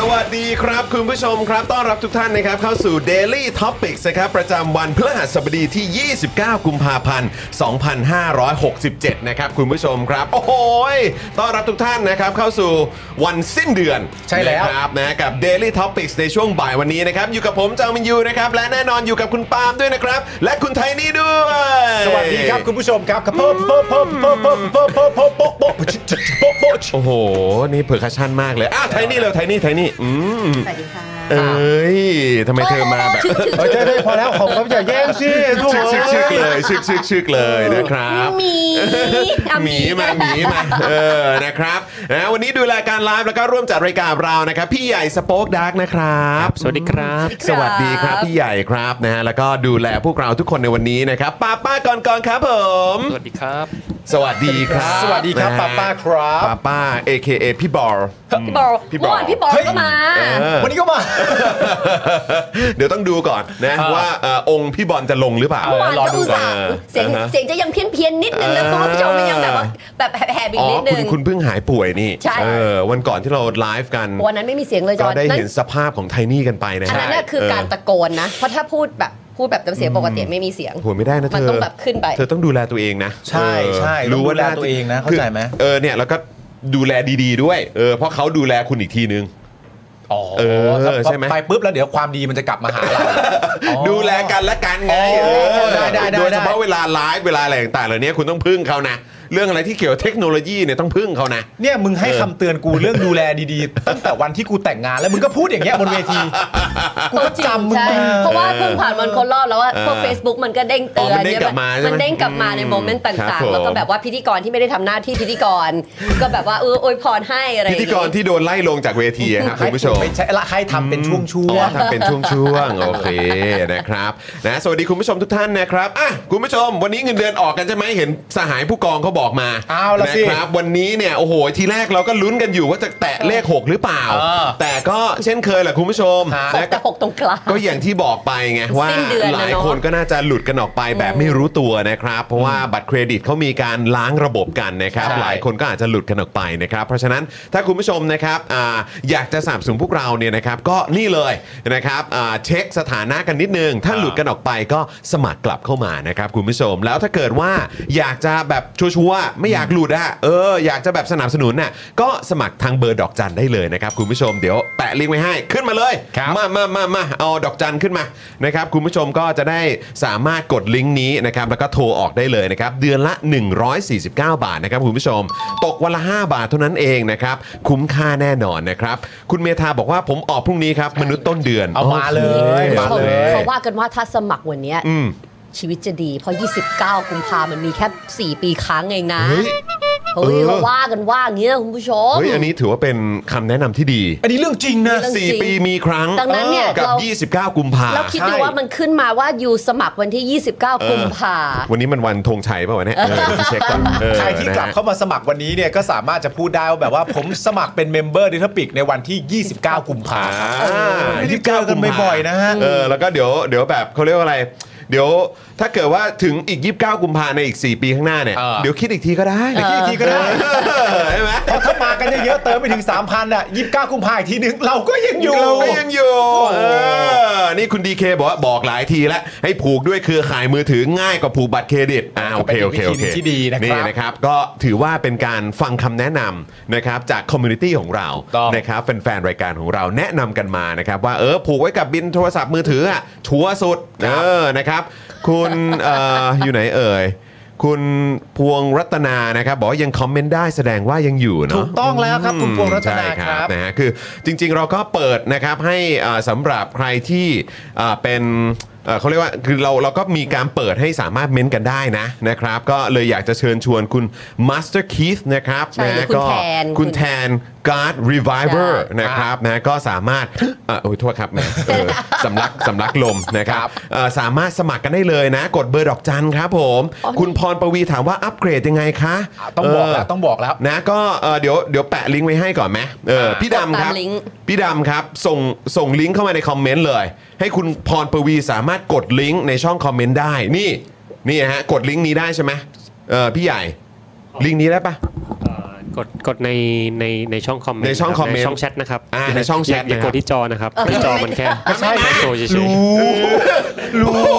สวัสดีครับคุณผู้ชมครับ ต้อนรับทุกท่านนะครับ เข้าสู่ Daily Topics นะครับประจำวันพฤหัสบดีที่ 29 กุมภาพันธ์ 2567 นะครับคุณผู้ชมครับ โอ้โหยต้อนรับทุกท่านนะครับเข้าสู่วันสิ้นเดือน ใช่แล้ว นะครับนะกับ Daily Topics ในช่วงบ่ายวันนี้นะครับ อยู่กับผมจามินยูนะครับ และแน่นอนอยู่กับคุณปาล์มด้วยนะครับ และคุณไทนี่ด้วย สวัสดีครับ คุณผู้ชมครับครับโป๊ะโป๊ะโป๊ะโป๊ะโป๊ะโป๊ะโป๊ะโป๊ะโป๊ะโป๊ะโป๊ะโป๊ะโป๊ะ โอ้โห นี่เพอร์คัชชั่นมากเลยอ่ะไทนี่เร็วไทนี่ไทนี่อืม สวัสดีค่ะ เอ้ยทำไมเธอมาแบบ เออเจ๊เจ๊พอแล้วของเขาอย่าแย่งสิ ช ทุกคึ กชึกๆๆเลยชึกชึกชึกๆๆเลยนะครับ หมีเอา หมีมาหมีมาเออนะครับนะวันนี้ดูรายการไลฟ์แล้วก็ร่วมจัดรายการเรานะครับพี่ใหญ่สป็อคดักนะครับ สวัสดีครับ สวัสดีครับพี่ใหญ่ครับนะฮะแล้วก็ดูแลพวกเราทุกคนในวันนี้นะครับป้าป้าก่อนก่อนๆครับผม สวัสดีครับ สวัสดีครับ สวัสดีครับ นะฮะ ป้าป้าครับ ป้าป้า AKA พี่บอล พี่บอล พี่บอล เมื่อวานพี่บอลก็มา วันนี้ก็มา เดี๋ยวต้องดูก่อนนะ เออ ว่าเอ่อองค์พี่บอลจะลงหรือเปล่า เมื่อวาน รอ ก็ ดู อุตส่าห์ เออ เสียง อ่าฮะ เสียงจะยังเพี้ยนเพียนๆนิดนึงนะ เออ คุณผู้ชมมันยังแบบว่าแบบแหบๆอี อ๋ ก อ นิดนึ คุณ ง คุณเพิ่งหายป่วยนี่ ใช่ เออวันก่อนที่เราไลฟ์กัน วันนั้นไม่มีเสียงเลยจ ก็ อน ได้ นั่น เห็นสภาพของไทนี่กันไปนะ อันนั้นน่ะคือการตะโกนนะ เพราะถ้าพูดแบบพูดแบบน้ำเสียงปกติไม่มีเสียง หัวไม่ได้นะเธอ มันต้องแบบขึ้นไป เธอต้องดูแลตัวเองนะ ใช่ใช่ เออ ต้องดูแล หน้ ตัวเองนะเข้าใจไหม คือเออเนี่ยแล้วก็ดูแลดีๆด้วยเออเพราะเขาดูแลคุณอีกทีนึง อ๋อ เออใช่ไหม ไปปุ๊บแล้วเดี๋ยวความดีมันจะกลับมาหาเรา ดูแลกันและกันไง อ๋อ เออ ได้ได้ได้ โดยเฉพาะเวลาไลฟ์เวลาอะไรต่างๆเหล่านี้คุณต้องพึ่งเขานะ เรื่องอะไรที่เกี่ยวกับเทคโนโลยีเนี่ยต้องพึ่งเขานะ เนี่ยมึงให้คำเตือนกูเรื่องดูแลดีๆ ตั้งแต่วันที่กูแต่งงานแล้วมึงก็พูดอย่างเงี้ยบนเวทีกูก็จำมึง ใช่ มา เพราะว่าเพิ่งผ่านวันครบรอบแล้วว่าพวก Facebook มันก็เด้งเตือน อ๋อมันเด้งกลับมาใช่ไหม นเด้งกลับมาในโมเมนต์ ครั ต่า บผมงๆ แล้วก็แบบว่าพิธีกรที่ไม่ได้ทำหน้าที่พิธีกร ก็แบบว่าเอออวยพรให้อะไรอ พิ ย่าธีงเงี้ย กรที่โดนไล่ลงจากเวทีอะครับคุณผู้ชม ให้ใช้ละให้ทำเป็นช่วงช่ อ๋ ว อง ทำเป็นช่วงๆ โอเคนะครับนะสวัสดีคุณผู้ชมทุกท่านนะครับอ่ะคุณผู้ชม วันนี้เงินเดือนออกกันใช่ไหมเห็นสหายผู้กองเขาบอกมา เอาล่ะสิ นะครับวันนี้เนี่ยโอ้โหทีแรกเราก็ลุ้นกันอยู่ว่าจะแตะเลข 6 หรือเปล่า เออ แต่ก็เช่นเคยแหละคุณผู้ชม ฮะ นะ แต่หกตรงกลาง ก็อย่างที่บอกไปไงว่า สิ้นเดือนนะ หลาย เนอะ คนก็น่าจะหลุดกันออกไปแบบไม่รู้ตัวนะครับ เพราะว่าบัตรเครดิตเขามีการล้างระบบกันนะครับ ใช่ หลายคน คนก็อาจจะหลุดกันออกไปนะครับ เพราะฉะนั้นถ้าคุณผู้ชมนะครับอาอยากจะสนับสนุนพวกเราเนี่ยนะครับ ก็นี่เลยนะครับอ่าเช็คสถานะกันนิดนึง ถ้าหลุดกันออกไปก็สมัครกลับเข้ามานะครับคุณผู้ชม แล้วถ้าเกิดว่าอยากจะแบบชัวร์ๆไม่อยากหลุดอะเอออยากจะแบบสนับสนุนน่ะก็สมัครทางเบอร์ดอกจันได้เลยนะครับคุณผู้ชมเดี๋ยวแปะลิงก์ไว้ให้ขึ้นมาเลยมามามามาเอาดอกจันขึ้นมานะครับคุณผู้ชมก็จะได้สามารถกดลิงก์นี้นะครับแล้วก็โทรออกได้เลยนะครับเดือนละ 149 บาทนะครับคุณผู้ชม ตกวันละ 5 บาทเท่านั้นเองนะครับ คุ้มค่าแน่นอนนะครับ คุณเมธาบอกว่าผมออกพรุ่งนี้ครับ มนุษย์ต้นเดือน เอามา โค เลย มา เขา เลย เขาว่ากันว่าถ้าสมัครวันเนี้ย อืม ชีวิตจะดี เพราะ 29 กุมภามันมีแค่ 4 ปีครั้างเองนะ เฮ้ย เฮ้ยเราว่ากันว่าอย่างเงี้ยคุณผู้ชม เฮ้ยอันนี้ถือว่าเป็นคำแนะนำที่ดี อันนี้เรื่องจริงนะ เรื่องจริง 4 ปีมีครั้ง ดังนั้นเนี่ย กับ เรา ยี่สิบ29 กุมภา แล้วคิดดู ใช่ ว่ามันขึ้นมาว่าอยู่สมัครวันที่ 29 กุมภา วันนี้มันวันธงชัยเปล่าวะเนี่ยเออเช็คก่อนเออ ใครที่กลับ นะฮะ เข้ามาสมัครวันนี้เนี่ยก็สามารถจะพูดได้ว่าแบบว่าผมสมัครเป็นเมมเบอร์ดิทปิกในวันที่ 29 กุมภาพันธ์ ยี่ ที่ สิบ เจ เก้า อกันบ่อยๆนะฮะ เออแล้วก็เดี๋ยวเดี๋ยวแบบเขาเรียกว่าอะไร เดี๋ยวถ้าเกิดว่าถึงอีก 29 กุมภาในอีก 4 ปีข้างหน้าเนี่ย เออ เดี๋ยวคิดอีกทีก็ได้ อีกทีก็ได้ เออใช่ไหม เพราะถ้ามากันเยอะๆเติมไปถึง 3,000อ่ะ29 กุมภาพันธ์อีกทีนึงเราก็ยังอยู่ เราก็ยังอยู่เออนี่คุณดีเคบอกว่าบอกหลายทีแล้ว ให้ผูกด้วยเครือข่ายมือถือง่ายกว่าผูกบัตรเครดิตอ่าโอเคโอเคโอเค เป็นอีกวิธีหนึ่งที่ดีนะครับ นี่นะครับ ก็ถือว่าเป็นการฟังคำแนะนำนะครับจากคอมมูนิตี้ของเรา ต้อง นะครับแฟนๆรายการของเราแนะนำกันมานะครับ ว่าเออผูกไว้กับบินโทรศัพท์มือถืออ่ะชัวร์สุดเออนะครับ คุณเอ่อ อยู่ไหนเอ่ยคุณพวงรัตนานะครับ บอกว่ายังคอมเมนต์ได้แสดงว่ายังอยู่เนาะ ถูกต้องแล้วครับคุณพวงรัตนา ใช่ ครับ นะฮะคือจริงๆเราก็เปิดนะครับให้อ่าสำหรับใครที่อ่าเป็นเอ่อเขาเรียกว่าคือเราเราก็มีการเปิดให้สามารถเม้นต์กันได้นะนะครับ ก็เลยอยากจะเชิญชวนคุณ Master Keith นะครับ ใช่ นะ หรือคุณ ก็ แทนคุ คุณ ณแทน Guard Reviver ใช่ นะครับนะก็สามารถเอ่อโอ้ยโทษครับแหมเออสำลักสำลักลมนะครับเอ่อสามารถสมัครกันได้เลยนะ กดเบอร์ดอกจันครับผม คุณพรประวีถามว่าอัปเกรดยังไงคะ ต้องบอกแล้วต้องบอกแล้ว นะก็เอ่อเดี๋ยวเดี๋ยวแปะลิงก์ไว้ให้ก่อนไหมเออพี่ดำครับ กดตามลิงก์ พี่ดำครับส่งส่งลิงก์เข้ามาในคอมเมนต์เลย ให้คุณพรปวีสามารถกดลิงก์ในช่องคอมเมนต์ได้นี่นี่ฮะกดลิงก์นี้ได้ใช่ไหมเออพี่ใหญ่ลิงก์นี้ได้ปะ เอ่อกดกดในในในช่องคอมเมนต์ ในช่อง รับ comment ในช่องแชทนะครับ อ่าในช่องแชท ย่า นะ ย่า ครั ก บ ดที่จอนะครับที่จอมันแค่ ไม่ใช่ โชว์เฉยๆ รู้โห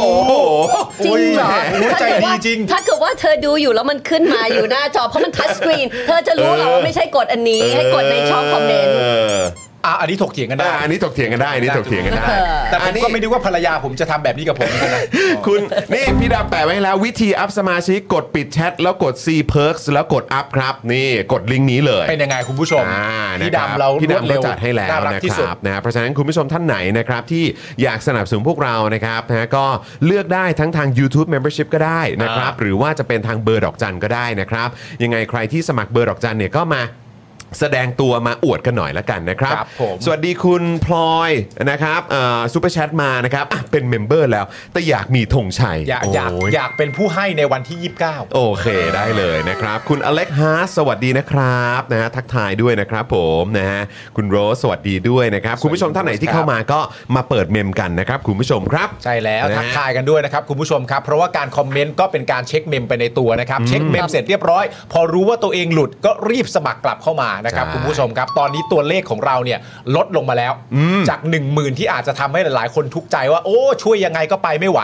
จริงเหรอ โอ้ยใจดีจริง ถ้าเกิดว่าเธอดูอยู่แล้วมันขึ้นมาอยู่หน้าจอเพราะมันทัชสกรีน เธอจะรู้เหรอว่าไม่ใช่กดอันนี้ให้กดในช่องคอมเมนต์ ออ อ่ะอันนี้ถกเถียงกันได้ อ่าอันนี้ถกเถียงกันได้อันนี้ถกเถียงกันได้ เออ แต่ผมก็ไม่นึกว่าภรรยาผมจะทำแบบนี้กับผมนะ คุณนี่พี่ดำแปะไว้ให้แล้ววิธีอัพสมาชิกกดปิดแชทแล้วกด C Perks แล้วกดอัพครับ นี่กดลิงก์นี้เลย เป็นยังไงคุณผู้ชม อ่า พี่ นะครับ ดำเรา พี่ รวด ดำ เร็ ก็ ว จัดให้แล้ว น่ารัก นะ ที่ ค สุด รับนะเพราะฉะนั้นคุณผู้ชมท่านไหนนะครับที่อยากสนับสนุนพวกเรานะครับนะก็เลือกได้ทั้งทาง YouTube Membership ก็ได้นะครับ หรือว่าจะเป็นทางเบอร์ดอกจันก็ได้นะครับ ยังไงใครที่สมัครเบอร์ดอกจันเนี่ยก็มาแสดงตัวมาอวดกันหน่อยละกันนะครับ ครับผม สวัสดีคุณพลอยนะครับซูเปอร์แชทมานะครับอ่ะเป็นเมมเบอร์แล้ว แต่อยากมีธงชัย อยากอยาก โ อยากเป็นผู้ให้ในวันที่ 29 โอเคได้เลยนะครับ คุณอเล็กฮาร์สวัสดีนะครับนะฮะทักทายด้วยนะครับผมนะฮะคุณโรสสวัสดีด้วยนะครับ คุณผู้ชมท่านไหนที่เข้ามาก็มาเปิดเมมกันนะครับ คุณผู้ชมครับ ใช่แล้ว นะฮะ ทักทายกันด้วยนะครับคุณผู้ชมครับ เพราะว่าการคอมเมนต์ก็เป็นการเช็คเมมไปในตัวนะครับ เช็คเมมเสร็จเรียบร้อย พอรู้ว่าตัวเองหลุดก็รีบสมัครกลับเข้ามานะครับ ใช่ คุณผู้ชมครับ ตอนนี้ตัวเลขของเราเนี่ยลดลงมาแล้ว จาก 1 0,000 ที่อาจจะทำให้หลายๆ คนทุกข์ใจว่าโอ้ช่วยยังไงก็ไปไม่ไหว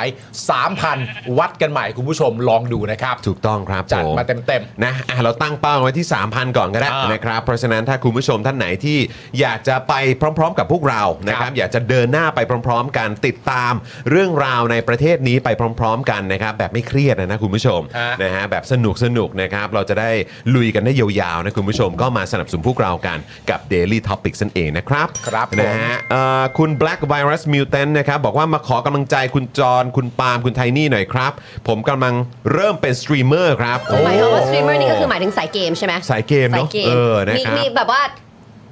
3,000 วัดกันใหม่คุณผู้ชมลองดูนะครับ ถูกต้องครับ จัด ผ มาเต็ม นะอ่ะเราตั้งเป้าไว้ที่ 3,000 ก่อนก็ได้ อ่าน นะครับ เพราะฉะนั้นถ้าคุณผู้ชมท่านไหนที่อยากจะไปพร้อม ๆ กับพวกเรานะครับ อยากจะเดินหน้าไปพร้อม ๆ กันติดตามเรื่องราวในประเทศนี้ไปพร้อม ๆ กันนะครับ แบบไม่เครียดนะนะคุณผู้ชม ฮะ นะฮะแบบสนุกสนุกๆนะครับ เราจะได้ลุยกันได้ยาวๆนะคุณผู้ชมก็มาสนับสนุนพวกเรากันกับ Daily Topics นั่นเองนะครับ ครับ นะฮะเอ่อคุณ Black Virus Mutant นะครับ บอกว่ามาขอกำลังใจคุณจอนคุณปาล์มคุณไทนี่หน่อยครับ ผมกำลังเริ่มเป็นสตรีมเมอร์ครับ หมายความว่าสตรีมเมอร์นี่ก็คือหมายถึงสายเกมใช่ไหม สายเกมเนอะเออนะครับ มีแบบว่า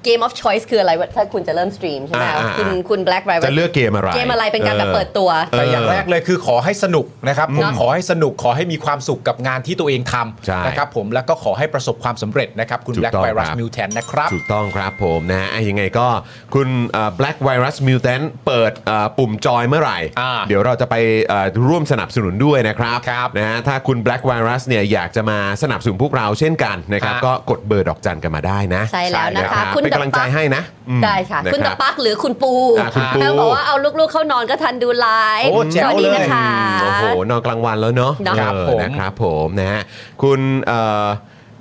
เกม of choice คืออะไรวะถ้าคุณจะเริ่มสตรีมใช่ไหม อ่าอ่าอ่า คุณคุณ black r i v e จะเลือกเกมอะไร เกมอะไรเป็นการแบบเปิดตัว เ แต่อย่างแรกเลยคือขอให้สนุกนะครับผมขอให้สนุกขอให้มีความสุขกับงานที่ตัวเองท ใช่ ำนะครับผมแล้วก็ขอให้ประสบความสำเร็จนะครับคุณ ถูก Black ต้อง Virus ครับ Mutant นะครับ ถูกต้องครับผมนะฮะอ่ะยังไงก็คุณเอ่อ Black Virus Mutant เปิดเอ่อปุ่มจอยเมื่อไหร่ อ่า เดี๋ยวเราจะไปเอ่อร่วมสนับสนุนด้วยนะครับ ครับ นะฮะถ้าคุณ Black Virus เนี่ยอยากจะมาสนับสนุนพวกเราเช่นกันนะครับ ฮะ ก็กดเบอร์ดอกจันกันมาได้นะ ใช่แล้วนะคะ รับ คุณ เป็นกำลังใจให้นะอืม ได้ค่ะ น คุณ รั ตะ บ ปักหรือคุณปู อ่าคุณปู แล้วบอกว่าเอาลูกๆเข้านอนก็ทันดูไลฟ์ โอ้แจ๋ ส ว วัสดี เลย นะคะ โอ้โห นอนกลางวันแล้วเนาะ เนอะ ครับ เออ ผม นะครับผมนะฮะคุณเอ่อ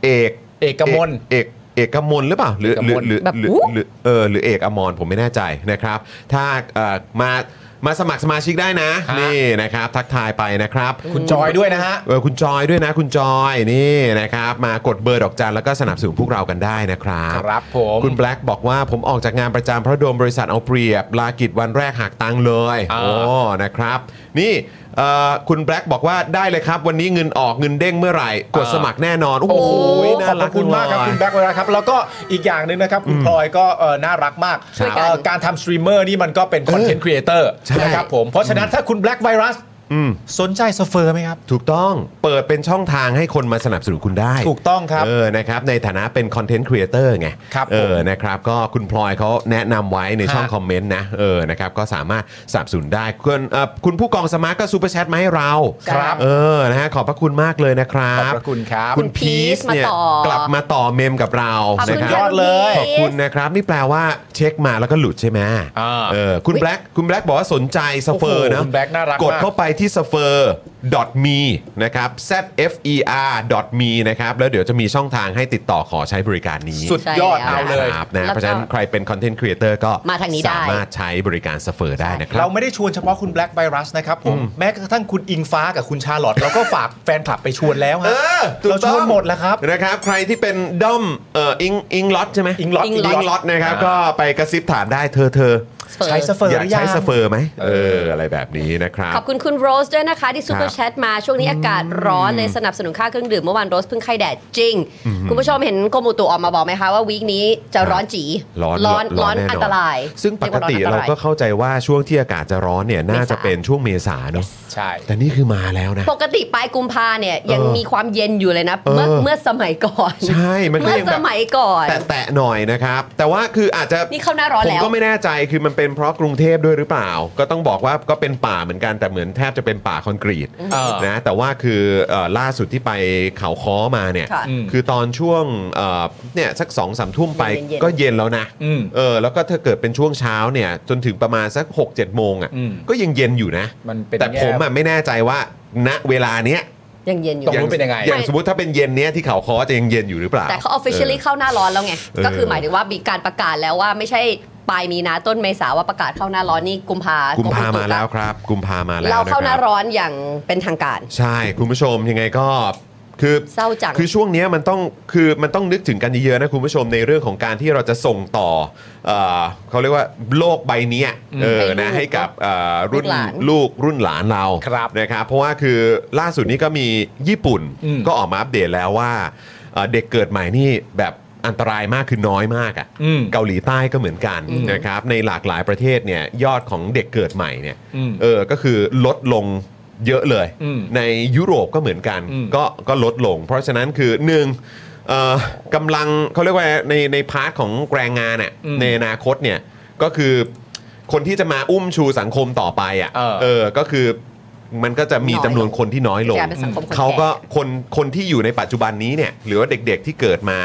เอก เอกมล เอกเอกมลหรือเปล่าหรือหรือหรือ แบบ หรือ อู้ หรือเออหรือเอกอมรผมไม่แน่ใจนะครับ ถ้าเอ่อมามาสมัครสมาชิกได้นะ ฮะ นี่นะครับ ทักทายไปนะครับ คุณจอยด้วยนะฮะ เออคุณจอยด้วยนะคุณจอยนี่นะครับ มากดเบอร์ดอกจันแล้วก็สนับสนุนพวกเรากันได้นะครับ ครับผม คุณแบล็กบอกว่าผมออกจากงานประจำเพราะโดนบริษัทเอาเปรียบ ลากิจวันแรกหักตังค์เลย อ่า โอ้ นะครับ นี่ เอ่อคุณแบล็กบอกว่าได้เลยครับ วันนี้เงินออกเงินเด้งเมื่อไหร่ กดสมัครแน่นอน โอ้โห โอ้ย น่า ขอบพ รั ระ ก คุณมากครับ จังคุณ เลย แบ็คเลยนะครับ แล้วก็อีกอย่างหนึ่งนะครับ คุณพลอยก็เอ่อน่ารักมาก ช่วยกัน เอ่อการทำสตรีมเมอร์นี่มันก็เป็นคอนเทนต์ครีเอเตอร์ ใช่ นะครับผม เพราะฉะนั้นถ้าคุณแบล็กไวรัสสนใจสเฟอร์ไหมครับ ถูกต้องเปิดเป็นช่องทางให้คนมาสนับสนุนคุณได้ ถูกต้องครับ เออนะครับในฐานะเป็นคอนเทนต์ครีเอเตอร์ไง ครับผม เออนะครับก็คุณพลอยเขาแนะนำไว้ในช่อง ฮะ คอมเมนต์นะเออนะครับก็สามารถสนับสนุนได้คุณเอ่อคุณผู้กองสมาร์ทก็ซูเปอร์แชทมาให้เรา ครับ เออนะฮะขอบพระคุณมากเลยนะครับ ขอบพระคุณครับ คุณพีชเนี่ย มาต่อ กลับมาต่อเมมกับเรา ขอบ นะ คุณ ครับ ย ค่ะ อด คุณ เลย ขอบคุณนะครับ นี่แปลว่าเช็คมาแล้วก็หลุดใช่ไหม อ่า เออคุณแบล็กคุณแบล็กบอกว่าสนใจสเฟอร์นะ โอ้โหคุณแบล็คน่ารักมาก กดเข้าไปที่ s f e r .me นะครับ z f e r .me นะครับ แล้วเดี๋ยวจะมีช่องทางให้ติดต่อขอใช้บริการนี้ สุดยอด ใช่ เอาเลย นะครับนะ แล้วก็ เพราะฉะนั้นใครเป็นคอนเทนต์ครีเอเตอร์ก็ มาทางนี้ได้ สามารถใช้บริการสเฟอร์ได้นะครั เรา บ ไม่ได้ชวนเฉพาะคุณแบล็กไวรัสนะครับผม แม้กระทั่งคุณอิงฟ้ากับคุณชาลอตเราก็ฝากแฟนคลับไปชวนแล้วฮะ เออถูก เรา ต้ ช อง วนหมดแล้วครับ นะครับ ใครที่เป็นด้อมเอ่ออิงอิงล็อตใช่ไหม อิงล็อต อิงล็อตนะครับ ก็ไปกระซิบถามได้เธอเธอ เปิด ใช้สเฟอร์ อ ห ยาก รือยั ใช้ ง สเฟอร์ไหมเออ อะไรแบบนี้นะครับ ขอบคุณคุณโรสด้วยนะคะ ที่ซูเปอ ครั ร์ บ แชทมาช่วงนี้อากาศร้อนเลยสนับสนุนค่าเครื่องดื่มเมื่อวานโรสเพิ่งไข้แดดจริง คุณผู้ชมเห็นกรมอุตุออกมาบอกไหมคะว่าวีคนี้จะร้อนจี ร้อน ร้อน ร้ ร้ อ อน น แน่นอน อันตราย ซึ่งปกติ ยว่ เรา อนอันตย ก็เข้าใจว่าช่วงที่อากาศจะร้อนเนี่ยน่าจะเป็นช่วงเมษาเนาะ ใช่ แต่นี่คือมาแล้วนะ ปกติปลายกุมภาเนี่ยยัง เออ มีความเย็นอยู่เลยนะ เมื่อ เออ เมื่อสมัยก่อน ใช่มันก็ เมื่อ ยังแบบ สมัยก่อน แต่แตะหน่อยนะครับ แต่ว่าคืออาจจะ นี่เข้าหน้าร้อนแล้ว ผมก็ไม่แน่ใจคือมันเป็นเพราะกรุงเทพด้วยหรือเปล่า ก็ต้องบอกว่าก็เป็นป่าเหมือนกันแต่เหมือนแทบจะเป็นป่าคอนกรีต เออ นะแต่ว่าคือเอ่อล่าสุดที่ไปเขาค้อมาเนี่ย ค่ะ คือตอนช่วงเอ่อเนี่ยสัก2องสามทุ่มไป เย็นๆ ก็เย็นแล้วนะ อืม เออแล้วก็ถ้าเกิดเป็นช่วงเช้าเนี่ยจนถึงประมาณสัก 6 7เจ็ดโมง อืม อะ่ะก็ยังเย็นอยู่นะ มันเป็น แต่ผมอ่ะไม่แน่ใจว่าณเวลาเนี้ย ยังเย็นอยู่ ตกลง เป็นยัไ อย่างสมมติถ้าเป็นเย็นเนี้ยที่เขาคอจะยังเย็นอยู่หรือเปล่า แต่เขา officially เข้าหน้าร้อนแล้วไง เออ ก็คือหมายถึงว่ามีการประกาศแล้วว่าไม่ใช่ปลายมีนาต้นเมษาว่าประกาศเข้าหน้าร้อนนี่กุมภา เออกุมภามาแล้วครับ กุมภามาแล้เราวะคบ เข้าหน้าร้อนอย่างเป็นทางการ ใช่คุณผู้ชมยังไงก็คือ เศร้าจัง คือช่วงเนี้ยมันต้องคือมันต้องนึกถึงกันเยอะๆนะคุณผู้ชมในเรื่องของการที่เราจะส่งต่อเออเขาเรียกว่าโลกใบเนี้ยเออ ให้ลูก นะให้กับเอ่อรุ่น ลูกหลาน ลูกรุ่นหลานเรา ครับ นะครับ เพราะว่าคือล่าสุดนี้ก็มีญี่ปุ่น อืม ก็ออกมาอัปเดตแล้วว่าเอ่อเด็กเกิดใหม่นี่แบบอันตรายมากคือน้อยมากอะ อืม เกาหลีใต้ก็เหมือนกันนะครับในหลากหลายประเทศเนี่ยยอดของเด็กเกิดใหม่เนี่ย อืม เออ ก็คือลดลงเยอะเลย อืม ในยุโรปก็เหมือนกัน อืม ก็ ก็ลดลง เพราะฉะนั้นคือหนึ่งเอ่อกำลังเขาเรียกว่าใน ในพาร์ทของแรงงานน่ะ อืม ในอนาคตเนี่ย ก็คือคนที่จะมาอุ้มชูสังคมต่อไปอ่ะ เออ เออ ก็คือมันก็จะมี น้อยลง จำนวนคนที่น้อยลง กลายเป็นสังคมคนแก่ เขาก็คนคนที่อยู่ในปัจจุบันนี้เนี่ยหรือว่าเด็กๆที่เกิดมา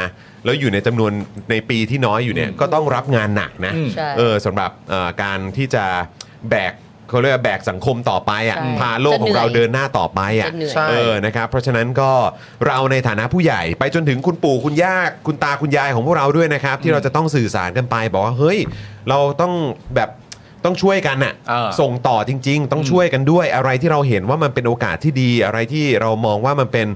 แล้วอยู่ในจำนวนในปีที่น้อยอยู่เนี่ยก็ต้องรับงานหนักนะ อืม ใช่ เออสำหรับเอ่อการที่จะแบกเขาเรียกว่าแบกสังคมต่อไปอ่ะ ใช่ พาโลกของเรา จะเหนื่อย เดินหน้าต่อไปอ่ะ จะเหนื่อย เออนะครับเพราะฉะนั้นก็เราในฐานะผู้ใหญ่ ไปจนถึงคุณปู่คุณย่าคุณตาคุณยายของพวกเราด้วยนะครับ ที่เราจะต้องสื่อสารกันไปบอกว่าเฮ้ยเราต้องแบบต้องช่วยกันน่ะ เออ ส่งต่อจริง ๆ ต้องช่วยกันด้วยอะไรที่เราเห็นว่ามันเป็นโอกาสที่ดี อะไรที่เรามองว่ามันเป็น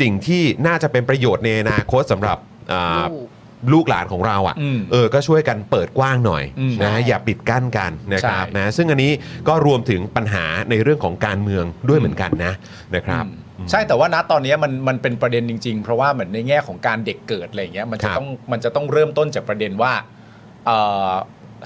สิ่งที่น่าจะเป็นประโยชน์ในอนาคตสำหรับอ่า ลูก ลูกหลานของเราอะ่ะ อืม เออก็ช่วยกันเปิดกว้างหน่อย อืม นะ ใช่ อย่าปิดกั้นกันนะครับ ใช่ นะซึ่งอันนี้ก็รวมถึงปัญหาในเรื่องของการเมืองด้วยเหมือนกันนะนะครับ อืมใช่แต่ว่าณตอนนี้มันมันเป็นประเด็นจริง ๆ เพราะว่าเหมือนในแง่ของการเด็กเกิดอะไรอย่างเงี้ยมันคจะรับ ต้องมันจะต้องเริ่มต้นจากประเด็นว่าเอ่อ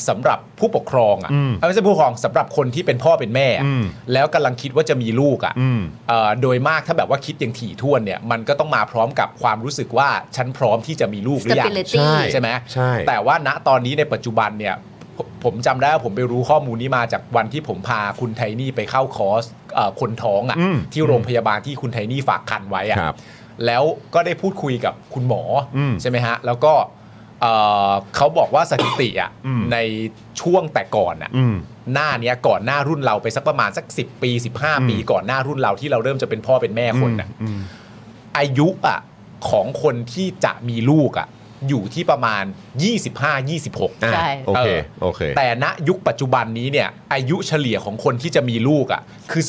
สำหรับผู้ปกครองอ่ะ อืม เอ้ยไม่ใช่ผู้ปกครองสำหรับคนที่เป็นพ่อเป็นแม่อะ อืม แล้วกำลังคิดว่าจะมีลูกอ่ะ อืม เอ่อโดยมากถ้าแบบว่าคิดอย่างถี่ถ้วนเนี่ยมันก็ต้องมาพร้อมกับความรู้สึกว่าฉันพร้อมที่จะมีลูกหรือยัง Stability ใช่ ใช่ไหม ใช่ แต่ว่าณตอนนี้ในปัจจุบันเนี่ยผมผมจำได้ว่าผมไปรู้ข้อมูลนี้มาจากวันที่ผมพาคุณไทนี่ไปเข้าคอร์สเอ่อคนท้อง อืม อะ่ะที่โรงพยาบาลที่คุณไทนี่ฝากคันไว้ ครั อะ่ะ บ แล้วก็ได้พูดคุยกับคุณหมออ ม ใช่ไหมฮะ แล้วก็เอ่อเขาบอกว่าสถิติอ่ะ อืม ในช่วงแต่ก่อนอ่ะ อืม หน้าเนี้ยก่อนหน้ารุ่นเราไปสักประมาณสัก 10 ปี 15 ปีก่อนหน้ารุ่นเราที่เราเริ่มจะเป็นพ่อเป็นแม่คนน่ะอายุอ่ะของคนที่จะมีลูกอ่ะอยู่ที่ประมาณ 25 26 อ่ะ ใช่ โอเค เออ โอเค แต่ณยุคปัจจุบันนี้เนี่ยอายุเฉลี่ยของคนที่จะมีลูกอ่ะคือ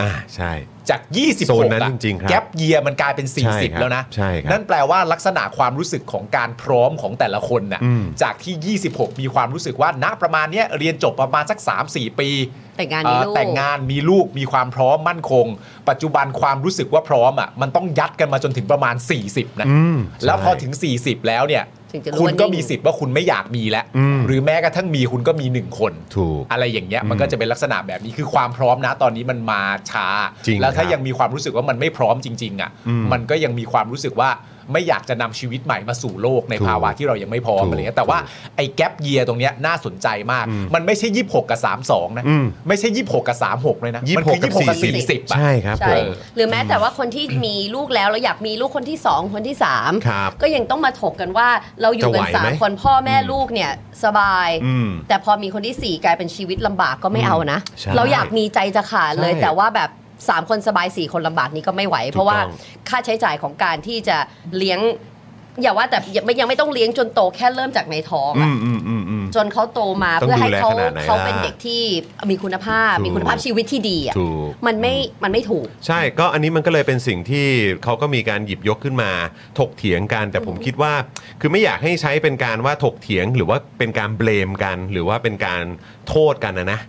อ่าใช่ 40 จาก โซน 26 นั้น อะ จริงๆครับ แกปเยียมันกลายเป็น ใช่ครับ 40 แล้วนะ ใช่ครับ นั่นแปลว่าลักษณะความรู้สึกของการพร้อมของแต่ละคนน่ะ อืม จากที่ 26 มีความรู้สึกว่าณประมาณเนี้ยเรียนจบประมาณสัก 3-4 ปี แต่งงานมี เอ่อ ลูก แต่งงานมีลูกมีความพร้อมมั่นคง ปัจจุบันความรู้สึกว่าพร้อมอ่ะมันต้องยัดกันมาจนถึงประมาณ 40 นะ อืม แล้วพอ ใช่ ถึง 40 แล้วเนี่ย ถึงจะรู้ คุณก็ ว่านิ่ง มีสิทธิ์ว่าคุณไม่อยากมีแล้ว อืม หรือแม้กระทั่งมีคุณก็มีหนึ่งคน ถูก อะไรอย่างเงี้ย อืม มันก็จะเป็นลักษณะแบบนี้คือความพร้อมนะตอนนี้มันมาช้า จริง แล้วคถ้ารับ ยังมีความรู้สึกว่ามันไม่พร้อมจริงๆอ่ะ อืม มันก็ยังมีความรู้สึกว่าไม่อยากจะนำชีวิตใหม่มาสู่โลกใน ถูก ภาวะที่เรายังไม่พร้อม ถูก อะไรเงี้ยแต่ว่าไอ้แกลบเยียตรงเนี้ยน่าสนใจมาก อืม มันไม่ใช่ 26 กับ 32 นะ อืม ไม่ใช่ 26 กับ 36 เลยนะ มัคื 26กับ 26 กับ 40 40อะ ใช่ครับผ ใช่ ม หรือแม้แต่ว่าคนที่มีลูกแล้วเราอยากมีลูกคนที่สองคนที่สาม ครับ ก็ยังต้องมาถกกันว่าเราอยู่กัน จะไหวสาไหมมคนพ่อแม่ลูกเนี่ยสบาย อืม แต่พอมีคนที่สี่กลายเป็นชีวิตลำบากก็ไม่เอานะ ใช่ เราอยากมีใจจะขาดเลย ใช่ แต่ว่าแบบสามคนสบายสี่คนลำบากนี้ก็ไม่ไหว เพราะว่าค่าใช้จ่ายของการที่จะเลี้ยง อย่าว่าแต่ยังไม่ยังไม่ต้องเลี้ยงจนโตแค่เริ่มจากในท้องอะ ืมอืมอืมอืม จนเขาโตมา ต้อง เพื่อให้เขา ดูแลขนาดไหน เขาเป็น ล่ะ เด็กที่มีคุณภาพ ถูก มีคุณภาพชีวิตที่ดีอ่ะ ถูก มันไม่มันไม่ถูก ใช่ก็อันนี้มันก็เลยเป็นสิ่งที่เขาก็มีการหยิบยกขึ้นมาถกเถียงกัน แต่ผมคิดว่า คือไม่อยากให้ใช้เป็นการว่าถกเถียงหรือว่าเป็นการเบลมกัน หรือว่าเป็นการโทษกันนะนะ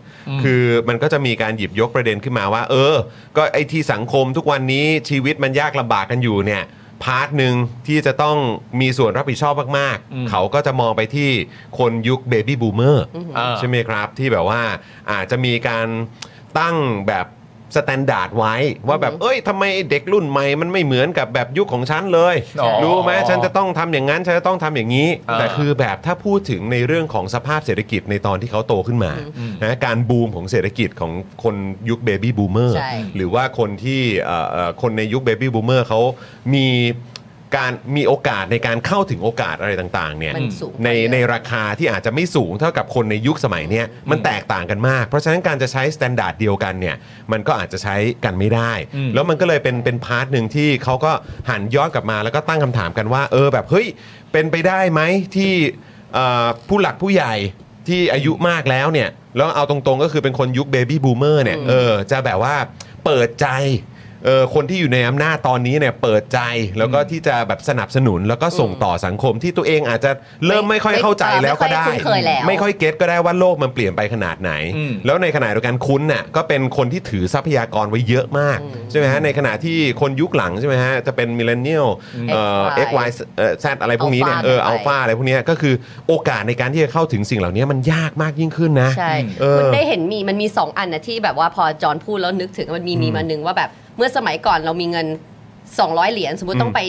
คือมันก็จะมีการหยิบยกประเด็นขึ้นมาว่า เออ ก็ไอ้ที่สังคมทุกวันนี้ชีวิตมันยากลำบากกันอยู่เนี่ยพาร์ทหนึ่งที่จะต้องมีส่วนรับผิดชอบมาก อืม ๆ เขาก็จะมองไปที่คนยุคเบบี้บูมเมอร์ อ่า ใช่ไหมครับ ที่แบบว่าอาจจะมีการตั้งแบบสแตนดาร์ดไว้ ว่าแบบ เอ้ยทำไมเด็กรุ่นใหม่มันไม่เหมือนกับแบบยุคของฉันเลย อ๋อ รู้ไหมฉันจะต้องทำอย่างนั้น ฉันจะต้องทำอย่างนี้ อ่า แต่คือแบบถ้าพูดถึงในเรื่องของสภาพเศรษฐกิจในตอนที่เขาโตขึ้นมา อืม นะการบูมของเศรษฐกิจของคนยุคเบบี้บูมเมอร์ ใช่ หรือว่าคนที่เอ่อเอ่อคนในยุคเบบี้บูมเมอร์เขามีการมีโอกาสในการเข้าถึงโอกาสอะไรต่างๆเนี่ย มันสูงกว่า ใน เยอะ ในราคาที่อาจจะไม่สูงเท่ากับคนในยุคสมัยเนี้ยมันแตกต่างกันมาก เพราะฉะนั้นการจะใช้มาตรฐานเดียวกันเนี่ยมันก็อาจจะใช้กันไม่ได้ อืม แล้วมันก็เลยเป็นเป็นพาร์ทหนึ่งที่เขาก็หันย้อนกลับมาแล้วก็ตั้งคำถามกันว่า เออแบบเฮ้ยเป็นไปได้ไหมที่เอ่อผู้หลักผู้ใหญ่ที่อายุมากแล้วเนี่ยแล้วเอาตรงๆก็คือเป็นคนยุคเบบี้บูมเมอร์เนี่ยเออจะแบบว่าเปิดใจเออคนที่อยู่ในอำนาจตอนนี้เนี่ยเปิดใจแล้วก็ที่จะแบบสนับสนุนแล้วก็ส่งต่อสังคมที่ตัวเองอาจจะเริ่ม ไม่ ไม่ค่อย ไม่ เข้าใจแล้วก็ได้ ไม่ค่อยคุ้นเคยแล้ว ไม่ค่อย ไม่เก็ตก็ได้ว่าโลกมันเปลี่ยนไปขนาดไหน อืม แล้วในขณะเดียวกันคุณน่ะก็เป็นคนที่ถือทรัพยากรไว้เยอะมากใช่ไหมฮะในขณะที่คนยุคหลังใช่ไหมฮะจะเป็นมิเลเนียลเอ่อ XY X Y Z อะไรพวกนี้เนี่ย Alpha เออ ไป อัลฟาอะไรพวกเนี้ยก็คือโอกาสในการที่จะเข้าถึงสิ่งเหล่านี้มันยากมากยิ่งขึ้นนะ ใช่ เออ คุณได้เห็นมีมันมีสองอันนะที่แบบว่าพอจอห์นพูดแล้วนึกถึงมันมีมีมาหนึ่งว่าแบบเมื่อสมัยก่อนเรามีเงิน 200 เหรียญสมมติต้องไป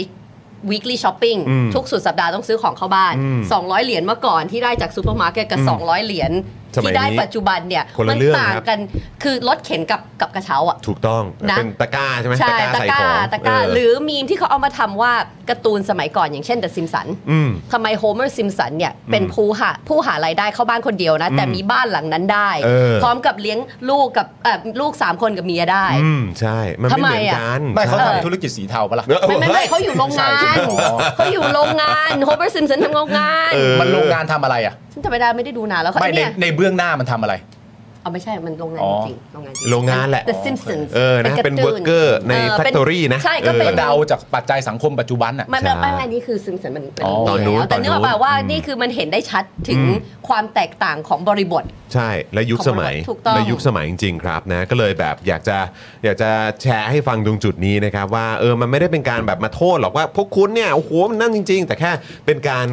weekly shopping อืม ทุกสุดสัปดาห์ต้องซื้อของเข้าบ้าน อืม 200 เหรียญเมื่อก่อนที่ได้จากซูเปอร์มาร์เก็ตกับ 200 เหรียญ สมัยนี้ ที่ได้ปัจจุบันเนี่ย คนละ มั เรื่อง ต่าง ครับ กันคือรถเข็นกับกับกระเช้าอ่ะ ถูกต้อง นะ เป็นตะกร้าใช่ไหม ใช่ตะ ใส่ กร้า ของ ตะกร้า เห รือมีมที่เขาเอามาทำว่าการ์ตูนสมัยก่อนอย่างเช่นแต่ซิมสัน อืม ทำไมโฮเมอร์ซิมสันเนี่ยเป็นผู้หาผู้หารายได้เข้าบ้านคนเดียวนะ แต่มีบ้านหลังนั้นได้ เออ พร้อมกับเลี้ยงลูกกับเอ่อลูก 3 คนกับเมียได้ อืมใช่มันไม่ ทำไม เหมือน อะ กัน ไม่เขา ใช่ ทำธุรกิจสีเทาปะล่ะ เออ ไม่ไม่ไม่เฮ้ย เขาอยู่โรงงาน เขาอยู่โรงงานโฮเมอร์ซิมสันทำโรงงาน เออ มันโรงงานทำอะไรอ่ะ ฉันจำไม่ได้ไม่ได้ดูนานแล้วค่ะ ไม่ใน เนี่ย ในเบื้องหน้ามันทำอะไร เอาไม่ใช่มันโรงงาน อ๋อ จริงๆโรงงานจริง โรงงานแหละ แต่ซิมสัน เออนะเป็นเวิร์กเกอร์ในแฟคทอรี่นะ ใช่ก็เป็น ก็เดาจากปัจจัยสังคมปัจจุบันอ่ะ ไม่ไม่ ใช่ ไม่ไม่นี่คือซึมสันมันเป็น อ๋อ ตอนนู้น แล้วแต่ ตอนนู้น เนื่องแบบว่า อืม นี่คือมันเห็นได้ชัดถึง อืม ความแตกต่างของบริบท ใช่และยุคสมัย ถูกต้อง และยุคสมัยจริง ๆ ครับนะก็เลยแบบอยากจะอยากจะแชร์ให้ฟังตรงจุดนี้นะครับ ว่าเออมันไม่ได้เป็นการแบบมาโทษหรอกว่าพวกคุณเนี่ยโอ้โหมันนั่นจริง ๆ แต่แค่เป็นการ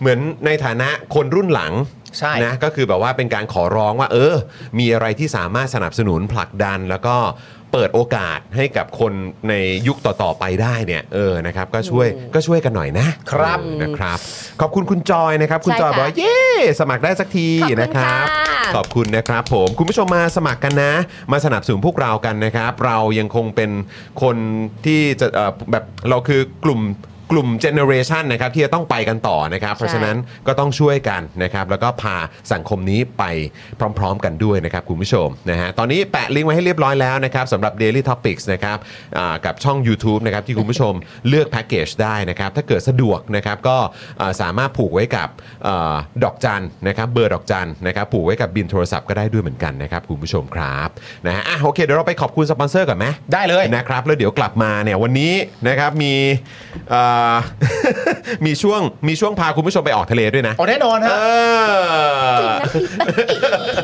เหมือนในฐานะคนรุ่นหลัง ใช่ นะก็คือแบบว่าเป็นการขอร้องว่า เออ มีอะไรที่สามารถสนับสนุนผลักดัน แล้วก็เปิดโอกาสให้กับคนในยุคต่อๆไปได้เนี่ยเออนะครับก็ช่วยก็ช่วยกันหน่อยนะครับ เออนะครับ ขอบคุณคุณจอยนะครับ คุณ ใช่ จอยบอกว่า ค่ะ เย้สมัครได้สักที ขอบคุณ นะครับ ค่ะ ขอบคุณนะครับผม คุณผู้ชมมาสมัครกันนะ มาสนับสนุนพวกเรากันนะครับ เรายังคงเป็นคนที่จะเอ่อแบบเราคือกลุ่ม กลุ่มเจเนอเรชันนะครับที่จะต้องไปกันต่อนะครับ เพราะฉะนั้นก็ต้องช่วยกันนะครับ แล้วก็พาสังคมนี้ไปพร้อม ๆ กันด้วยนะครับคุณผู้ชมนะฮะตอนนี้แปะลิงก์ไว้ให้เรียบร้อยแล้วนะครับสำหรับ Daily Topics นะครับอ่ากับช่อง YouTube นะครับที่คุณผู้ชมเลือกแพ็กเกจได้นะครับถ้าเกิดสะดวกนะครับก็อ่าสามารถผูกไว้กับอาดอกจันนะครับเบอร์ดอกจันนะครับผูกไว้กับบินโทรศัพท์ก็ได้ด้วยเหมือนกันนะครับคุณผู้ชมครับนะฮะอ่ะโอเคเดี๋ยวเราไปขอบคุณสปอนเซอร์ก่อนไหม ได้เลย นะครับแล้วเดี๋ยวกลับมาเนี่ยวันนี้นะครับมีเอ่อ มีช่วงมีช่วงพาคุณผู้ชมไปออกทะเลด้วยนะ เอาแน่นอน เอ ฮะ อ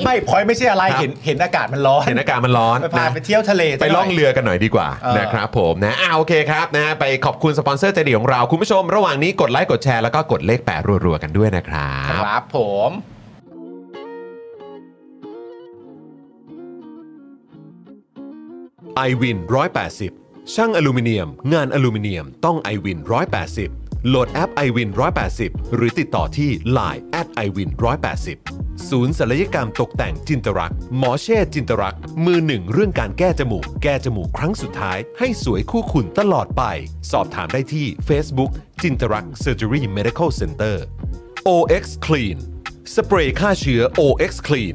ไม่พอยไม่ใช่อะไรเห็นเห็นอากาศมันร้อน เห็นอากาศมันร้อน ไปพา นะ ไปเที่ยวทะเลซะห ไป น่ย ล่องเรือกันหน่อยดีกว่า เออ นะครับผมนะอ่าโอเคครับนะไปขอบคุณสปอนเซอร์ใจดีของเรา คุณผู้ชมระหว่างนี้กดไลค์กดแชร์แล้วก็กดเลขแปดรัวๆกันด้วยนะครั ค บ รับผม i w วิน180 ช่างอลูมิเนียม งานอลูมิเนียมต้อง i w วิน180 โหลดแอป i w วิน180 หรือติดต่อที่ Line at i w วิน180ศูนย์ศัลยกรรมตกแต่งจินตรักษณ์หมอเช่จินตรักษณ์มือหนึ่งเรื่องการแก้จมูก แก้จมูกครั้งสุดท้าย ให้สวยคู่คุณตลอดไป สอบถามได้ที่ Facebook จินตรักเซอร์เจอรี่เมดิคอลเซ็นเตอร์ OX Clean สเปรย์ฆ่าเชื้อ OX Clean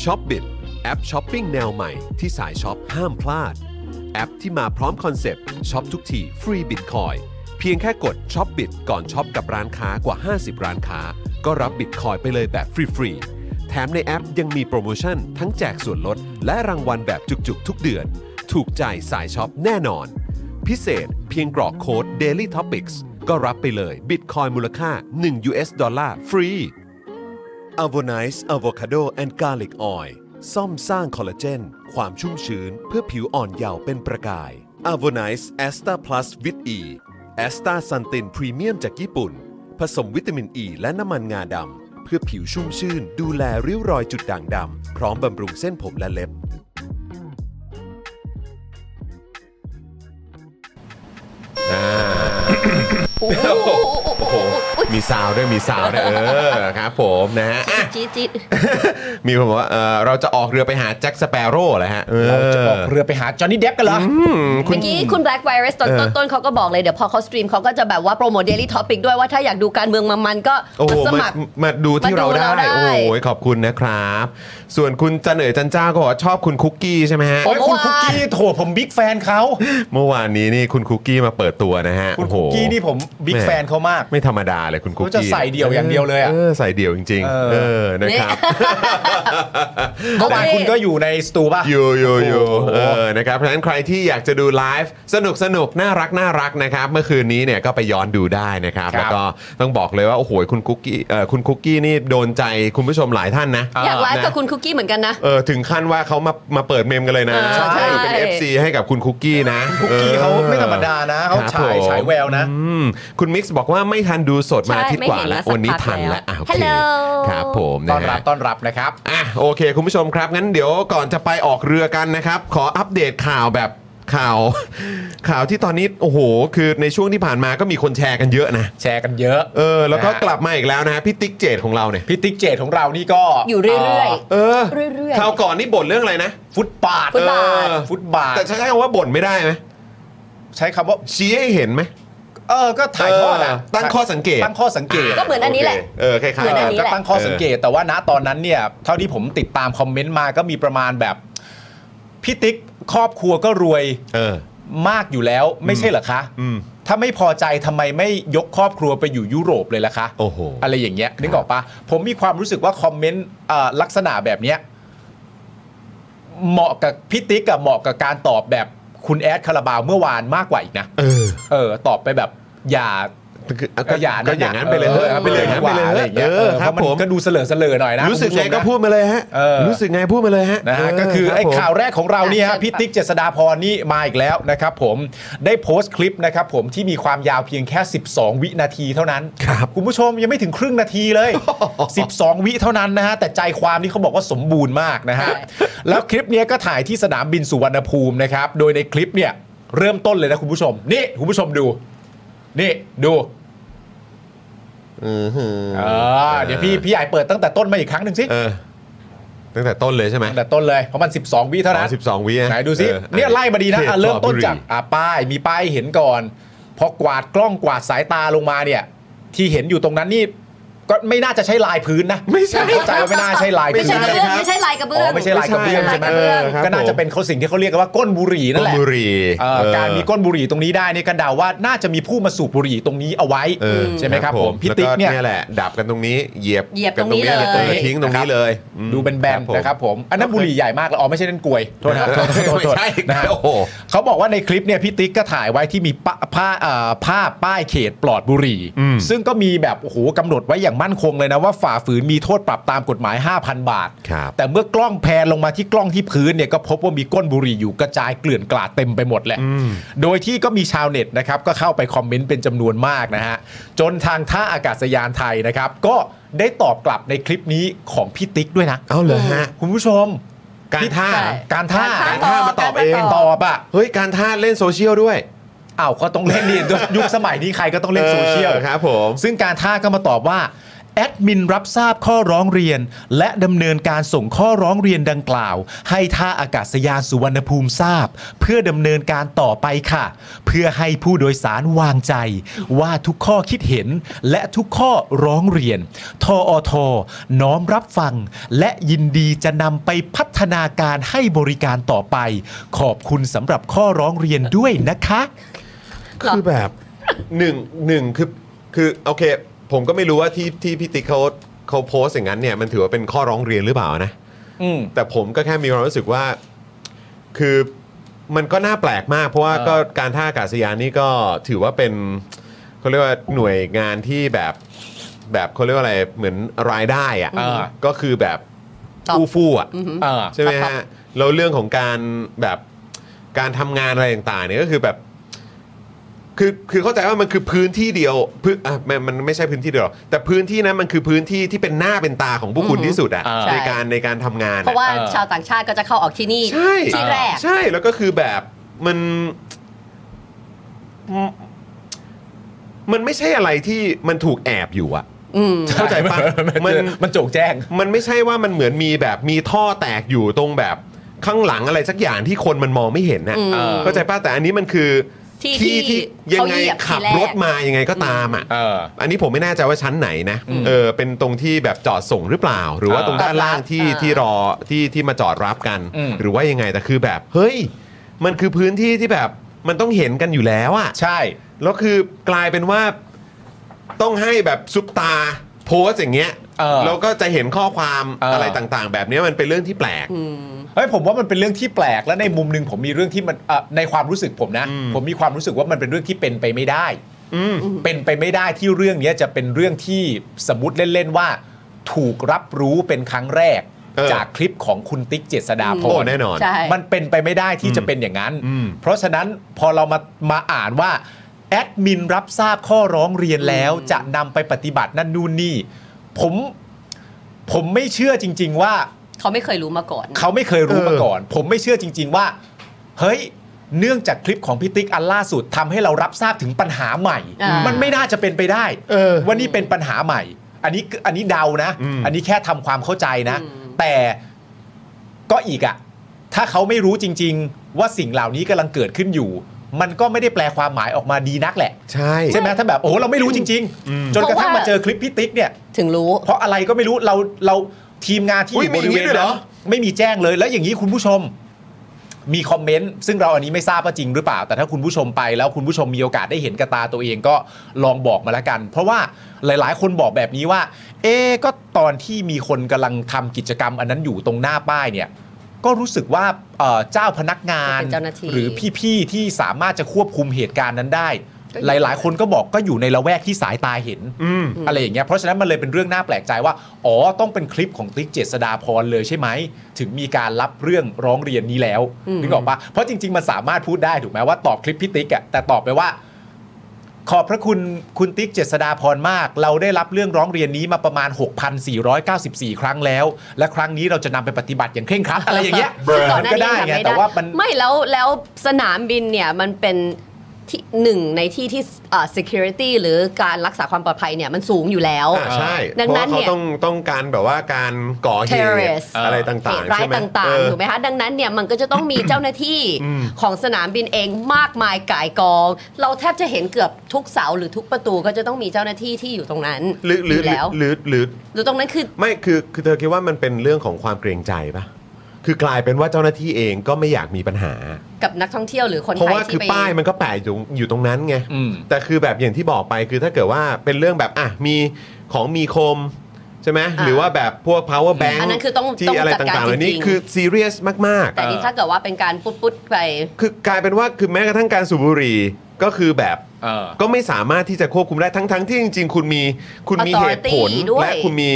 Shopbit แอปช้อปปิ้งแนวใหม่ที่สายช็อปห้ามพลาด แอปที่มาพร้อมคอนเซปต์ช็อปทุกทีฟรีบิตคอยเพียงแค่กด Shopbit ก่อนช็อปกับร้านค้ากว่า 50 ร้านค้า ก็รับบิตคอยไปเลยแบบฟรีๆแถมในแอปยังมีโปรโมชั่นทั้งแจกส่วนลด และรางวัลแบบจุกๆ ทุกเดือน ถูกใจสายช็อปแน่นอน พิเศษเพียงกรอกโค้ด daily topics ก็รับไปเลยบิตคอยมูลค่า 1 US ดอลลาร์ฟรี a v o n i c e Avocado and Garlic Oil ซ่อมสร้างคอลลาเจน ความชุ่มชื้นเพื่อผิวอ่อนเยาว์เป็นประกาย a v o n i c e a s t a Plus with E a s t a s u n t i n Premium จากญี่ปุ่น ผสมวิตามินอ e ีและน้ำมันงาดำ เพื่อผิวชุ่มชื่น ดูแลริ้วรอยจุดด่างดำ พร้อมบำรุงเส้นผมและเล็บ โอ้โห มีซาวด้วยมีซาวด้วยเออครับผมนะฮะ จี๊ดจี๊ด มีคนบอกว่าเอ่อเราจะออกเรือไปหาแจ็คสเปโร่แหละฮะ เราจะออกเรือไปหาจอห์นนี่เดฟกันเหรออ เมื่อกี้คุณ Black Virus ตอนต้นๆเขาก็บอกเลย เดี๋ยวพอเขาสตรีมเขาก็จะแบบว่าโปรโมท Daily Topic ด้วยว่าถ้าอยากดูการเมืองมันๆก็ โอ้โห มาส มา มัคร มาดูที่เราได้ มาดูเราได้ โอ้ยขอบคุณนะครับ ส่วนคุณจันเอ๋ยจันเจ้าก็บอกว่าชอบคุณคุกกี้ใช่ไหมฮะ โอ้ยคุณคุกกี้โถผมบิ๊กแฟนเขา เมื่อวานนี้นี่คุณคุกกี้มาเปิดตัวนะฮะ คุณ โอ้โห คุกกี้นี่ผมบิ๊หกแฟนเขามาก ไม่ธรรมดาเลยคุณคุกกี้ เขาจะใส่เดี่ยวอย่างเดียวเลยอะ ใส่เดี่ยวจริง ๆ เออนะครับ เมื่อวาน โอเค คุณก็อยู่ในสตูป่ะ อยู่อยู่อยู่ โอ้โห เออนะครับเพราะฉะนั้นใครที่อยากจะดูไลฟ์สนุกสนุกน่ารักน่ารักนะครับ เมื่อคืนนี้เนี่ยก็ไปย้อนดูได้นะครับ ครับ แล้วก็ต้องบอกเลยว่า โอ้โหคุณคุกกี้เอ่อคุณคุกกี้นี่โดนใจคุณผู้ชมหลายท่านนะ อยากไลฟ์กับ นะ คุณคุกกี้เหมือนกันนะ เออถึงขั้นว่าเขามามาเปิดเมมกันเลยนะ ใช่ เป็น FC ให้กับคุณคุกกี้นะ คุกกี้เขาไม่ธรรมดานะเขา ครับ ฉาย ผม ฉายแววนะ อืมคุณมิกซ์บอกว่าไม่ทันดูสดมาอาทิตย์กว่าแล้ว ใช่ไม่ วัน เห็น นี้ มาสักพั ทัน ก แล้วอ่ะโอเค แล้ว Hello ครับผม ต้อ นะ นรับ ฮะ ต้อนรับนะครับ อ่ะโอเค คุณผู้ชมครับ งั้นเดี๋ยวก่อนจะไปออกเรือกันนะครับ ขออัปเดตข่าวแบบข่าว ข่าวที่ตอนนี้ โอ้โห คือในช่วงที่ผ่านมาก็มีคนแชร์กันเยอะนะ แชร์กันเยอะ เออ แล้วก็ นะฮะ กลับมาอีกแล้วนะฮะพี่ติ๊กเจดของเราเนี่ย พี่ติ๊กเจตของเรานี่ก็ อยู่เรื่อย เออ เรื่อยๆ คราวก่อนนี่บ่นเรื่องอะไรนะ ๆฟุตบาท ฟุตบาท เออฟุตบาท แต่ใช้คำว่าบ่นไม่ได้ไหม ใช้คำว่า ชี้ให้เห็นไหม เออก็ถ่ายทอดอะ เตั้งข้อสังเกต ตั้งข้อสังเกต ก็เหมือนอันนี้แหละ โเคเออคล้ายๆ เหมือนอันนี้ กั ก็ตั้งข้อสังเกตแต่ว่าณตอนนั้นเนี่ย เท่าที่ผมติดตามคอมเมนต์มาก็มีประมาณแบบพี่ติ๊กครอบครัวก็รวย เออ มากอยู่แล้วไม่ใช่เหรอคะ อืม ถ้าไม่พอใจทำไมไม่ยกครอบครัวไปอยู่ยุโรปเลยล่ะคะ โอ้โห อะไรอย่างเงี้ยนึกออกปะผมมีความรู้สึกว่าคอมเมนต์เอ่อลักษณะแบบเนี้ยเหมาะกับพี่ติ๊กกับเหมาะกับการตอบแบบคุณแอดคาราบาวเมื่อวานมากกว่าอีกนะ เออ เออตอบไปแบบอย่า คือเอา ก็ ก็ อย่า ก็อย่างนั้นไปเลย เอ เถอะ อ เอาไปเลยอย่างนั้นไปเลย อะ เถ ไร อะ อย่าง เอ เงี้ย อ เออ ครับ เพาะมัน ผม ก็ดูเสลอเสลอหน่อยนะ รู้สึก คุณ ไง ผู้ชม ก็ นะ พูดมาเลยฮะ เออ รู้สึกไงพูดมาเลยฮะ นะฮะ เ ก็คือ รับ ไอ้ ผม ข่าวแรกของเรานี่ฮะ อ่ะ พี่ติ๊กเจษดาพรนี่มาอีกแล้วนะครับผมได้โพสต์คลิปนะครับผมที่มีความยาวเพียงแค่ 12 วินาทีเท่านั้น ครับ คุณผู้ชมยังไม่ถึงครึ่งนาที เลย 12 วิเท่านั้นนะฮะแต่ใจความนี่เขาบอกว่าสมบูรณ์มากนะฮะแล้วคลิปเนี้ยก็ถ่ายที่สนามบินสุวรรณภูมินะครับโดยในคลิปเนี่ยเริ่มต้นเลยนะคุณผู้ชม นี่คุณผู้ชมดู นี่ดู อือหือ เออเดี๋ยวพี่พี่ใหญ่เปิดตั้งแต่ต้นมาอีกครั้งหนึ่งสิ เออตั้งแต่ต้นเลยใช่ไหม ตั้งแต่ต้นเลยเพราะมัน 12 วิเท่านั้น สิบสองวิอะ ไหนดูซิ ออ เนี่ยไล่มาดีนะ ขต อ่ะเริ่มต้น ธวั จากอ่ะป้ายมีป้ายเห็นก่อน พอกวาดกล้องกวาดสายตาลงมาเนี่ย ที่เห็นอยู่ตรงนั้นนี่ ก็ไม่น่าจะใช้ลายพื้นนะ ไม่ใช่ เข้าใจว่าไม่น่าใช้ลายไม่พื้นใช่กระเบื้อง ครับ ไม่ใช่ลายกระเบื้ อ๋ อง อไม่ใช่ลายกระเบื้องใช่ไหม ไม่ใช่ลายกระเบื้อง ครับ ก็น่าจะเป็นเขาสิ่งที่เขาเรียกกันว่าก้นบุหรี่นั่นแหละ ก้นบุหรี่ เอ่อการมีก้นบุหรี่ตรงนี้ได้เนี่ยกันดาว่าน่าจะมีผู้มาสูบบุหรี่ตรงนี้เอาไว้ เออ ใช่ไหมครับผมพี่ติ๊กเนี่ย แล้วแหละดับกันตรงนี้เหยียบ เหยียบตรงนี้ กั เลย ออทิ้งตรงนี้เลยอืม ดูแบนๆนะครับผม อันนั้นบุหรี่ใหญ่มากแล้วอ๋อไม่ใช่นั่นกลวยโทษ นะครับโทษโทษ ไม่ โทษ ใช่ นะฮะ โอ้โห เขาบอกว่าในคลิปเนี่ยพี่ติ๊กก็ถ่ายไว้ที่มีปะผ้าเอ่อภาพป้ายเขตปลอดบุหรี่ อืม ซึ่งก็มีแบบโอ้โหกำหนดไว้อย่างมั่นคงเลยนะว่าฝ่าฝืนมีโทษปรับตามกฎหมาย 5,000 บาท ครับ แต่เมื่อกล้องแพนลงมาที่กล้องที่พื้นเนี่ยก็พบว่ามีก้นบุหรี่อยู่กระจายเกลื่อนกลาดเต็มไปหมดแหละ โดยที่ก็มีชาวเน็ตนะครับก็เข้าไปคอมเมนต์เป็นจำนวนมากนะฮะ จนทางท่าอากาศยานไทยนะครับ ก็ได้ตอบกลับในคลิปนี้ของพี่ติ๊กด้วยนะ เอาเลยฮะ คุณผู้ชม การท่า ใช่ การท่า การท่ามาตอบเอง ตอบอ่ะ เฮ้ยการท่าเล่นโซเชียลด้วย อ้าวก็ต้องเล่นนี่ยุคสมัยนี้ใครก็ต้องเล่นโซเชียล ออครับผม ซึ่งการท่าก็มาตอบว่า แอดมินรับทราบข้อร้องเรียน และดำเนินการส่งข้อร้องเรียนดังกล่าว ให้ท่าอากาศยานสุวรรณภูมิทราบ เพื่อดำเนินการต่อไปค่ะ เพื่อให้ผู้โดยสารวางใจ ว่าทุกข้อคิดเห็น และทุกข้อร้องเรียน ทออทน้อมรับฟัง และยินดีจะนำไปพัฒนาการให้บริการต่อไป ขอบคุณสำหรับข้อร้องเรียนด้วยนะคะ คือแบบ หนึ่งหนึ่งคือคือโอเค ผมก็ไม่รู้ว่าที่ที่พี่ติ๊กเขาเขาโพสต์อย่างนั้นเนี่ยมันถือว่าเป็นข้อร้องเรียนหรือเปล่านะ อืม แต่ผมก็แค่มีความรู้สึกว่า คือมันก็น่าแปลกมาก เพราะว่า เออ ก็การท่าอากาศยานนี่ก็ถือว่าเป็นเขาเรียกว่าหน่วยงานที่แบบแบบเขาเรียกว่าอะไรเหมือนรายได้อะก็คือแบบ ตอบ อู้ฟู่อะ อ่า ใช่ไหมฮะแล้วเรื่องของการแบบการทำงานอะไรต่างๆเนี่ยก็คือแบบ คือคือเข้าใจว่ามันคือพื้นที่เดียวพื้นอ่ะมันมันไม่ใช่พื้นที่เดียวหรอกแต่พื้นที่นั้นมันคือพื้นที่ที่เป็นหน้าเป็นตาของพวกคุณที่สุดอะ อ่า ในการในการทำงาน เพราะว่า เออ ชาวต่างชาติก็จะเข้าออกที่นี่ ใช่ ที่แรก ใช่แล้วก็คือแบบมันมันไม่ใช่อะไรที่มันถูกแอบอยู่อะ อืม เข้าใจปะ มั มันน มันโจงแจ้ง มันไม่ใช่ว่ามันเหมือนมีแบบมีท่อแตกอยู่ตรงแบบข้างหลังอะไรสักอย่างที่คนมันมองไม่เห็นน่ะ อืม เออเข้าใจป้ะแต่อันนี้มันคือ ที่ที่ ยั เขา งไง เหยียบที ขับ แรก รถมายังไงก็ตามอ่ะ เออ อันนี้ผมไม่แน่ใจว่าชั้นไหนนะเออเป็นตรงที่แบบจอดส่งหรือเปล่า หรือว่า เออ ตรงด้านล่างที่ เออ ที่รอที่ที่มาจอดรับกัน อืม หรือว่ายังไงแต่คือแบบ เฮ้ย มันคือพื้นที่ที่แบบมันต้องเห็นกันอยู่แล้วอ่ะ ใช่ แล้วคือกลายเป็นว่าต้องให้แบบซุปตาโพสต์อย่างเงี้ย เออ แล้วก็จะเห็นข้อความ เอออ อะไรต่างๆ แบบเนี้ยมันเป็นเรื่องที่แปลก เฮ้ยผมว่ามันเป็นเรื่องที่แปลกและในมุมหนึ่งผมมีเรื่องที่มันเอ่อในความรู้สึกผมนะ ผมมีความรู้สึกว่ามันเป็นเรื่องที่เป็นไปไม่ได้ อืม เป็นไปไม่ได้ที่เรื่องเนี้ยจะเป็นเรื่องที่สมมติเล่นๆว่า ถูกรับรู้เป็นครั้งแรก เออ จากคลิปของคุณติ๊กเจษดาพ โอ้ ร แน่นอน ใช่ มันเป็นไปไม่ได้ที่จะเป็นอย่างนั้น อืม เพราะฉะนั้นพอเรามามาอ่านว่าแอดมินรับทราบข้อร้องเรียนแล้วจะนำไปปฏิบัตินั่นนู่นนี่ ผมผมไม่เชื่อจริง ๆ ว่า เขาไม่เคยรู้มาก่อน เขาไม่เคยรู้มาก่อน ผมไม่เชื่อจริง ๆ ว่า เฮ้ย เนื่องจากคลิปของพี่ติ๊กอันล่าสุดทำให้เรารับทราบถึงปัญหาใหม่ อ่ามั มันไม่น่าจะเป็นไปได้ว่านี่เป็นปัญหาใหม่ อันนี้อันนี้เดานะ อืม อันนี้แค่ทำความเข้าใจนะ อืม แต่ก็อีกอะถ้าเขาไม่รู้จริง ๆ ว่าสิ่งเหล่านี้กำลังเกิดขึ้นอยู่ มันก็ไม่ได้แปลความหมายออกมาดีนักแหละ ใช่ ใช่ไหมถ้าแบบโอ้โหเราไม่รู้จริง ๆ จนกระทั่งมาเจอคลิปพี่ติ๊กเนี่ย ถึงรู้ เพราะอะไรก็ไม่รู้เราเราทีมงานที่อยู่บริเวณนั้นไม่มีแจ้งเลยแล้วอย่างนี้คุณผู้ชม มีคอมเมนต์ซึ่งเราอันนี้ไม่ทราบว่าจริงหรือเปล่า แต่ถ้าคุณผู้ชมไปแล้วคุณผู้ชมมีโอกาสได้เห็นกระตาตัวเองก็ลองบอกมาละกัน เพราะว่าหลาย ๆ คนบอกแบบนี้ว่า เอ๊ะก็ตอนที่มีคนกำลังทำกิจกรรมอันนั้นอยู่ตรงหน้าป้ายเนี่ย ก็รู้สึกว่าเอ่อเจ้าพนักงาน จะเป็นเจ้าหน้าที่ หรือพี่ พี่ๆที่สามารถจะควบคุมเหตุการณ์นั้นได้ หลาย ๆ คนก็บอกก็อยู่ในละแวกที่สายตาเห็น อืม อะไรอย่างเงี้ยเพราะฉะนั้นมันเลยเป็นเรื่องน่าแปลกใจว่า อ๋อ ต้องเป็นคลิปของติ๊กเจษดาพรเลยใช่ไหม ถึงมีการรับเรื่องร้องเรียนนี้แล้ว อืม นึกออกปะเพราะจริง ๆ มันสามารถพูดได้ถูกไหมว่าตอบคลิปพี่ติ๊กอะแต่ตอบไปว่า ขอบพระคุณคุณติ๊กเจษดาพรมาก เราได้รับเรื่องร้องเรียนนี้มาประมาณ 6,494 ครั้งแล้ว และครั้งนี้เราจะนำไปปฏิบัติอย่างเคร่งครัดอะไรอย่างเงี้ย ซึ่งก่อนหน้า ก็ นี้ ได้ ทำ ไง ไม่ แต่ ได้ ว่ามัน ไม่แล้วแล้วสนามบินเนี่ยมันเป็นที่หนึ่งในที่ที่อ่า security หรือการรักษาความปลอดภัยเนี่ยมันสูงอยู่แล้ว อ่าใช่ ดังนั้น เพราะว่าเนี่ยเขาต้องต้องการแบบว่าการก่อเหตุ Terrorist อะไรต เหต่ าง ตุ ๆ ร้า ใช่ ย ไหม ต่า เอง อ ๆถูกไหมคะดังนั้นเนี่ยมันก็จะต้องมีเจ้าหน้าที่ของสนามบินเองมากมายก่ายกอง เราแทบจะเห็นเกือบทุกเสาหรือทุกประตูก็จะต้องมีเจ้าหน้าที่ที่อยู่ตรงนั้น หรือหรือยู่ แล้ว หรือหรือ หรือตรงนั้นคือ ไม่คือคือเธอคิดว่ามันเป็นเรื่องของความเกรงใจปะคือกลายเป็นว่าเจ้าหน้าที่เองก็ไม่อยากมีปัญหา กับนักท่องเที่ยวหรือคน เพราะ ไทย ว่าคื ที่ อ ไป ป้ายมันก็แปะอยู่อยู่ตรงนั้นไง อืม แต่คือแบบอย่างที่บอกไปคือถ้าเกิดว่าเป็นเรื่องแบบอ่ะมีของมีคมใช่ไหม อ่า หรือว่าแบบพวก power bank อันนั้นคือต้องต้ ที่ อง อะไร จัดการ ต่างๆเหล่านี้ จริงๆ คือซีเรียสมาก แต่นี่ถ้าเกิดว่าเป็นการปุ๊ดๆไป ๆ คือกลายเป็นว่าคือแม้กระทั่งการสูบบุหรี่ก็คือแบบ เออ ก็ไม่สามารถที่จะควบคุมได้ทั้งๆทที่จริง ๆ คุณมีคุณมีเห Authority ตุผล ด้วย และคุณมี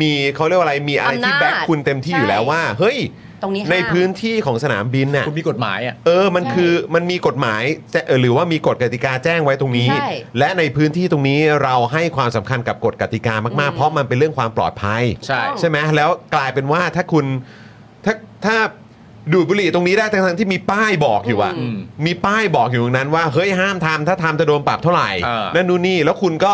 มีเขาเรียกว่าอะไรมีอะไรที่ อำนาจ แบ็คคุณเต็มที่ ใช่ อยู่แล้วว่า เฮ้ย ตรงนี้ห้าม ในพื้นที่ของสนามบินน่ะ คุณมีกฎหมายอ่ะ เออมัน ใช่ คือมันมีกฎหมายแจ้เออหรือว่ามีกฎกติกาแจ้งไว้ตรงนี้ ใช่ และในพื้นที่ตรงนี้เราให้ความสำคัญกับกฎกติกามากๆ เพราะมันเป็นเรื่องความปลอดภัย ใช่ ใช่ไหมแล้วกลายเป็นว่าถ้าคุณถ้าถ้าดูดบุหรี่ตรงนี้ได้ทั้งๆที่มีป้ายบอกอยู่อะ อืม มีป้ายบอกอยู่ตรงนั้นว่าเฮ้ยห้ามทำถ้าทำจะโดนปรับเท่าไหร่ เออ นั่นนู่นนี่แล้วคุณก็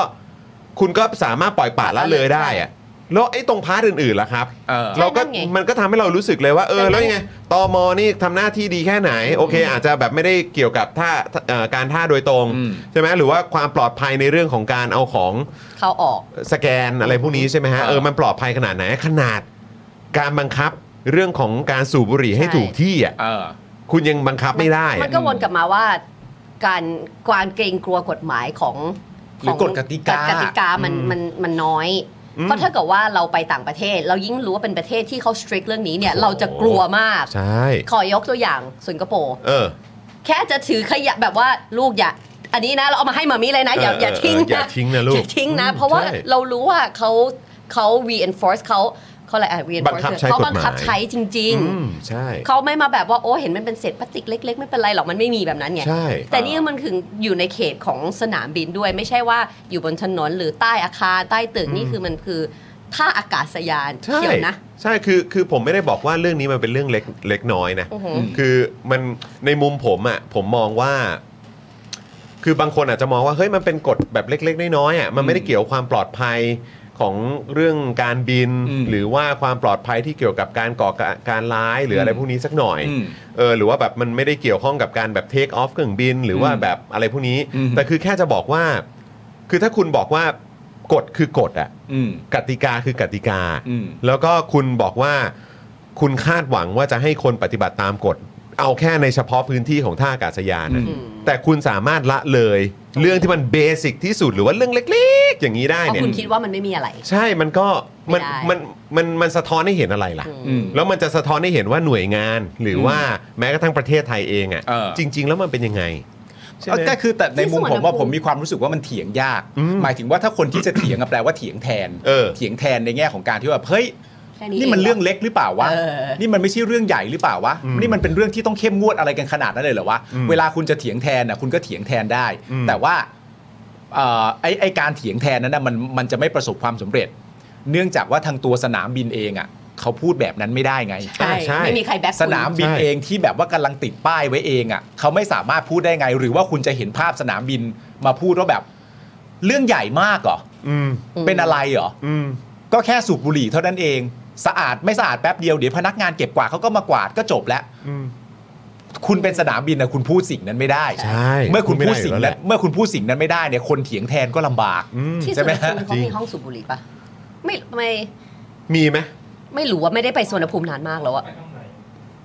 คุณก็สามารถปล่อยปละละเลยได้อะแล้วไอ้ตรงพาร์ทอื่นๆล่ะครับ เออ เราก็ ใช่นั่นไง มันก็ทำให้เรารู้สึกเลยว่าเออ ใช่นั่นไง แล้วยังไงตมนี่ทำหน้าที่ดีแค่ไหนโอเค อาจจะแบบไม่ได้เกี่ยวกับท่าเอ่อการท่าโดยตรง อืม ใช่ไหมหรือว่าความปลอดภัยในเรื่องของการเอาของ เข้าออก สแกนอะไรพวกนี้ใช่ไหมฮะ อ่า เออมันปลอดภัยขนาดไหนขนาดการบังคับเรื่องของการสูบบุหรี่ให้ ใช่ ถูกที่อ่ะ เออ คุณยังบังคับไม่ได้ มั อะ นก็วนกลับมาว่า การความเกรงกลัวกฎหมายของ หรืขออง กฎกติกาก ติกามัน อืม มันมันน้อย เพราะถ้าเกิดว่าเราไปต่างประเทศ เรายิ่งรู้ว่าเป็นประเทศที่เขา strict เรื่องนี้เนี่ย เราจะกลัวมาก ใช่ ขอยกตัวอย่างสิงคโปร์ เออ แค่จะถือขยะแบบว่าลูกอย่า อันนี้นะ เราเอามาให้มามีเลยนะ อย่า เออ อย่าทิ้ง เอออย่าทิ้งนะลูก อย่าทิ้งนะ อืม เพราะว่า ใช่ เรารู้ว่าเขาเขา reinforce เขาเขาอะไรอ่ะ reinforce บังคับใช้ เขา กฎหมาย บังคับใช้จริง อื ๆ มใช่ เขาไม่มาแบบว่าโอ้เห็นมันเป็นเศษพลาสติกเล็ก ๆ ไม่เป็นไรหรอกมันไม่มีแบบนั้นไง ใช่ แต่นี่มันถึงอยู่ในเขตของสนามบินด้วยไม่ใช่ว่าอยู่บนถนนหรือใต้อาคารใต้ตึกนี่คือมันคือท่าอากาศยาน ใช่ เกี่ยวนะ ใช่คือคือผมไม่ได้บอกว่าเรื่องนี้มันเป็นเรื่องเล็กเล็กน้อยนะ อือหือ คือมันในมุมผมอ่ะผมมองว่า คือบางคนอาจจะมองว่าเฮ้ยมันเป็นกฎแบบเล็ก ๆ น้อยๆอ่ะมันไม่ได้เกี่ยวความปลอดภัยของเรื่องการบิน อืม หรือว่าความปลอดภัยที่เกี่ยวกับการก่อการการร้ายหรืออะไรพวกนี้สักหน่อย อืม เออหรือว่าแบบมันไม่ได้เกี่ยวข้องกับการแบบเทคออฟเครื่องบิน หรือว่า อืม แบบอะไรพวกนี้ อืม แต่คือแค่จะบอกว่า คือถ้าคุณบอกว่ากฎคือกฎอ่ะ อืม กติกาคือกติกา อืม แล้วก็คุณบอกว่าคุณคาดหวังว่าจะให้คนปฏิบัติตามกฎ เอาแค่ในเฉพาะพื้นที่ของท่าอากาศยานน่ะ อืม แต่คุณสามารถละเลย เรื่องที่มันเบสิกที่สุดหรือว่าเรื่องเล็ก ๆ อย่างนี้ได้ เพราะ เนี่ย คุณคิดว่ามันไม่มีอะไร ใช่มันก็มัน ไม่ได้ มันมันมันสะท้อนให้เห็นอะไรล่ะ อืม แล้วมันจะสะท้อนให้เห็นว่าหน่วยงาน หรืออ ม ว่าแม้กระทั่งประเทศไทยเองอ่ะ เออ จริง ๆ แล้วมันเป็นยังไงใช่ไหม ก็คือแต่ในมุมผมว่า ที่สุวรรณภูมิ ผมมีความรู้สึกว่ามันเถียงยาก อืม หมายถึงว่าถ้าคนที่จะเถียงอะแปลว่าเถียงแทน เออ เถียงแทนในแง่ของการที่ว่าเฮ้ย แค่ นี่มัน ง เรื่องเล็กหรือเปล่าวะ เออ นี่มันไม่ใช่เรื่องใหญ่หรือเปล่าวะนี่มันเป็นเรื่องที่ต้องเข้มงวดอะไรกันขนาดนั้นเลยเหรอวะเวลาคุณจะเถียงแทนนะคุณก็เถียงแทนได้ แต่ว่าเอ่อไอไอการเถียงแทนนั้นนะมันมันจะไม่ประสบความสำเร็จ เนื่องจากว่าทางตัวสนามบินเองอ่ะเขาพูดแบบนั้นไม่ได้ไง ใช่ ใช่ ไม่มีใครแบ็คคุณ สนามบิน ใช่ เองที่แบบว่ากำลังติดป้ายไว้เองอะ่ะเขาไม่สามารถพูดได้ไง หรือว่าคุณจะเห็นภาพสนามบินมาพูดว่าแบบ เรื่องใหญ่มากเหรอ อืม เป็นอะไรเหรอ อืม ก็แค่สูบบุหรี่เท่านั้นเอง สะอาดไม่สะอาดแป๊บเดียวเดี๋ยวพนักงานเก็บกวาดเขาก็มากวาดก็จบแล้ว อืม คุณเป็นสนามบินนะคุณพูดสิ่งนั้นไม่ได้ ใช่ เมื่อคุณพูดสิ่ง พูดไม่ได้อยู่แล้วแห นั้น ละ เมื่อคุณพูดสิ่งนั้นไม่ได้เนี่ยคนเถียงแทนก็ลำบาก อืม ที่ ใช่ สุว ไหม รรณภู ฮะ มิเขามีห้องสูบบุหรี่ปะไม่ไม่ มีไหม ไม่รู้ว่าไม่ได้ไปสวนภูมินานมากแล้วอะ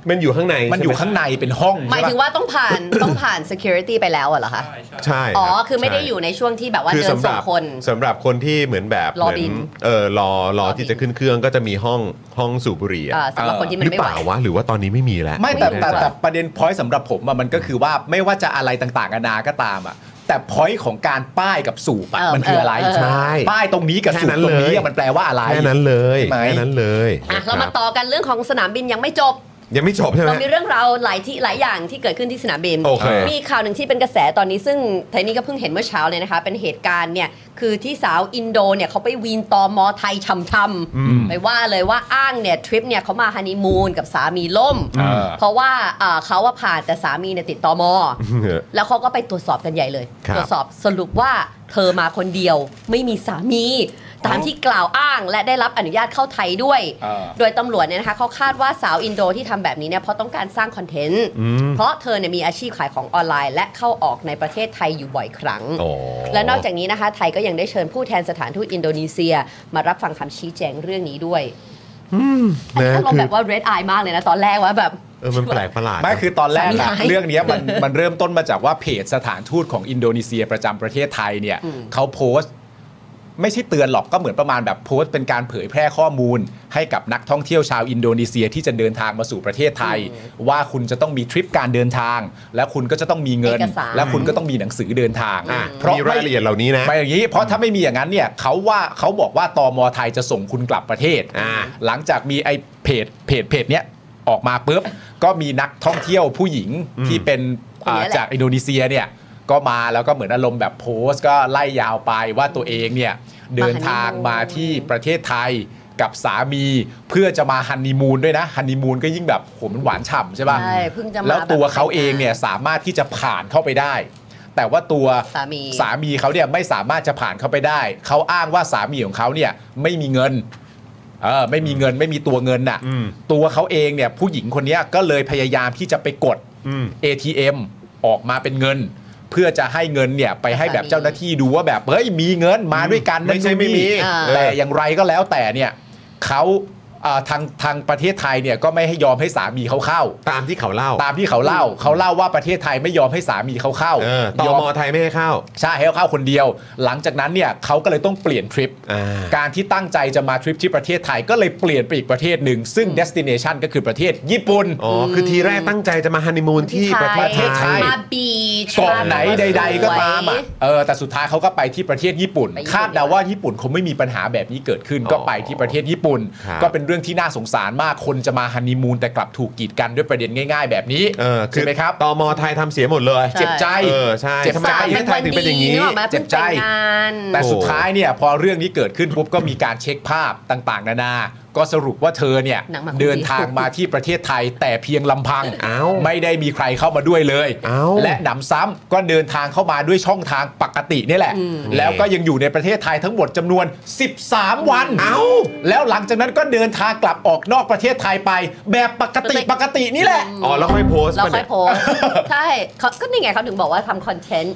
มันอยู่ข้างใน มันอยู่ ใช่ไ ข้างในเป็นห้อง หมาย ใช่ปะ ถึงว่าต้องผ่าน ต้องผ่าน security ไปแล้วอะเหรอคะ ใช่ อ๋อ รับ คือไม่ได้ ใช่ อยู่ในช่วงที่แบบว่าเดิน สำห สอ รั ง บ คน สำหรับคนที่เหมือนแบบ รอ เหมืน บิน เออรอรอที่จะขึ้นเครื่องก็จะมีห้องห้องสูบบุหรี่อะ อ่าสำหรับคนที่มัน หรือ ไม่ เป ไหว ล่าวะหรือว่าตอนนี้ไม่มีแล้ว ไม่แต่ ผ แต่ แน่ใจ แต่ประเด็นพอยต์สำหรับผมอะมันก็คือว่าไม่ว่าจะอะไรต่างๆนานาก็ตามอะ แต่พอยต์ของการป้ายกับสูบอะ เออ มันคืออะไร เออเออ ใช่ ป้ายตรงนี้กับ แค่ สูบ นั้น ตรงนี้ เลย อะมันแปลว่าอะไร แค่นั้นเลย ไหม แค่นั้นเลย อ่ะเรามา คบ ต่อกันเรื่องของสนามบินยังไม่จบ ยังไม่จบใช่ไหม เรามีเรื่องราวหลายที่หลายอย่างที่เกิดขึ้นที่สนามบิน โอเค มีข่าวหนึ่งที่เป็นกระแสตอนนี้ซึ่งไทยนี่ก็เพิ่งเห็นเมื่อเช้าเลยนะคะ เป็นเหตุการณ์เนี่ย คือที่สาวอินโดเนี่ยเขาไปวีนตอมอไทยชำทำไปว่าเลยว่าอ้างเนี่ย ทริปเนี่ยเขามาฮันนีมูนกับสามีล่ม เออ เพราะว่าเอ่อเขาว่าผ่านแต่สามีเนี่ยติดตอมอ แล้วเขาก็ไปตรวจสอบกันใหญ่เลย ครับ ตรวจสอบสรุปว่าเธอมาคนเดียวไม่มีสามี ตามที่กล่าวอ้างและได้รับอนุญาตเข้าไทยด้วย เออ โดยตำรวจเนี่ยนะคะเขาคาดว่าสาวอินโดที่ทำแบบนี้เนี่ยเพราะต้องการสร้างคอนเทนต์ เพราะเธอเนี่ยมีอาชีพขายของออนไลน์ และเข้าออกในประเทศไทยอยู่บ่อยครั้ง โอ้ และนอกจากนี้นะคะไทยก็ยังได้เชิญผู้แทนสถานทูตอินโดนีเซีย มารับฟังคำชี้แจงเรื่องนี้ด้วยอันนี้ นะ อารม คือ ณ์แบบว่า red eye มากเลยนะตอนแรกว่าแบบ เออมันแปลกประหลาด ไม่คือตอนแรก สา อะ มีหาย เรื่องเนี้ยมันมันเริ่มต้นมาจากว่าเพจสถานทูตของอินโดนีเซียประจำประเทศไทยเนี่ย อืม เขาโพสต์ ไม่ใช่เตือนหรอกก็เหมือนประมาณแบบโพสต์เป็นการเผยแพร่ข้อมูล ให้กับนักท่องเที่ยวชาวอินโดนีเซียที่จะเดินทางมาสู่ประเทศไทย ว่าคุณจะต้องมีทริปการเดินทาง และคุณก็จะต้องมีเงิน เอกสาร และคุณก็ต้องมีหนังสือเดินทาง อ่ะ เพราะ มีรายละเอียดเหล่านี้นะ ไม่อย่างนี้ เพราะถ้าไม่มีอย่างนั้นเนี่ยเขาว่าเขาบอกว่าตมไทยจะส่งคุณกลับประเทศ อ่า หลังจากมีไอ้เพจเพจเพจเนี้ยออกมาปุ๊บ ก็มีนักท่องเที่ยวผู้หญิงที่เป็น คน อ่า เนี้ยแหละ จากอินโดนีเซียเนี่ยก็มาแล้วก็เหมือนอารมณ์แบบโพสต์ก็ไล่ยาวไปว่าตัวเองเนี่ยเดินทางมาที่ประเทศไทยกับสามีเพื่อจะมาฮันนีมูนด้วยนะฮันนีมูนก็ยิ่งแบบโหมันหวานฉ่ำใช่ป่ะ ใช่เพิ่งจะมา แล้วตัวเขาเองเนี่ยสามารถที่จะผ่านเข้าไปได้ แต่ว่าตัว สามี สามีเขาเนี่ยไม่สามารถจะผ่านเข้าไปได้ เขาอ้างว่าสามีของเขาเนี่ยไม่มีเงิน เออไม่มีเงินไม่มีตัวเงินน่ะ ตัวเขาเองเนี่ยผู้หญิงคนเนี้ยก็เลยพยายามที่จะไปกด ATM ออกมาเป็นเงิน เพื่อจะให้เงินเนี่ยไปให้แบบเจ้าหน้าที่ดูว่าแบบเฮ้ยมีเงินมาด้วยกันนั่น ไม่ใช่ไม่มี นู่นนี่ อ่า แต่อย่างไรก็แล้วแต่เนี่ยเขาเอ่อทางทางประเทศไทยเนี่ยก็ไม่ให้ยอมให้สามีเขาเข้า ตามที่เขาเล่า ตามที่เขาเล่าเขาเล่าว่าประเทศไทยไม่ยอมให้สามีเขาเข้า เออต ยอ ม ม ไทยไม่ให้เข้า ใช่ให้เขาเข้าคนเดียว หลังจากนั้นเนี่ยเขาก็เลยต้องเปลี่ยนทริป อ่า การที่ตั้งใจจะมาทริปที่ประเทศไทยก็เลยเปลี่ยนไปอีกประเทศหนึ่ง ซึ่งเดสติเนชันก็คือประเทศญี่ปุ่น อ๋อคือทีแรกตั้งใจจะมาฮันนีมูนที่ประเทศไท ประเทศไท ย ย มาบีช เกาะไหน มา ใด ๆ ก็ตามสวอ่ะย เออแต่สุดท้ายเขาก็ไปที่ประเทศญี่ปุ่น ไปญี่ปุ่น คาดเดาว่าญี่ปุ่นคงไม่มีปัญหาแบบนี้เกิดขึ้น อ๋อ ก็ไปที่ประเทศญี่ปุ่น ครับ ก็เป็นเรื่องที่น่าสงสารมากคนจะมาฮันนีมูนแต่กลับถูกกีดกันด้วยประเด็นง่าย ๆ แบบนี้ เออคื ใช่ อ ไหมครับ ตมไทยทำเสียหมดเลย เจ็บใจ เออใช่ เจ็บ ทำไม ใจ ประเทศไทยถึงเป็นอย่างนี้ เะมา เจ็ เจ็ บบ ใจ ใจงาน แต่สุดท้ายเนี่ยพอเรื่องนี้เกิดขึ้นปุ๊บก็มีการเช็คภาพต่างๆ นานา ก็สรุปว่าเธอเนี่ย หนังมาคุย เดินทางมาที่ประเทศไทยแต่เพียงลำพัง อ้าว ไม่ได้มีใครเข้ามาด้วยเลย อ้าว และหนำซ้ำก็เดินทางเข้ามาด้วยช่องทางปกตินี่แหละ แล้วก็ยังอยู่ในประเทศไทยทั้งหมดจำนวน 13 วันเอาแล้วหลังจากนั้นก็เดินทางกลับออกนอกประเทศไทยไป แบบปกติปกตินี่แหละ อ๋อแล้วค่อยโพสต์ เรา ปะ ค่อ เนี่ย ย โพสต์ใช่เขาก็นี่ไงเขาถึงบอกว่าทำคอนเทนต์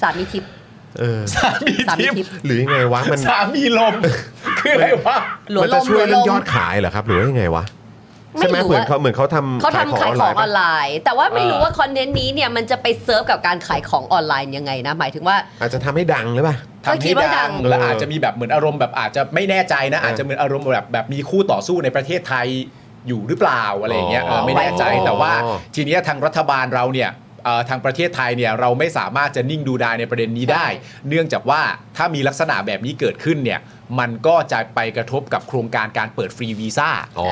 สามีทิพย์ เออ สามี สามี ทิทิพย์ พย์ หรือยังไงวะ มัน สามีลม คืออะไรวะ หลว มัน ล จะ ม ช่วหยล เรื่อ ว ง ล ยอ ม ดขายเหรอครับ หรือว่ายังไงวะ ไม่ ใช่ไหม รู้ เหมือน อะ เขาเหมือนเขาทำ เขาทำขายของออน ปะ ไลน์ แต่ว่าไม่ เออ รู้ว่าคอนเทนต์นี้เนี่ยมันจะไปเซิร์ฟกับการขายของออนไลน์ยังไงนะ หมายถึงว่า อาจจะทำให้ดังหรือเปล่า ก็ ทำ คิ ให้ ดว่าดั ดัง ง และอาจจะมีแบบเหมือนอารมณ์แบบอาจจะไม่แน่ใจนะ อาจจะเหมือนอารมณ์แบบแบบมีคู่ต่อสู้ในประเทศไทยอยู่หรือเปล่าอะไรอย่างเงี้ยเออไม่แน่ใจ อ๋อ แต่ว่าทีเนี้ยทางรัฐบาลเราเนี่ยเอ่อทางประเทศไทยเนี่ยเราไม่สามารถจะนิ่งดูดายในประเด็นนี้ได้ เนื่องจากว่าถ้ามีลักษณะแบบนี้เกิดขึ้นเนี่ยมันก็จะไปกระทบกับโครงการการเปิดฟรีวีซ่า อ๋อ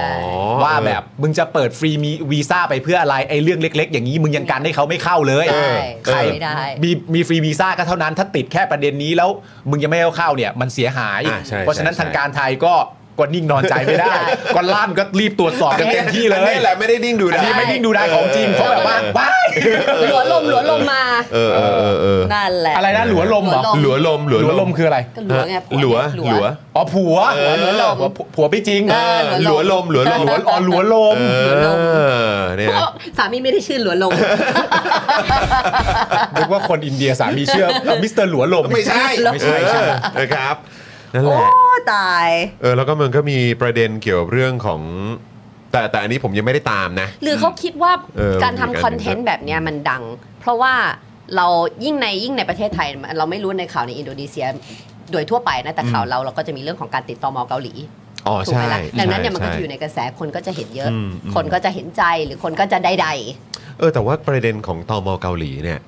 ว่าแบบมึงจะเปิดฟรีมีวีซ่าไปเพื่ออะไรไอ้เรื่องเล็ก ๆ อย่างนี้มึงยังกันให้เขาไม่เข้าเลย ใช่ ใคร ขายไม่ได้ มีมีฟรีวีซ่าก็เท่านั้นถ้าติดแค่ประเด็นนี้แล้ว มึงยังไม่ให้เข้าเนี่ยมันเสียหาย อ่าใช่ เพราะฉะนั้น ใช่ ทางการไทยก็ก็นิ่งนอนใจไม่ได้ ก็ล่ามก็รีบตรวจสอบกันเต็มที่เล อัน ย นี้แหละไม่ได้ดิ้งดู อัน ดา นี้ ย ไม่นิ่งดูได้ของจริงเพราะแบบว่าว้าย หลวลมหลวลมมา เออเออเออเออ นั่นแหละ อะไรนะหลัวลมเหรอ หลัวลมห ห ลัว ลัวลมคืออะไร ก็หลัวไงผัว หลัว หลั ห ว ลัว อ๋อผัว เออหลัวลม ผัวผัวไม่จริง เออ หลัวลมหลัวลม หลัวอ๋อหลัวลม เออเนี่ย เพราะสามีไม่ได้ชื่อหลวลม นึกว่าคนอินเดียสามีเชื่อมิสเตอร์หลัวลม ไม่ใช่ ไม่ใช่ใช่ไหม เออนะครับนั่นแห โอ้ ละ ตาย เออแล้วก็มันก็มีประเด็นเกี่ยวกับเรื่องของ แต่แต่อันนี้ผมยังไม่ได้ตามนะ หรือเขาคิดว่า เออ การ มีการ ทำคอนเทนต์แบบเนี้ยมันดัง เพราะว่าเรายิ่งในยิ่งในประเทศไทย เราไม่รู้ในข่าวในอินโดนีเซียโดยทั่วไปนะแต่ข่าวเราเราก็จะมีเรื่องของการติดต่อมอเกาหลี อ๋อ ถูกไหมล่ะ ใช่ ดังนั้นเนี่ย ใช่ มันก็จะ ใช่ อยู่ในกระแสคนก็จะเห็นเยอะ อืมอืม คนก็จะเห็นใจหรือคนก็จะใด เออแต่ว่าประเด็นของตอมเกาหลีเนี่ย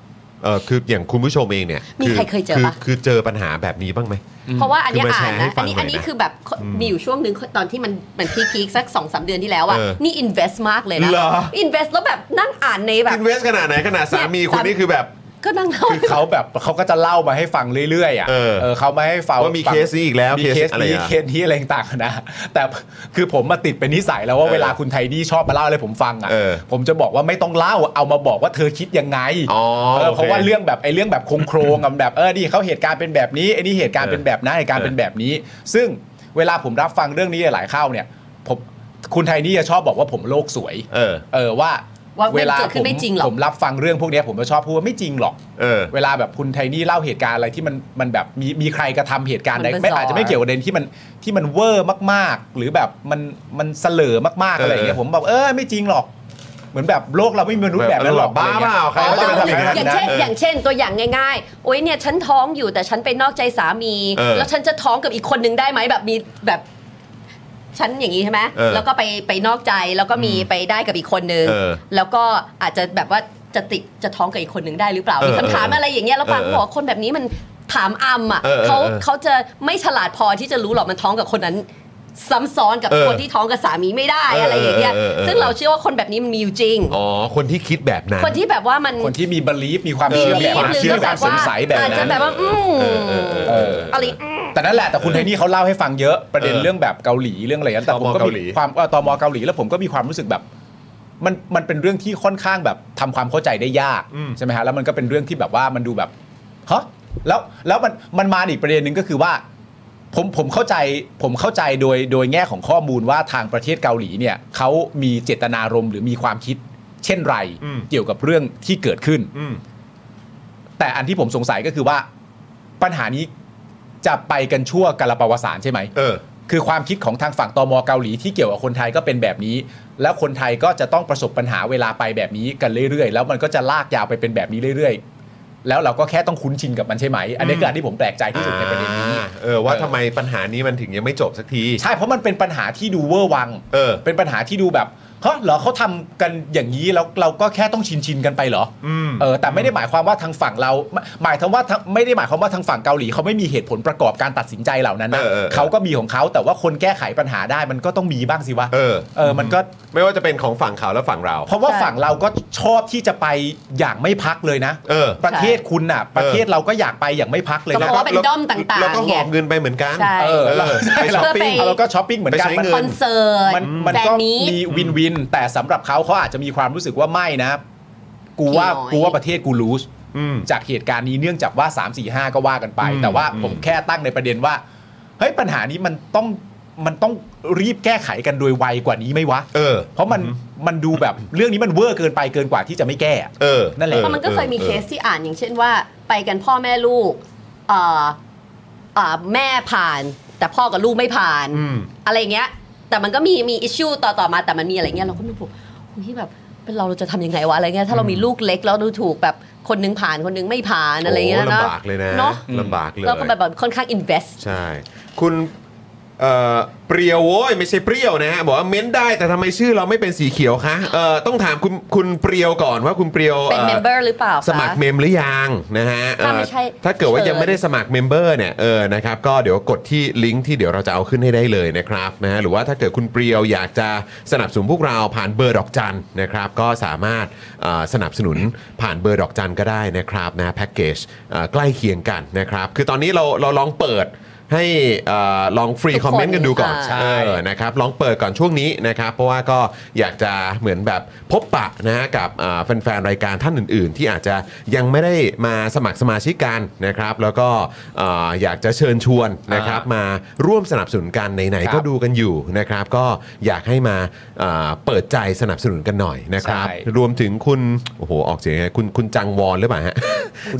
เออคืออย่างคุณผู้ชมเองเนี่ย มีใครเคยเจอปะ คือเจอปัญหาแบบนี้บ้างไหม เพราะว่าอันเนี้ย คือมา อ่าน แชร์ให้ นะ ฟั อั ง นนี้ หน่อยนะ อันนี้คือแบบมีอยู่ช่วงหนึ่งตอนที่มันมันพีคๆสักสองสามเดือนที่แล้วอ่ะ เออ นี่ invest มากเลยนะ เหรอ invest แล้วแบบนั่งอ่านในแบบ อินเวสขนาดไหนขนาดสามีคุณนี่คือแบบ ก็นั่งเล่า คือเขาแบบเขาก็จะเล่ามาให้ฟังเรื่อยๆอ่ะ เออ เขามาให้ฟัง ว่ามีเคสนี้อีกแล้ว มี เคส เคส อะไร นี้ อ่ะ เคสนี้อะไรต่างๆนะแต่คือผมมาติดเป็นนิสัยแล้วว่า เออ เวลาคุณไทนี่ชอบมาเล่าอะไรผมฟังอ่ะ เออ ผมจะบอกว่าไม่ต้องเล่าเอามาบอกว่าเธอคิดยังไง อ๋อ เออ โอเค เพราะว่าเรื่องแบบไอ้เรื่องแบบโครงโครงๆอะแบบเออนี่เขาเหตุการณ์เป็นแบบนี้ไอ้นี่เหตุการณ์เป็นแบบนั้นเหตุการณ์เป็นแบบนี้ ซึ่งเวลาผมรับฟังเรื่องนี้หลายๆเข้าเนี่ยผมคุณไทนี่จะชอบบอกว่าผมโลกสวย เออ เออว่า ว่าเว เว ลา ลา เกิด ผ ขึ้น ม ไม่จริงหรอ ผ ก มรับฟังเรื่องพวกเนี้ยผมจะชอบพูดว่าไม่จริงหรอก เออ เวลาแบบคุณไทนี่เล่าเหตุการณ์อะไรที่มันมันแบบมีมีใครกระทำเหตุการณ์ใด มัน ไม่ bizarre อาจจะไม่เกี่ยวกับประเด็นที่มันที่มันเวอร์มากๆ หรือแบบมันมันเสลอมากๆอะไรอย่างเงี้ย เออ ผมแบบเออไม่จริงหรอก เหมือนแบบโลกเราไม่มีมนุษย์แบบนั้นหรอก บ้า อะไร เป งี้ย ล่าใคร อ๋อ เขาจะไปทำอย่างนั้ อนย่าง นะ เช่น เออ อย่างเช่นตัวอย่างง่ายๆ โอ๊ยเนี่ยฉันท้องอยู่แต่ฉันไปนอกใจสามี เออ แล้วฉันจะท้องกับอีกคนนึงได้ไหมแบบมีแบบฉันอย่างนี้ใช่ไหม เออ แล้วก็ไปไปนอกใจแล้วก็มีไปได้กับอีกคนนึง เออ แล้วก็อาจจะแบบว่าจะติดจะท้องกับอีกคนนึงได้หรือเปล่า เออ มีคำถามอะไรอย่างเงี้ยแล้วปัง เออ บอกว่าคนแบบนี้มันถามอัมอ่ะ เออเออ เขา เออ เขาจะไม่ฉลาดพอที่จะรู้หรอกมันท้องกับคนนั้นซ้ำซ้อนกับ เออ คนที่ท้องกับสามีไม่ได้ เออ อะไรอย่างเงี้ย เออเออเออ ซึ่งเราเชื่อว่าคนแบบนี้มันมีอยู่จริง อ๋อคนที่คิดแบบนั้น คนที่แบบว่ามัน คนที่มีบลีฟมีความ เออ เชื่อ มีคแบบวาม นั้น เชื่อ มีความสงสัยแบบ อาจจะ นั้น แบบว่าอืม เออเออเออ อะไรอืม แต่นั่นแหละแต่คุณไทนี่เขาเล่าให้ฟังเยอะประเด็น เออ เรื่องแบบเกาหลีเรื่องอะไรนั้นแต่ผมตมก็เกาหลี มีความเอ่อตมเกาหลีแล้วผมก็มีความรู้สึกแบบ มันมันเป็นเรื่องที่ค่อนข้างแบบทำความเข้าใจได้ยาก อืม ใช่ไหมฮะแล้วมันก็เป็นเรื่องที่แบบว่ามันดูแบบฮะแล้วแล้วมันมันมาอีกประเด็นหนึ่งก็คือว่า ผมผมเข้าใจผมเข้าใจโดยโดยแง่ของข้อมูลว่าทางประเทศเกาหลีเนี่ยเขามีเจตนารมณ์หรือมีความคิดเช่นไร อืม เกี่ยวกับเรื่องที่เกิดขึ้น อืม แต่อันที่ผมสงสัยก็คือว่าปัญหานี้จะไปกันชั่วกาลปวสารใช่ไหม เออ คือความคิดของทางฝั่งตมเกาหลีที่เกี่ยวกับคนไทยก็เป็นแบบนี้ แล้วคนไทยก็จะต้องประสบปัญหาเวลาไปแบบนี้กันเรื่อยๆ แล้วมันก็จะลากยาวไปเป็นแบบนี้เรื่อยๆ แล้วเราก็แค่ต้องคุ้นชินกับมันใช่ไหม อันนี้คืออันที่ผมแปลกใจที่สุดในประเด็นนี้ อ่าเออว่าทำไมปัญหานี้มันถึงยังไม่จบสักที ใช่เพราะมันเป็นปัญหาที่ดูเวอร์วัง เออ เป็นปัญหาที่ดูแบบเฮ้ยเหรอเขาทำกันอย่างนี้แล้วเราก็แค่ต้องชินชินๆกันไปเหรออ ม เออแต่ไม่ได้หมายความว่าทางฝั่งเราหมายหมายถึงว่าทางไม่ได้หมายความว่าทางฝั่งเกาหลีเขาไม่มีเหตุผลประกอบการตัดสินใจเหล่านั้นนะ เออเออเออ เขาก็มีของเขาแต่ว่าคนแก้ไขปัญหาได้มันก็ต้องมีบ้างสิวะ เออ เออมันก็ ไม่ว่าจะเป็นของฝั่งเขาและฝั่งเรา เพราะว่า ใช่ ฝั่งเราก็ชอบที่จะไปอย่างไม่พักเลยนะ เออ ประเทศคุณน่ะ ประเทศเราก็อยากไปอย่างไม่พักเลย ก็ นะ เพราะว่าเป็นด้อมต่าง แล้วก็ ๆ ห ไง อบเงินไปเหมือนกัน ใช่ เออเรา เออ ไป ไป ช้อปปิ้ง เพื่อไป เราก็ช้อปปิ้งเหมือนกัน ไปใช้ มัน เงิ คอนเสิร์ต มันมัน แฟน ก็ นี้ มีวินวิน แต่สำหรับเขาเขาอาจจะมีความรู้สึกว่าไม่นะ กูว่า ขี้น้อย กูว่าประเทศกูรู้ อืม จากเหตุการณ์นี้เนื่องจากว่า 3 4 5 ก็ว่ากันไป อืม แต่ว่า อืม ผมแค่ตั้งในประเด็นว่าเฮ้ยปัญหานี้มันต้องมันต้องรีบแก้ไขกันโดยไวกว่านี้ไหมวะ เออ เพราะมันมันดูแบบเรื่องนี้มันเวอร์เกินไปเกินกว่าที่จะไม่แก้อะ เออ นั่นแหละ เพราะมันก็เคยมีเคสที่อ่านอย่างเช่นว่า ไปกันพ่อแม่ลูกเอ่อเอ่อแม่ผ่าน แต่พ่อกับลูกไม่ผ่าน อืม อะไรอย่างเงี้ย แต่มันก็มีมีอิชชูต่อต่อมาแต่มันมีอะไรเงี้ยเราก็นึกว่าโอ้ยแบบเป็นเราเราจะทำยังไงวะอะไรเงี้ยถ้าเรามีลูกเล็กแล้วดูถูกแบบคนนึงผ่านคนนึงไม่ผ่านอะไรเงี้ย โอ้ เนาะ ลำบากเลยนะ เนาะ ลำบากเลย เราก็แบบแบบค่อนข้าง invest ใช่ คุณเอ่อเปรียวโว้ยไม่ใช่เปรี้ยวนะฮะบอกว่าเม้นได้แต่ทำไมชื่อเราไม่เป็นสีเขียวคะเอ่อต้องถามคุณคุณเปรียวก่อนว่าคุณเปรียว เป็น อ่อ member หรือเปล่าคะ สมัครเมมหรือยังนะฮะเอ่อ ถ้าไม่ใช่ ถ้าเกิดว่ายัง เชิญ ไม่ได้สมัครเมมเบอร์เนี่ยเออนะครับก็เดี๋ยวกดที่ลิงก์ที่เดี๋ยวเราจะเอาขึ้นให้ได้เลยนะครับนะฮะหรือว่าถ้าเกิดคุณเปรียวอยากจะสนับสนุนพวกเราผ่านเบอร์ดอกจันนะครับก็สามารถเอ่อสนับสนุนผ่านเบอร์ดอกจันก็ได้นะครับนะแพ็กเกจเอ่อใกล้เคียงกันนะครับคือตอนนี้เราเราลองเปิดให้เอ่อลองฟรีคอมเมนต์กันดูก่อน ทุกคนค่ะ เออ นะครับ ลองเปิดก่อนช่วงนี้นะครับ เพราะว่าก็อยากจะเหมือนแบบพบปะนะฮะกับอ่าแฟนๆ รายการท่านอื่นๆ ที่อาจจะยังไม่ได้มาสมัครสมาชิกกันนะครับ แล้วก็อ่าอยากจะเชิญชวนนะครับ อ่าม มาร่วมสนับสนุนกันไหนๆครับ ก็ดูกันอยู่นะครับ ก็อยากให้มาอ่าเปิดใจสนับสนุนกันหน่อยนะครับ ใช่ รวมถึงคุณ โอ้โห ออกเสียงยังไงคุณคุณจังวอนหรือเปล่าฮะ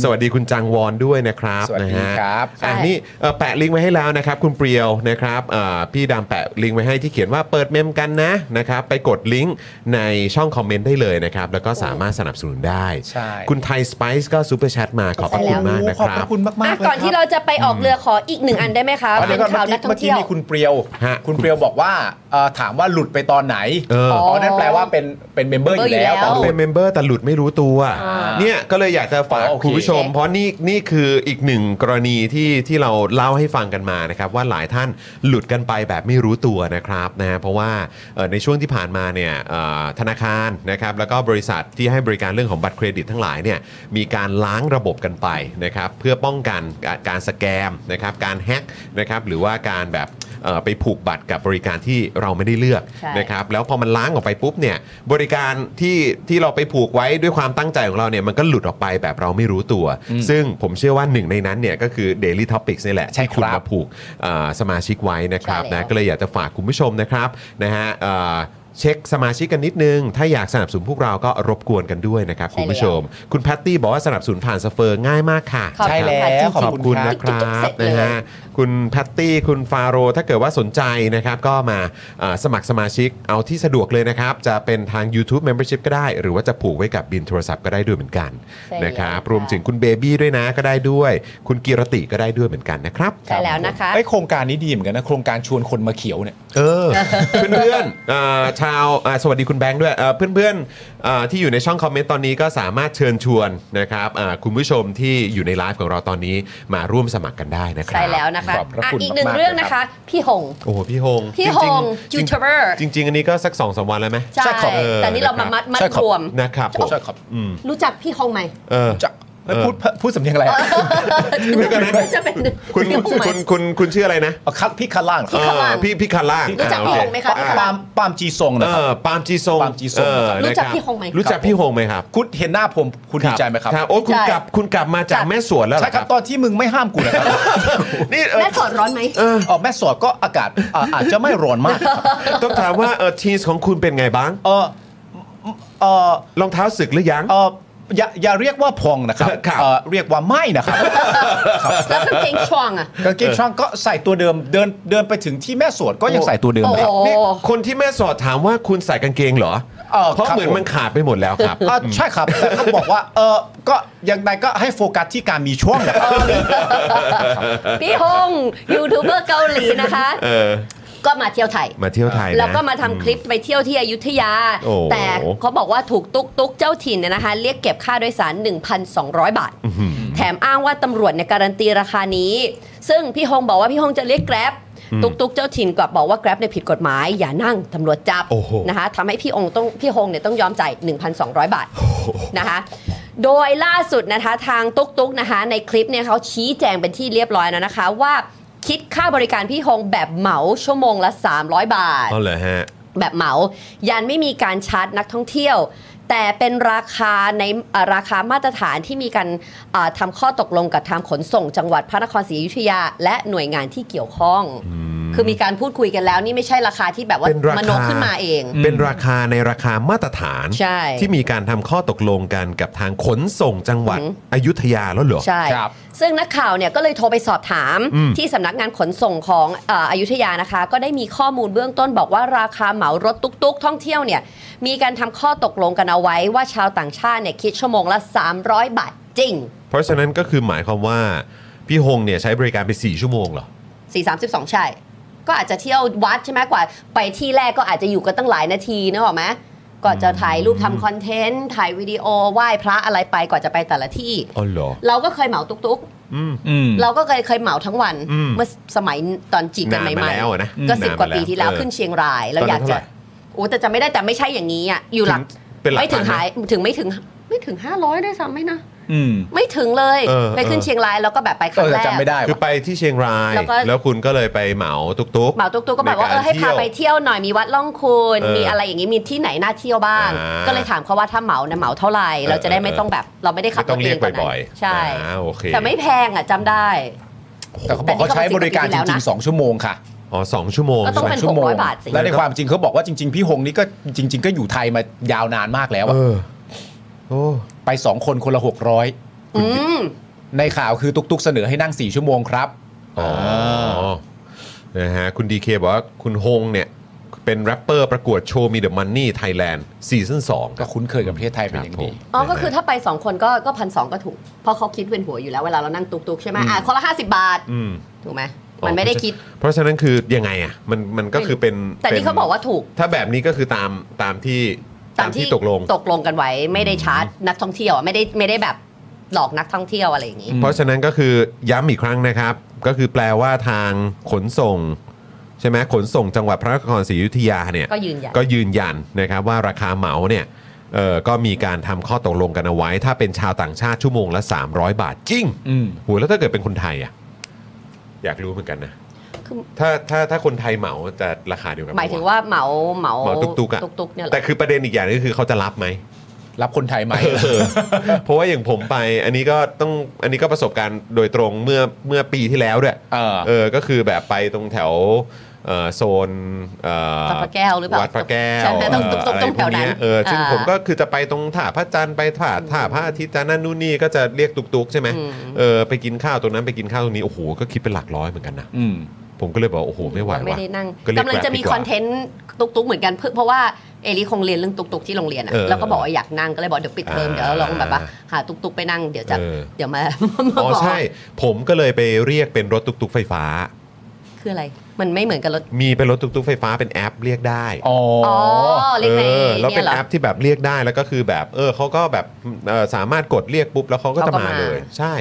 สวัสดีคุณจังวอนด้วยนะครับ สวัสดี นะฮะ ครับ อ่ะนี่เอ่อแปะลิงก์ไว้ ว้ให้แล้วนะครับ คุณเปรียวนะครับอ่าพี่ดำแปะลิงก์ไว้ให้ที่เขียนว่าเปิดเมมกันนะนะครับไปกดลิงก์ในช่องคอมเมนต์ได้เลยนะครับ แล้วก็สามารถสนับสนุนได้ ใช่ คุณไทยสไปซ์ก็ซูเปอร์แชทมาขอบพระคุณมากนะ ขอบ ค พ รับ ระคุณมากมาก อ่ะ เลย ก่อนที่เราจะไปออกเรือขออีกหนึ่งอันได้ไหมคะ ครับ เป็น เดี๋ยวก่อน ข่าว เมื่อ นั กี้ กท่องเที่เมื่อกี้ยว มีคุณเปรียว ฮะ คุณเปรียวบอกว่าเอ่อถามว่าหลุดไปตอนไหน เออ อ๋อนั่นแปลว่าเป็นเป็นเมมเบอร์อยู่แล้ว เมมเบอร์อยู่แล้วเป็แต่หลุด นเมมเบอร์แต่หลุดไม่รู้ตัว อ่า เนี่ยก็เลยอยากจะฝาก อ๋อโอเค คุณผู้ชม เพราะนี่นี่คืออีกหนึ่งกรณีที่ที่เราเล่าให้ฟังกันมานะครับว่าหลายท่านหลุดกันไปแบบไม่รู้ตัวนะครับนะฮะเพราะว่าเอ่อในช่วงที่ผ่านมาเนี่ยเอ่อธนาคารนะครับแล้วก็บริษัทที่ให้บริการเรื่องของบัตรเครดิตทั้งหลายเนี่ยมีการล้างระบบกันไปนะครับเพื่อป้องกันการการสแกมนะครับการแฮ็กนะครับหรือว่าการแบบเอ่อไปผูกบัตรกับบริการที่เราไม่ได้เลือก ใช่ นะครับ ครับแล้วพอมันล้างออกไปปุ๊บเนี่ยบริการที่ที่เราไปผูกไว้ด้วยความตั้งใจของเราเนี่ยมันก็หลุดออกไปแบบเราไม่รู้ตัว ซึ่งผมเชื่อว่าหนึ่งในนั้นเนี่ยก็คือ Daily Topics นี่แหละ ใช่ ที่คุณ ครับ มาผูกเอ่อสมาชิกไว้นะครับ ใช่แล้ว นะก็เลยอยากจะฝากคุณผู้ชมนะครับนะฮะเอ่อเช็คสมาชิกกันนิดนึง ถ้าอยากสนับสนุนพวกเราก็รบกวนกันด้วยนะครับคุณผู้ชม คุณแพตตี้บอกว่าสนับสนุนผ่านสเฟอร์ง่ายมากค่ะ ขอบ ใช่ คุณค่ะแล้วจริงๆ ขอบคุณนะครั จุกๆเสร็ บ จเลย นะฮะคุณแพตตี้คุณฟาโรห์ถ้าเกิดว่าสนใจนะครับ ก็มาเอ่อสมัครสมาชิกเอาที่สะดวกเลยนะครับ จะเป็นทาง YouTube Membership ก็ได้ หรือว่าจะผูกไว้กับบินโทรศัพท์ก็ได้ด้วยเหมือนกัน ใช่แล้ว นะครับ ค่ะ รวมถึงคุณเบบี้ด้วยนะก็ได้ด้วย คุณกีรติก็ได้ด้วยเหมือนกันนะครับ ใช่แล้วนะคะ ไอยโครงการนี้ดีเหมือนกันนะโครงการชวนคนมาเขียวเนี่ย เออ เพื่อนๆเอ่อชาวอ่าสวัสดีคุณแบงค์ด้วยเอ่อเพื่อนๆเอ่อที่อยู่ในช่องคอมเมนต์ตอนนี้ก็สามารถเชิญชวนนะครับอ่าคุณผู้ชมที่อยู่ในไลฟ์ของเราตอนนี้มาร่วมสมัครกันได้นะครับ ใช่แล้วนะคะ ขอบพระ อ่ะ คุณ อีกหนึ่ง มากๆ เรื่อง เลย นะ ครั คะ บ พี่หง โอ้โหพี่โฮง พี่โฮง จริๆ YouTuber จริงๆจริง ๆ อันนี้ก็สักสองสามวันแล้วไหม ใช่ ออ แต่นี่เรามามัดมัดรวม นะครับผม ใช่ครับ อืม รู้จักพี่หงไหม เออ จะแล้วพูดพูดสำเนียงอะไรอะ เดี๋ยวก่อนนะ จะเป็น คุณ พี่หงไหม คุณคุณคุณชื่ออะไรนะ เอาครับพี่คาร่างค พี่ รับ คาร่าง เออพี่พี่คาร่าง รู้จัก อ่า พี่หง โอ ไหม เค คะ ปา พี่หล์มปาง ล์มปาล์มจีซงนะ เอ ครับ อปาล์มจีซง ปาล์มจีซง เออ ครับ รู้จัก นะคบ พี่หงไหม รู้จักพี่โฮงไหมครับ คุณเห็นหน้าผมคุณดีใจไหมครับ ครับโอ้คุณกลับคุณกลับมาจากแม่สวนแล้วเหรอใช่ค ค รั รั บบ ตอนที่มึงไม่ห้ามกูนะครับ นี่เออ แม่สอดร้อนไหม ออกแม่สอดก็อากาศอ่าอาจจะไม่ร้อนมาก ครับ ต้องถามว่าเออทีสของคุณเป็นไงบ้าง เออเออ รองเท้าสึกหรือยัง เอออย่าอย่าเรียกว่าพองนะครับ ครับ เอ่อเรียกว่าไม่ นะครับ แล้วกางเกงช่วงอ่ะ กางเกงช่างก็ใส่ตัวเดิมเดินเดินไปถึงที่แม่สวดก็ยัง โอ้ ใส่ตัวเดิม โอ้โหนะครับ นี่คนที่แม่สอดถามว่าคุณใส่กางเกงเหรอ เออ เพราะ ครับ เหมือน ผม มันขาดไปหมดแล้วครับ อ่ะใช่ครับแต่ก็บอกว่าเออก็ยังไงก็ให้โฟกัสที่การมีช่วงนะครับ พี่หงยูทูบเบอร์เกาหลีนะคะ เออ ก็มาเที่ยวไทย มาเที่ยวไทยนะ แล้วก็มาทำคลิปไปเที่ยวที่อยุธยา โอ้ แต่เขาบอกว่าถูกตุ๊กตุ๊กเจ้าถิ่นเนี่ยนะคะ เรียกเก็บค่าโดยสาร 1,200 บาท แถมอ้างว่าตำรวจเนี่ยการันตีราคานี้ ซึ่งพี่ฮงบอกว่าพี่ฮงจะเรียกแกร็บตุ๊กตุ๊กเจ้าถิ่นกลับบอกว่าแกร็บเนี่ยผิดกฎหมาย อย่านั่งตำรวจจับ โอ้โห นะคะทำให้พี่องค์ต้องพี่ฮงเนี่ยต้องยอมจ่าย 1,200 บาทนะคะ โดยล่าสุดนะคะทางตุ๊กตุ๊กนะคะในคลิปเนี่ยเขาชี้แจงเป็นที่เรียบร้อยแล้วนะคะว่าคิดค่าบริการพี่ฮงแบบเหมาชั่วโมงละ 300 บาท เอาเลยฮะ แบบเหมา ยันไม่มีการชาร์จนักท่องเที่ยว แต่เป็นราคาในเอ่อราคามาตรฐานที่มีการเอ่อทำข้อตกลงกับทางขนส่งจังหวัดพระนครศรีอยุธยา และหน่วยงานที่เกี่ยวข้อง คือมีการพูดคุยกันแล้วนี่ไม่ใช่ราคาที่แบบว่า เป็นราคาม มโนขึ้นมาเอง เป็นราคาในราคามาตรฐาน ใช่ ที่มีการทำข้อตกลงกันกับทางขนส่งจังหวัด อือหือ อยุธยาแล้วเหรอ ใช่ ครับ ซึ่งนักข่าวเนี่ยก็เลยโทรไปสอบถาม อืม ที่สำนักงานขนส่งของเอออยุธยานะคะ ก็ได้มีข้อมูลเบื้องต้นบอกว่าราคาเหมารถตุ๊กๆ ท่องเที่ยวเนี่ยมีการทำข้อตกลงกันเอาไว้ว่าชาวต่างชาติเนี่ยคิดชั่วโมงละ 300 บาทจริง เพราะฉะนั้นก็คือหมายความว่า พี่ฮงเนี่ยใช้บริการไป 4 ชั่วโมงเหรอ 4 3 2 ใช่ ก็อาจจะเที่ยววัดใช่ไหมกว่า ไปที่แรกก็อาจจะอยู่กันตั้งหลายนาทีนึกออกไหมก่อนจะถ่ายรูปทำคอนเทนต์ถ่ายวิดีโอไหว้พระอะไรไปก่อนจะไปแต่ละที่ อ๋อเหรอ เราก็เคยเหมาตุ๊กๆ อืม อืม เราก็เคยเคยเหมาทั้งวัน อืม เมื่อสมัยตอนจีบกัน นาน ใหม่มาแล้วอะนะ ก็ อืม สิบ นาน กว่า มา ปี แล้ว ที่แล้ว เออ ขึ้นเชียงรายแล้ว ตอน อ นั้ ยาก นเท่า จะ ไหร่ โอ้แต่จะไม่ได้แต่ไม่ใช่อย่างนี้อ่ะอยู่หลัก ถึงเป็นหลัก ไม่ถึง พันไหม หายถึงไม่ถึงไม่ถึง 500ด้วยซ้ำไหมนะ อืม ไม่ถึงเลย เออ ไปขึ้น เออ เชียงรายแล้วก็แบบไปค เอ รั้ง อ แรก จำไม่ได้ คือ ว่ะ ไปที่เชียงราย แล้วก็ แล้วคุณก็เลยไปเหมาตุกตุกๆ เหมาตุ๊กๆก็แบบว่าเออให้ นก พาร ไปเที่ยวหน่อยมีวัดล่องคุณ เออ มีอะไรอย่างนี้มีที่ไหนน่าเที่ยวบ้าง อ่า ก็เลยถามเขาว่าถ้าเหมานะเหมาเท่าไหร่เราจะได้ไม่ต้องแบบ เราไม่ได้ขับรไม่ต้อ ถ ง เอ เรีย ง ก ตอนนั้ บ่อย น ๆ ใช่ อ่าโอเค แต่ไม่แพงอ่ะจำได้ แต่เขาบอก แต่นี่ เขาใช้บริการจริง เขา ๆ 2 ชั่วโมงค่ะ อ๋อสองชั่วโมง ก็ต้อง ใช่ไหม เป็น ชั่วโมง 600บาทสิ และในความจริงเขาบอกว่าจริง ๆ พี่หงนี่ก็จริง ๆ ก็อยู่ไทยมายาวนานมากแล้วอะ เออ โอ้ ไป 2 คนคนละ อืม 600 ในข่าวคือตุกๆ เสนอให้นั่ง 4 ชั่วโมงครับ อ๋อนะฮะคุณดีเคบอกว่าคุณฮงเนี่ย เป็นแรปเปอร์ประกวดโชว์มีเดอะมันนี่ไทยแลนด์ซีซั่นสองค ก็ รับ คุ้นเคยกับประเทศไทยเป็นอย่างดี อ๋อ ก็คือถ้าไป 2 คนก็ก็พันสก็ถูก เพราะเขาคิดเวียนหัวอยู่แล้วเวลาเรานั่งตุกๆ ใช่ไหมอ่ะคนละ 50 บาท อืม ถูกไหมมันไม่ได้คิด เพราะฉะนั้นคือยังไงอ่ะมันมันก็คือเป็น แต่นี่เขาบอกว่าถูก ถ้าแบบนี้ก็คือตามตามที่ตามที่ตกลง ตกลงกันไว้ไม่ได้ชาร์จนักท่องเที่ยวอ่ะไม่ได้ไม่ได้แบบหลอกนักท่องเที่ยวอะไรอย่างนี้ เพราะฉะนั้นก็คือย้ำอีกครั้งนะครับ ก็คือแปลว่าทางขนส่ง ใช่ไหมขนส่งจังหวัดพระนครศรีอยุธยาเนี่ย ก็ยืนยัน ก็ยืนยันนะครับว่าราคาเหมาเนี่ยเออก็มีการทำข้อตกลงกันเอาไว้ ถ้าเป็นชาวต่างชาติชั่วโมงละ 300 บาทจริง อืม โหแล้วถ้าเกิดเป็นคนไทยอ่ะอยากรู้เหมือนกันนะ คือ ถ้าถ้าถ้าคนไทยเหมาจะราคาเดียวกันปะะ หมายถึงว่าเหมาเหมา เหมาตุ๊กๆอ่ะ กๆเนี่ยเหรอ แต่คือประเด็นอีกอย่างนึงคือเขาจะรับไหม รับคนไท ยไหม เออเพราะว่าอย่างผมไปอันนี้ก็ต้องอันนี้ก็ประสบการณ์โดยตรงเมื่อเมื่อปีที่แล้วด้วย เออ เออก็คือแบบไปตรงแถวเอ่อโซนเอ่อ วัดพระแก้วหรือเปล่า วัดพระแก้ว ใช่ไหมตรงตรง เ ตรงแถวนั้น อะไรพกเยเออซึ่ง อ่า ผมก็คือจะไปตรงท่าพระจันทร์ไปท่าท่าพระอาทิตย์จันทร์นั่นนู่นนี่ก็จะเรียกตุกๆใช่ไหม อืม เออไปกินข้าวตรงนั้นไปกินข้าวตรงนี้โอ้โหก็คิดเป็นหลักร้อยเหมือนกันนะ อืม ผมก็เลยบอกว่าโอ้โหไม่ไหว เราไม่ ว่ะ ได้นั่ง ก็เรีย กำลังจะมี แกคร็บดีกว่า อนเทนต์ตุกๆเหมือนกันเพื่อเพราะว่าเอลิคงเรียนเรื่องตุกๆที่โรงเรียนอะ เออ แล้วก็บอกว่าอยากนั่งก็เลยบอกเดี๋ยวปิดเทอม อ่า เดี๋ยวเราลองแบบว่าหาตุกๆไปนั่งเดี๋ยวจะ เออ เดี๋ยวมา อ๋อใช่ผมก็เลยไปเรียกเป็นรถตุกๆไฟฟ้า คืออะไร มันไม่เหมือนกับรถ มีเป็นรถตุกๆไฟฟ้าเป็นแอปเรียกได้ อ๋อ อ๋อเล็กใน ออแล้วเป็ เนี่ย น เหรอ แอปที่แบบเรียกได้แล้วก็คือแบบเออเขาก็แบบเอ่อสามารถกดเรียกปุ๊บแล้วเขาก็จะ เขาก็ มา มา เลย ใช่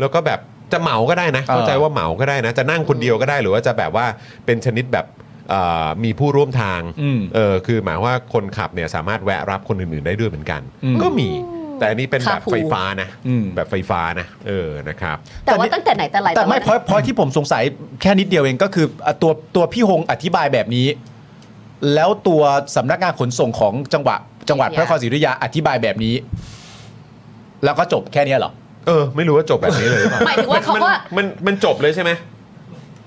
แล้วก็แบบจะเหมาก็ได้นะเข้าใจว่าเหมาก็ได้นะ จะนั่งคนเดียวก็ได้หรือว่าจะแบบว่าเป็นชนิดแบบเอ่อมีผู้ร่วมทาง อืม เออคือหมายว่าคนขับเนี่ยสามารถแวะรับคนอื่นๆได้ด้วยเหมือนกัน อืม ก็มี แต่อันนี้เป็นแบบ Carpool ไฟฟ้านะ อืม แบบไฟฟ้านะเออนะครับ แต่ว่าตั้งแต่ไหนแต่ไร แต่ไม่ ว่า เพราะเพราะที่ผมสงสัยแค่นิดเดียวเองก็คืออ่ะตัวตัวพี่ฮงอธิบายแบบนี้ แล้วตัวสำนักงานขนส่งของจังหวัดจังหวัดพระนครศรีอยุธยาอธิบายแบบนี้ แล้วก็จบแค่เนี้ยเหรอ เออ ไม่รู้ว่าจบแบบนี้ เลยรือเปล่ หมายถึงว่าเขาก็ มันมันจบเลยใช่ไหม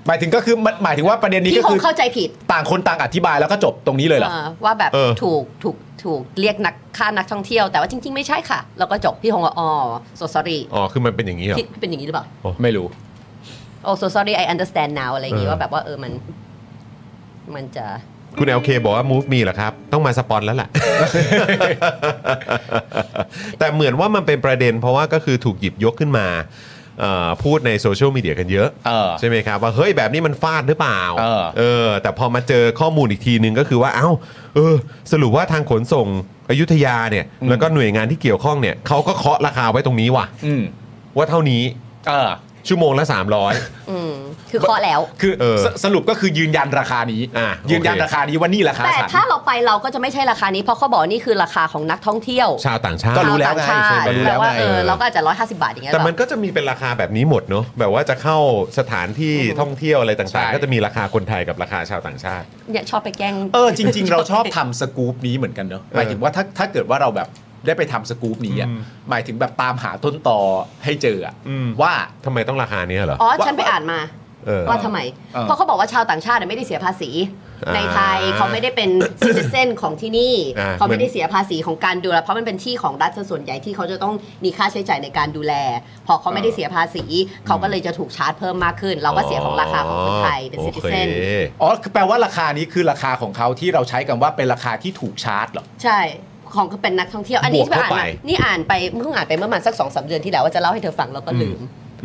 หมายถึงก็คือมันหมายถึงว่าประเด็นนี้ พี่ ก็ ค คื ง อ เข้าใจผิด ต่างคนต่างอธิบายแล้วก็จบตรงนี้เลยเหรอ เออว่าแบบ เออ ถูกถูกถูกเรียกนักค่านักท่องเที่ยวแต่ว่าจริง ๆ ไม่ใช่ค่ะ แล้วก็จบพี่คงว่าอ๋อโซซอรี่ อ๋อคือมันเป็นอย่างนี้เหรอ ที่เป็นอย่างนี้หรือเปล่า ไม่รู้ โอ้ so sorry I understand now อะไรอย่างงี้ เออ ว่าแบบว่าเออมัน มันจะ คุณ LK บอกว่า move me เหรอครับ ต้องมาสปอน แล้วล่ะ แต่เหมือนว่ามันเป็นประเด็นเพราะว่าก็คือถูกหยิบยกขึ้นมาเอ่อพูดในโซเชียลมีเดียกันเยอะ เออ ใช่ไหมครับ ว่าเฮ้ยแบบนี้มันฟาดหรือเปล่า เออ อแต่พอมาเจอข้อมูลอีกทีนึงก็คือว่าเอ้าเออ สรุปว่าทางขนส่งอยุธยาเนี่ยแล้วก็หน่วยงานที่เกี่ยวข้องเนี่ยเขาก็เคาะราคาไว้ตรงนี้ว่ะ อืม ว่าเท่านี้ เออ ชั่วโมงละ 300 อืม คือเคอแล้ว คือ เออ สสรุปก็คือยืนยันราคานี้ อ่ะ ยืนยัน โอเค ราคานี้ว่านี่ราคา แต่ ฉัน ถ้าเราไปเราก็จะไม่ใช่ราคานี้ เพราะเขาบอกนี่คือราคาของนักท่องเที่ยว ชาวต่างชาติ ก็รู้แล้วไง ชาวต่างชาติ ก็รู้แล้วแปลไงว่าเออ เออ เราก็อาจจะร้อยห้าสิบาทอย่างเงี้ย แต่มัหนรอ ก็จะมีเป็นราคาแบบนี้หมดเนอะแบบว่าจะเข้าสถานที่ อืม ท่องเที่ยวอะไร ใช่ ต่างๆ ก็จะมีราคาคนไทยกับราคาชาวต่างชาติ เนี่ยชอบไปแกล้ง เออจริง ๆ เราชอบทำสกู๊ปนี้เหมือนกันเนอะหมายถึงว่าถ้าถ้าเกิดว่าเราแบบได้ไปทำสกู๊ปนี้อ่ะ อืม หมายถึงแบบตามหาต้นตอให้เจออ่ะ อืม ว่า ทำไมต้องราคาเนี้ยเหรอ อ๋อ ว่า ฉันไปอ่านมา เออ ว่าทำไม เออ เพราะเขาบอกว่าชาวต่างชาติเนี่ยไม่ได้เสียภาษี อ่า ในไทยเขาไม่ได้เป็น citizen ของที่นี่ อ่า เขาไม่ เหมื ได้ อน เสียภาษีของการดูแลเพราะมันเป็นที่ของรัฐซะส่วนใหญ่ที่เขาจะต้องมีค่าใช้จ่ายในการดูแล พอเขาไม่ได้เสียภาษี เขาก็เลยจะถูกชาร์จเพิ่มมากขึ้น เราก็เสียของราคาของคนไทยเป็น โอค citizen อ๋อคือแปลว่าราคานี้คือราคาของเขาที่เราใช้กันว่าเป็นราคาที่ถูกชาร์จเหรอ ใช่ของก็เป็นนักท่องเที่ยว อันนี้ บวก ที่ไป เข้า อ่านมา ไป นี่อ่านไปเพิ่งอ่านไปเมื่อประมาณสักสองสาเดือนที่แล้วว่าจะเล่าให้เธอฟังแล้วก็ลืม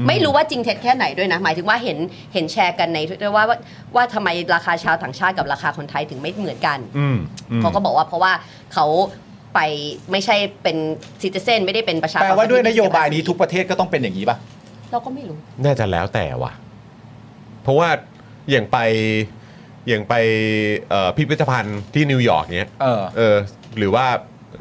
ไม่รู้ว่าจริงเท็จแค่ไหนด้วยนะ หมายถึงว่าเห็นเห็นแชร์กันในทวิตเตอร์ว่าว่าว่าทำไมราคาชาวต่างชาติกับราคาคนไทยถึงไม่เหมือนกัน อืมอืม เขาก็บอกว่าเพราะว่าเขาไปไม่ใช่เป็นซิติเซนไม่ได้เป็นประชาชน แปลว่าด้วยนโยบายนี้ทุกประเทศก็ต้องเป็นอย่างนี้ป่ะ เราก็ไม่รู้ น่าจะแล้วแต่ว่ะ เพราะว่าอย่างไปอย่างไปเอ่อพิพิธภัณฑ์ที่นิวยอร์กเนี้ย เออ เออหรือว่า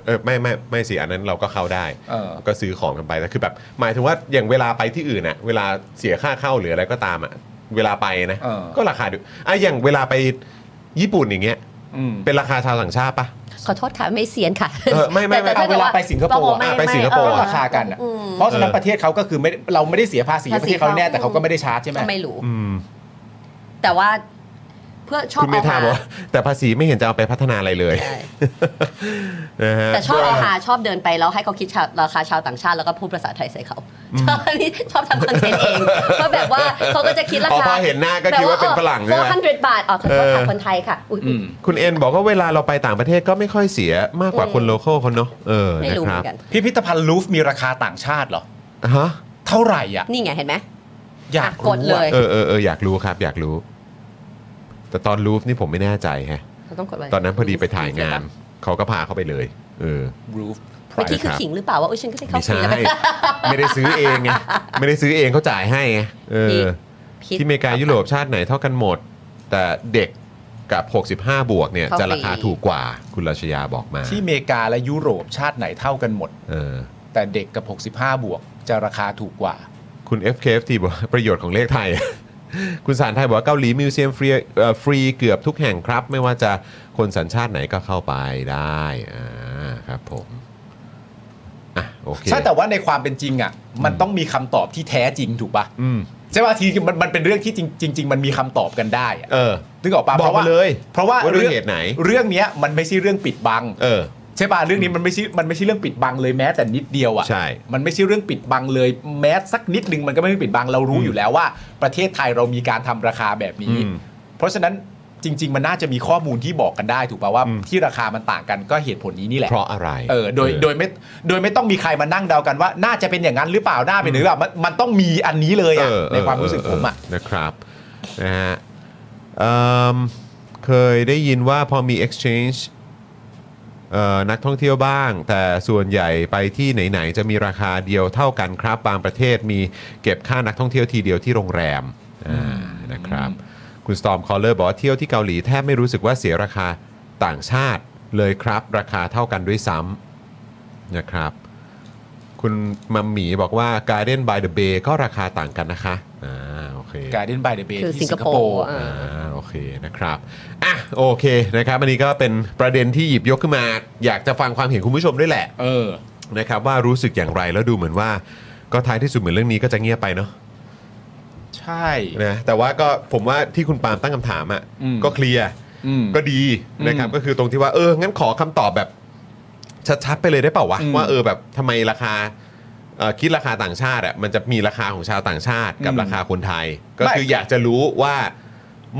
เออไม่ไม่ไม่สิอันนั้นเราก็เข้าได้ เออ ก็ซื้อของกันไปแต่คือแบบ หมายถึงว่าอย่างเวลาไปที่อื่นน่ะเวลาเสียค่าเข้าหรืออะไรก็ตามอ่ะเวลาไปนะ เออ ก็ราคาดูอ่ะอย่างเวลาไปญี่ปุ่นอย่างเงี้ย อืม เป็นราคาชาวต่างชาติปะ ขอโทษค่ะ ไม่เซียนค่ะ เออไม่ไม่ไม่ แต่แต่ เอาเวลาไปสิงคโปร์อะ ม่ม่ ไปสิงคโปร์ เออ ราคากันอ่ะ อืม เพราะฉะนั้นประเทศเขาก็คือไม่ได้เราไม่ได้เสียภาษี ภาษี ประเทศเขาแน่แต่เขาก็ไม่ได้ชาร์จใช่ไหม ก็ไม่รู้ อืม แต่ว่า เพื่อชอบ คุณเม เอา ธา หา บอกว่าแต่ภาษีไม่เห็นจะเอาไปพัฒนาอะไรเลย ใช่ นะฮะ แต่ชอบเอาหาชอบเดินไปแล้วให้เขาคิดชาวราคาชาวต่างชาติแล้วก็พูดภาษาไทยใส่เขาชอบนี่ชอบทำคอนเทนต์เองเพราะแบบว่าเขาก็จะคิดรา อ๋อ คา พอเห็นหน้าก็คิดว่าเป็นฝรั่งใช่ไหม 400บาทอ๋อขอโทษค่ะคนไทยค่ะอุ๊ย อืม คุณเอ็นบอกว่าเวลาเราไปต่างประเทศก็ไม่ค่อยเสียมากกว่า อืม คนโลเคอลเขาเนาะเออ ไม่ นะ รู้ ค เหมื รั อบ นกัน พิพิธภัณฑ์ลูฟมีราคาต่างชาติเหรอ ฮะ เท่าไหร่อ่ะ นี่ไงเห็นไหม อยาก กด รู้ เล อะ ย เออเออเอออยากรู้ครับ อยากรู้ แต่ตอนลูฟนี่ผมไม่แน่ใจแฮะ เราต้องกดไว้ ตอนนั้นพอดีไปถ่ายงาน เขาก็พาเข้าไปเลยเออ รูฟ เมื่อกี้คือ Private ขิงหรือเปล่าว่าเอ้ยฉันก็ได้เข้า ไม่ ฟรี ใช่ แล้วไป ไม่ได้ซื้อเองไงไม่ได้ซื้อเองเขาจ่ายให้ไงเออ ผิด ที่อเมริกายุโรปชาติไหนเท่ากันหมด แต่เด็กกับ 65 บวกเนี่ย เข้า จะราคา ฟรี ถูกกว่าคุณราชยาบอกมา ที่อเมริกาและยุโรปชาติไหนเท่ากันหมด เออ แต่เด็กกับ 65 บวก จะราคาถูกกว่า คุณ FKFT บอกว่าประโยชน์ของเลขไทย คุณสารไทยบอกว่าเกาหลีมิวเซียมฟรีเอ่อฟรีเกือบทุกแห่งครับ ไม่ว่าจะคนสัญชาติไหนก็เข้าไปได้อ่าครับผมอ่ะโอเค ใช่แต่ว่าในความเป็นจริงอ่ะ มันต้องมีคำตอบที่แท้จริงถูกปะ อืม ใช่ป่ะทีมันมันเป็นเรื่องที่จริงจริง ๆ มันมีคำตอบกันได้อะ เออ นึกออกปะ บอกมา พระว่ เลย เพราะว่า ว่าด้วยเหตุไหน เรื่องเนี้ยมันไม่ใช่เรื่องปิดบัง เออ ใช่ป่ะเรื่องนี้มันไม่ใช่ มันไม่ใช่เรื่องปิดบังเลยแม้แต่นิดเดียวอ่ะ ใช่ มันไม่ใช่เรื่องปิดบังเลยแม้สักนิดนึงมันก็ไม่ได้ปิดบังเรารู้อยู่แล้วว่า ประเทศไทยเรามีการทำราคาแบบนี้ อืม เพราะฉะนั้นจริง ๆ มันน่าจะมีข้อมูลที่บอกกันได้ถูกป่ะว่า อืม ที่ราคามันต่างกันก็เหตุผลนี้นี่แหละ เพราะอะไร เออโดยโดยไม่โดยไม่ต้องมีใครมานั่งเดากันว่า น่าจะเป็นอย่างนั้นหรือเปล่าน่าเป็นหรือเปล่ามันมันต้องมีอันนี้เลย เอออ่ะเออ ในความรู้สึกผมอ่ะ เนะครับนะฮะเอิ่มเคยได้ยินว่าพอมี exchange เอ่อนักท่องเที่ยวบ้าง แต่ส่วนใหญ่ไปที่ไหน ๆ จะมีราคาเดียวเท่ากันครับ บางประเทศมีเก็บค่านักท่องเที่ยวทีเดียวที่โรงแรมอ่านะครับ คุณสตอมคอลเลอร์บอกว่าเที่ยวที่เกาหลีแทบไม่รู้สึกว่าเสียราคาต่างชาติเลยครับ ราคาเท่ากันด้วยซ้ำนะครับ คุณมัมหมีบอกว่า Garden by the Bay ก็ราคาต่างกันนะคะอ่าโอเค Garden by the Bay คือ ที่ สิ สิ งคงค โป โป ร์ ร์ อ่า อ่าโอเคนะครับอ่ะโอเคนะครับอันนี้ก็เป็นประเด็นที่หยิบยกขึ้นมา อยากจะฟังความเห็นคุณผู้ชมด้วยแหละ เออ นะครับว่ารู้สึกอย่างไรแล้วดูเหมือนว่า ก็ท้ายที่สุดเหมือนเรื่องนี้ก็จะเงียบไปเนาะ ใช่ นะแต่ว่าก็ผมว่าที่คุณปาล์มตั้งคำถามอะ่ะ อืม ก็เคลียร์ อืม ก็ดีนะครับ อืม ก็คือตรงที่ว่าเอองั้นขอคำตอบแบบชัดๆไปเลยได้เปล่าวะ อืม ว่าเออแบบทำไมราคาเอ่อคิดราคาต่างชาติอ่ะมันจะมีราคาของชาวต่างชาติกับ อืม ราคาคนไทย ก็ ไม่ คืออยากจะรู้ว่า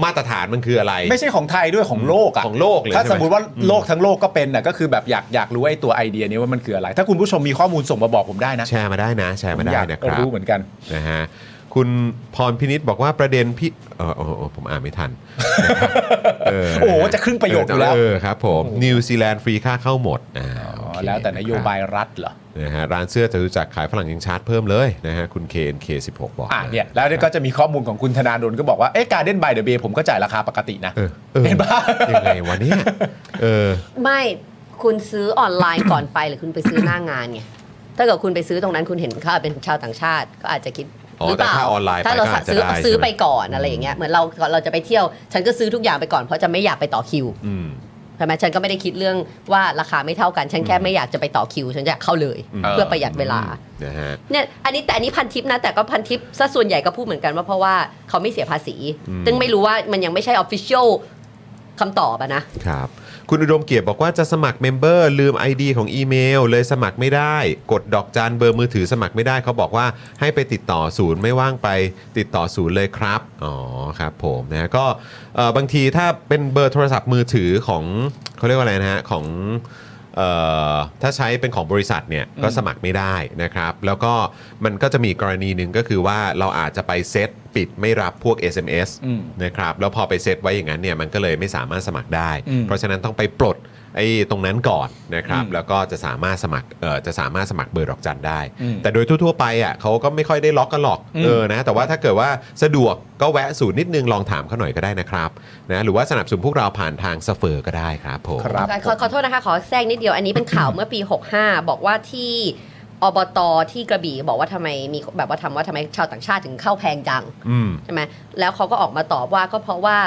มาตรฐานมันคืออะไร ไม่ใช่ของไทยด้วยของโลกอะ ของโลกเลย ถ้า ใช่ไหม สมมติว่าโลกทั้งโลกก็เป็นน่ะก็คือแบบอยากอยากรู้ไอ้ตัวไอเดียนี้ว่ามันคืออะไร ถ้าคุณผู้ชมมีข้อมูลส่งมาบอกผมได้นะ แชร์มาได้นะ แชผมร์าม ได้ อยาก นะครับ รู้เหมือนกัน นะฮะคุณพรพินิษบอกว่าประเด็นพี่เออโอ้โหผมอ่านไม่ทัน นะครับเ โอ้โหจะครึ่งประโยคอยู่แล้ว เออครับผมนิวซีแลนด์ฟรีค่าเข้าหมดอ่า อ๋ โอ อ เค แล้วแต่นโยบายรัฐเหรอ นะฮะร้านเสื้อจตุจักรขายฝรั่งยังชาร์จเพิ่มเลยนะฮะคุณ KNK16 บอก อ่ะเนี่ยแล้วก็จะมีข้อมูลของคุณธนาดลก็บอกว่าเอ๊ะการเด่นบายเดอะเบย์ผมก็จ่ายราคาปกตินะ เออเออ เห็นปะ ยังไงวะเนี่ยเออ ไม่คุณซื้อออนไลน์ ก่อนไปหรือคุณไปซื้อหน้างานไงถ้าเกิดคุณไปซื้อตรงนั้นคุณเห็นค่าเป็นชาวต่างชาติ ก็อาจจะคิด อ๋อ หรือเปล่า แต่ถ้าออนไลน์ ถ้าเรา ไปก็อาจจะ ซื้อ ได้ ซื้อ ใช่ไหม ไปก่อนอะไรอย่างเงี้ยเหมือนเราเราจะไปเที่ยว ฉันก็ซื้อทุกอย่างไปก่อนเพราะจะไม่อยากไปต่อคิว อืม ใช่ไหมฉันก็ไม่ได้คิดเรื่องว่าราคาไม่เท่ากัน ฉันแค่ไม่อยากจะไปต่อคิว ฉันจะเข้าเลย เพื่อประหยัดเวลา นะฮะ เนี่ยอันนี้แต่อันนี้พันทิปนะแต่ก็พันทิปซะส่วนใหญ่ก็พูดเหมือนกันว่าเพราะว่าเขาไม่เสียภาษี ซึ่งไม่รู้ว่ามันยังไม่ใช่ออฟฟิเชียลคำตอบอะนะ ครับ คุณอุดมเกียรติบอกว่าจะสมัครเมมเบอร์ลืม ID ของอีเมล เลยสมัครไม่ได้ กดดอกจานเบอร์มือถือสมัครไม่ได้เขาบอกว่าให้ไปติดต่อศูนย์ไม่ว่างไปติดต่อศูนย์เลยครับ อ๋อครับผมนะฮะก็เอ่อบางทีถ้าเป็นเบอร์โทรศัพท์มือถือของเขาเรียกว่าอะไรนะฮะของ เอ่อถ้าใช้เป็นของบริษัทเนี่ยก็สมัครไม่ได้นะครับ แล้วก็มันก็จะมีกรณีหนึ่งก็คือว่าเราอาจจะไปเซตปิดไม่รับพวก SMS อืม นะครับแล้วพอไปเซตไว้อย่างนั้นเนี่ยมันก็เลยไม่สามารถสมัครได้ อืม เพราะฉะนั้นต้องไปปลดไอ้ตรงนั้นก่อนนะครับ อืม แล้วก็จะสามารถสมัครเอ่อจะสามารถสมัครเบอร์ดอกจันได้ อืม แต่โดยทั่วๆไปอ่ะเขาก็ไม่ค่อยได้ล็อกกันหรอก อืม เออนะแต่ว่าถ้าเกิดว่าสะดวกก็แวะศูนย์นิดนึงลองถามเขาหน่อยก็ได้นะครับนะหรือว่าสนับสนุนพวกเราผ่านทางสเฟอร์ก็ได้ครับผม ครับ ขอขอโทษนะคะ ขอแทรกนิดเดียวอันนี้เป็นข่าวเมื่อปี 65 บอกว่าที่อบตที่กระบี่บอกว่าทำไมมีแบบว่าทำว่าทำไมชาวต่างชาติถึงเข้าแพงจัง อืม ใช่ไหมแล้วเขาก็ออกมาตอบว่าก็เพราะว่า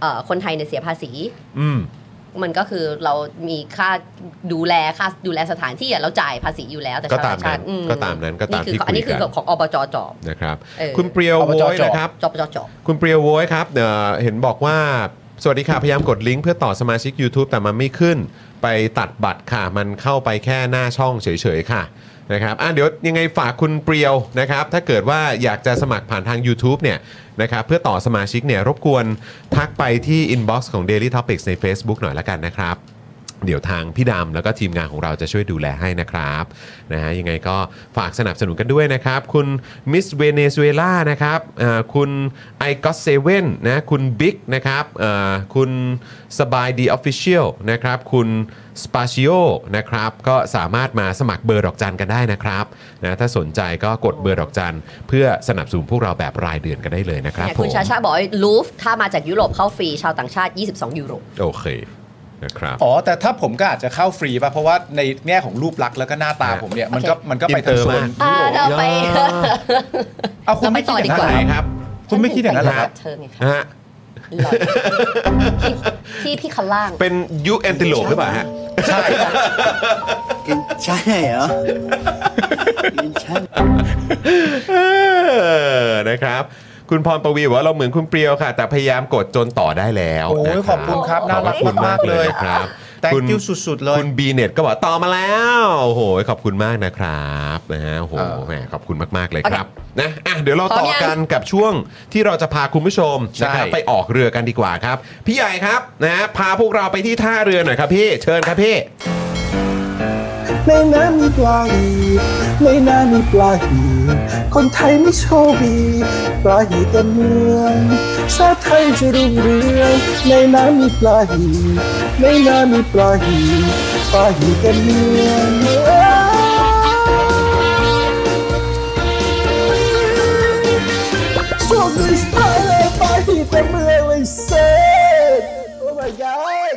เอ่อคนไทยเนี่ยเสียภาษี อืม มันก็คือเรามีค่าดูแลค่าดูแลสถานที่อะเราจ่ายภาษีอยู่แล้วแต่ชาวต่างชาติ ก็ตามอืนั้นก็ตามนั้นก็ตาม คือ ที่คุยกัน อันนี้คือของอบจจอบ นะครับ เออ คุณเปรียว อบจ โว้ย จอ นะครับ จอบจอบจอบ คุณเปรียวโว้ยครับเอ่อเห็นบอกว่า สวัสดีค่ะ พยายามกดลิงก์เพื่อต่อสมาชิก YouTube แต่มันไม่ขึ้น ไปตัดบัตรค่ะ มันเข้าไปแค่หน้าช่องเฉยๆค่ะนะครับอ่ะเดี๋ยวยังไงฝากคุณเปรียวนะครับ ถ้าเกิดว่าอยากจะสมัครผ่านทาง YouTube เนี่ยนะครับเพื่อต่อสมาชิกเนี่ยรบกวนทักไปที่ Inbox ของ Daily Topics ใน Facebook หน่อยละกันนะครับ เดี๋ยวทางพี่ดำแล้วก็ทีมงานของเราจะช่วยดูแลให้นะครับนะฮะยังไงก็ฝากสนับสนุนกันด้วยนะครับ คุณมิสเวเนซุเอลานะครับอ่าคุณไอคอสเซเว่นนะคุณบิ๊กนะครับอ่าคุณสบายดีออฟฟิเชียลนะครับคุณสปาชิโอนะครับก็สามารถมาสมัครเบอร์ดอกจันกันได้นะครับนะถ้าสนใจก็กดเบอร์ดอกจัน เพื่อสนับสนุนพวกเราแบบรายเดือนกันได้เลยนะครับ เนี่ย ผ คุณ ม ชาชาบอกว่าลูฟถ้ามาจากยุโรปเข้าฟรีชาวต่างชาติ 22 ยูโร โอเคนะครับ อ๋อ แต่ถ้าผมก็อาจจะเข้าฟรีป่ะ เพราะว่าในแง่ของรูปลักษณ์แล้วก็หน้าตาผมเนี่ย มันก็มันก็ไปทางโซน อินเตอร์มาก อ่าเราไป เอาคุณไม่คิดอย่างนั้นเหร เราไปต่อดีกว่า อครับ คุณไม่คิดอย่างนั้นเหรอครับ เธอไงคะ นะฮะ หล่อน ที่ที่พี่คันล่าง เป็นยุคแอนติโลปหรือเปล่าฮะ ใช่ 괜찮아요. 괜찮. เออนะครับ คุณพรประวีบอกว่าเราเหมือนคุณเปรียวค่ะ แต่พยายามกดจนต่อได้แล้ว โอ้ย นะ ขอบคุณครับน่ารัก ขอบคุณมาก มากๆ เล เลย ย นะครับ Thank คุณ you สุดๆเลย คุณบีเน็ตก็บอกต่อมาแล้วโอ้โหขอบคุณมากนะครับนะฮะโอ้โหแหมขอบคุณมากๆเลยครับนะอ่ะเดี๋ยวเราต่อ พร้อมยัง กันกับช่วงที่เราจะพาคุณผู้ชม ใช่ นะครับไปออกเรือกันดีกว่าครับ พี่ใหญ่ครับนะฮะพาพวกเราไปที่ท่าเรือหน่อยครับพี่เชิญครับพี่ ในน้ำมีปลาหีในน้ำมีปลาหีคนไทยไม่โชคดี ปลาหีเต็มเมืองชาติไทยจะรุ่งเรือง ในน้ำมีปลาหีในน้ำมีปลาหีปลาหีเต็มเมืองเอ้ยโชคดีสไตล์เลยปลาหีเต็มเมืองเลยเซ่โอ้ my god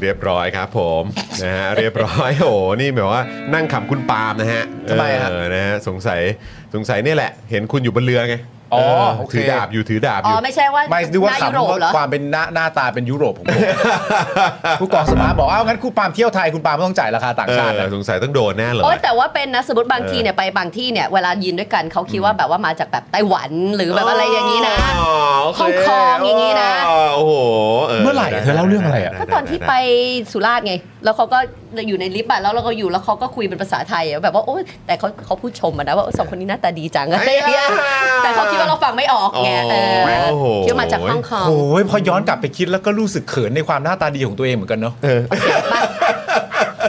เรียบร้อยครับผมนะฮะเรียบร้อยโอ้โหนี่แบบว่านั่งขำคุณปาล์มนะฮะ ทำไมครับ เออนะฮะสงสัยสงสัยเนี่ยแหละ เห็นคุณอยู่บนเรือไง อ๋อโอเคเถือดาบอยู่ถือดาบอ อ๋อยู่ ไม่ใช่ว่า ไม่ดูว่า หน้ยุ ขำ โรปเหรอ ว่าความเป็นหน้าหน้าตาเป็นยุโรปผมผู้กองสมาร์ทบอกอ้าวงั้นคุณปาล์มเที่ยวไทยคุณปาล์มไม่ต้องจ่ายราคาต่าง เอ ชาติ อ นะ สงสัยต้องโดนแน่เลย โอ้ยแต่ว่าเป็นนะสมมติบางทีเนี่ยไปบางที่เนี่ยเวลายืนด้วยกันเขาคิดว่าแบบว่ามาจากแบบไต้หวันหรือแบบอะไรอย่างนี้นะ โเค ฮ่องกงอย่างนี้นะ โอ้โห เมื่อไหร่เธอเล่าเรื่องอะไรอะ ก็ตอนที่ไปสุราษฎร์ไง แล้วเขาก็อยู่ในลิฟต์อะแล้วเราก็อยู่แล้วเขาก็คุยเป็นภาษาไทยอะแบบว่าโอ้ยแต่เขาเขาพูดชมอะนะว่าโอ๊ยสองคนนี้หน้าตาดีจังอะไรอย่างเงี้ยแต่เขาคิดว่าเราฟังไม่ออกไงเออ โอ้โห คิดว่ามาจากฮ่องกง โอ้ยพอย้อนกลับไปคิดแล้วก็รู้สึกเขินในความหน้าตาดีของตัวเองเหมือนกันเนาะ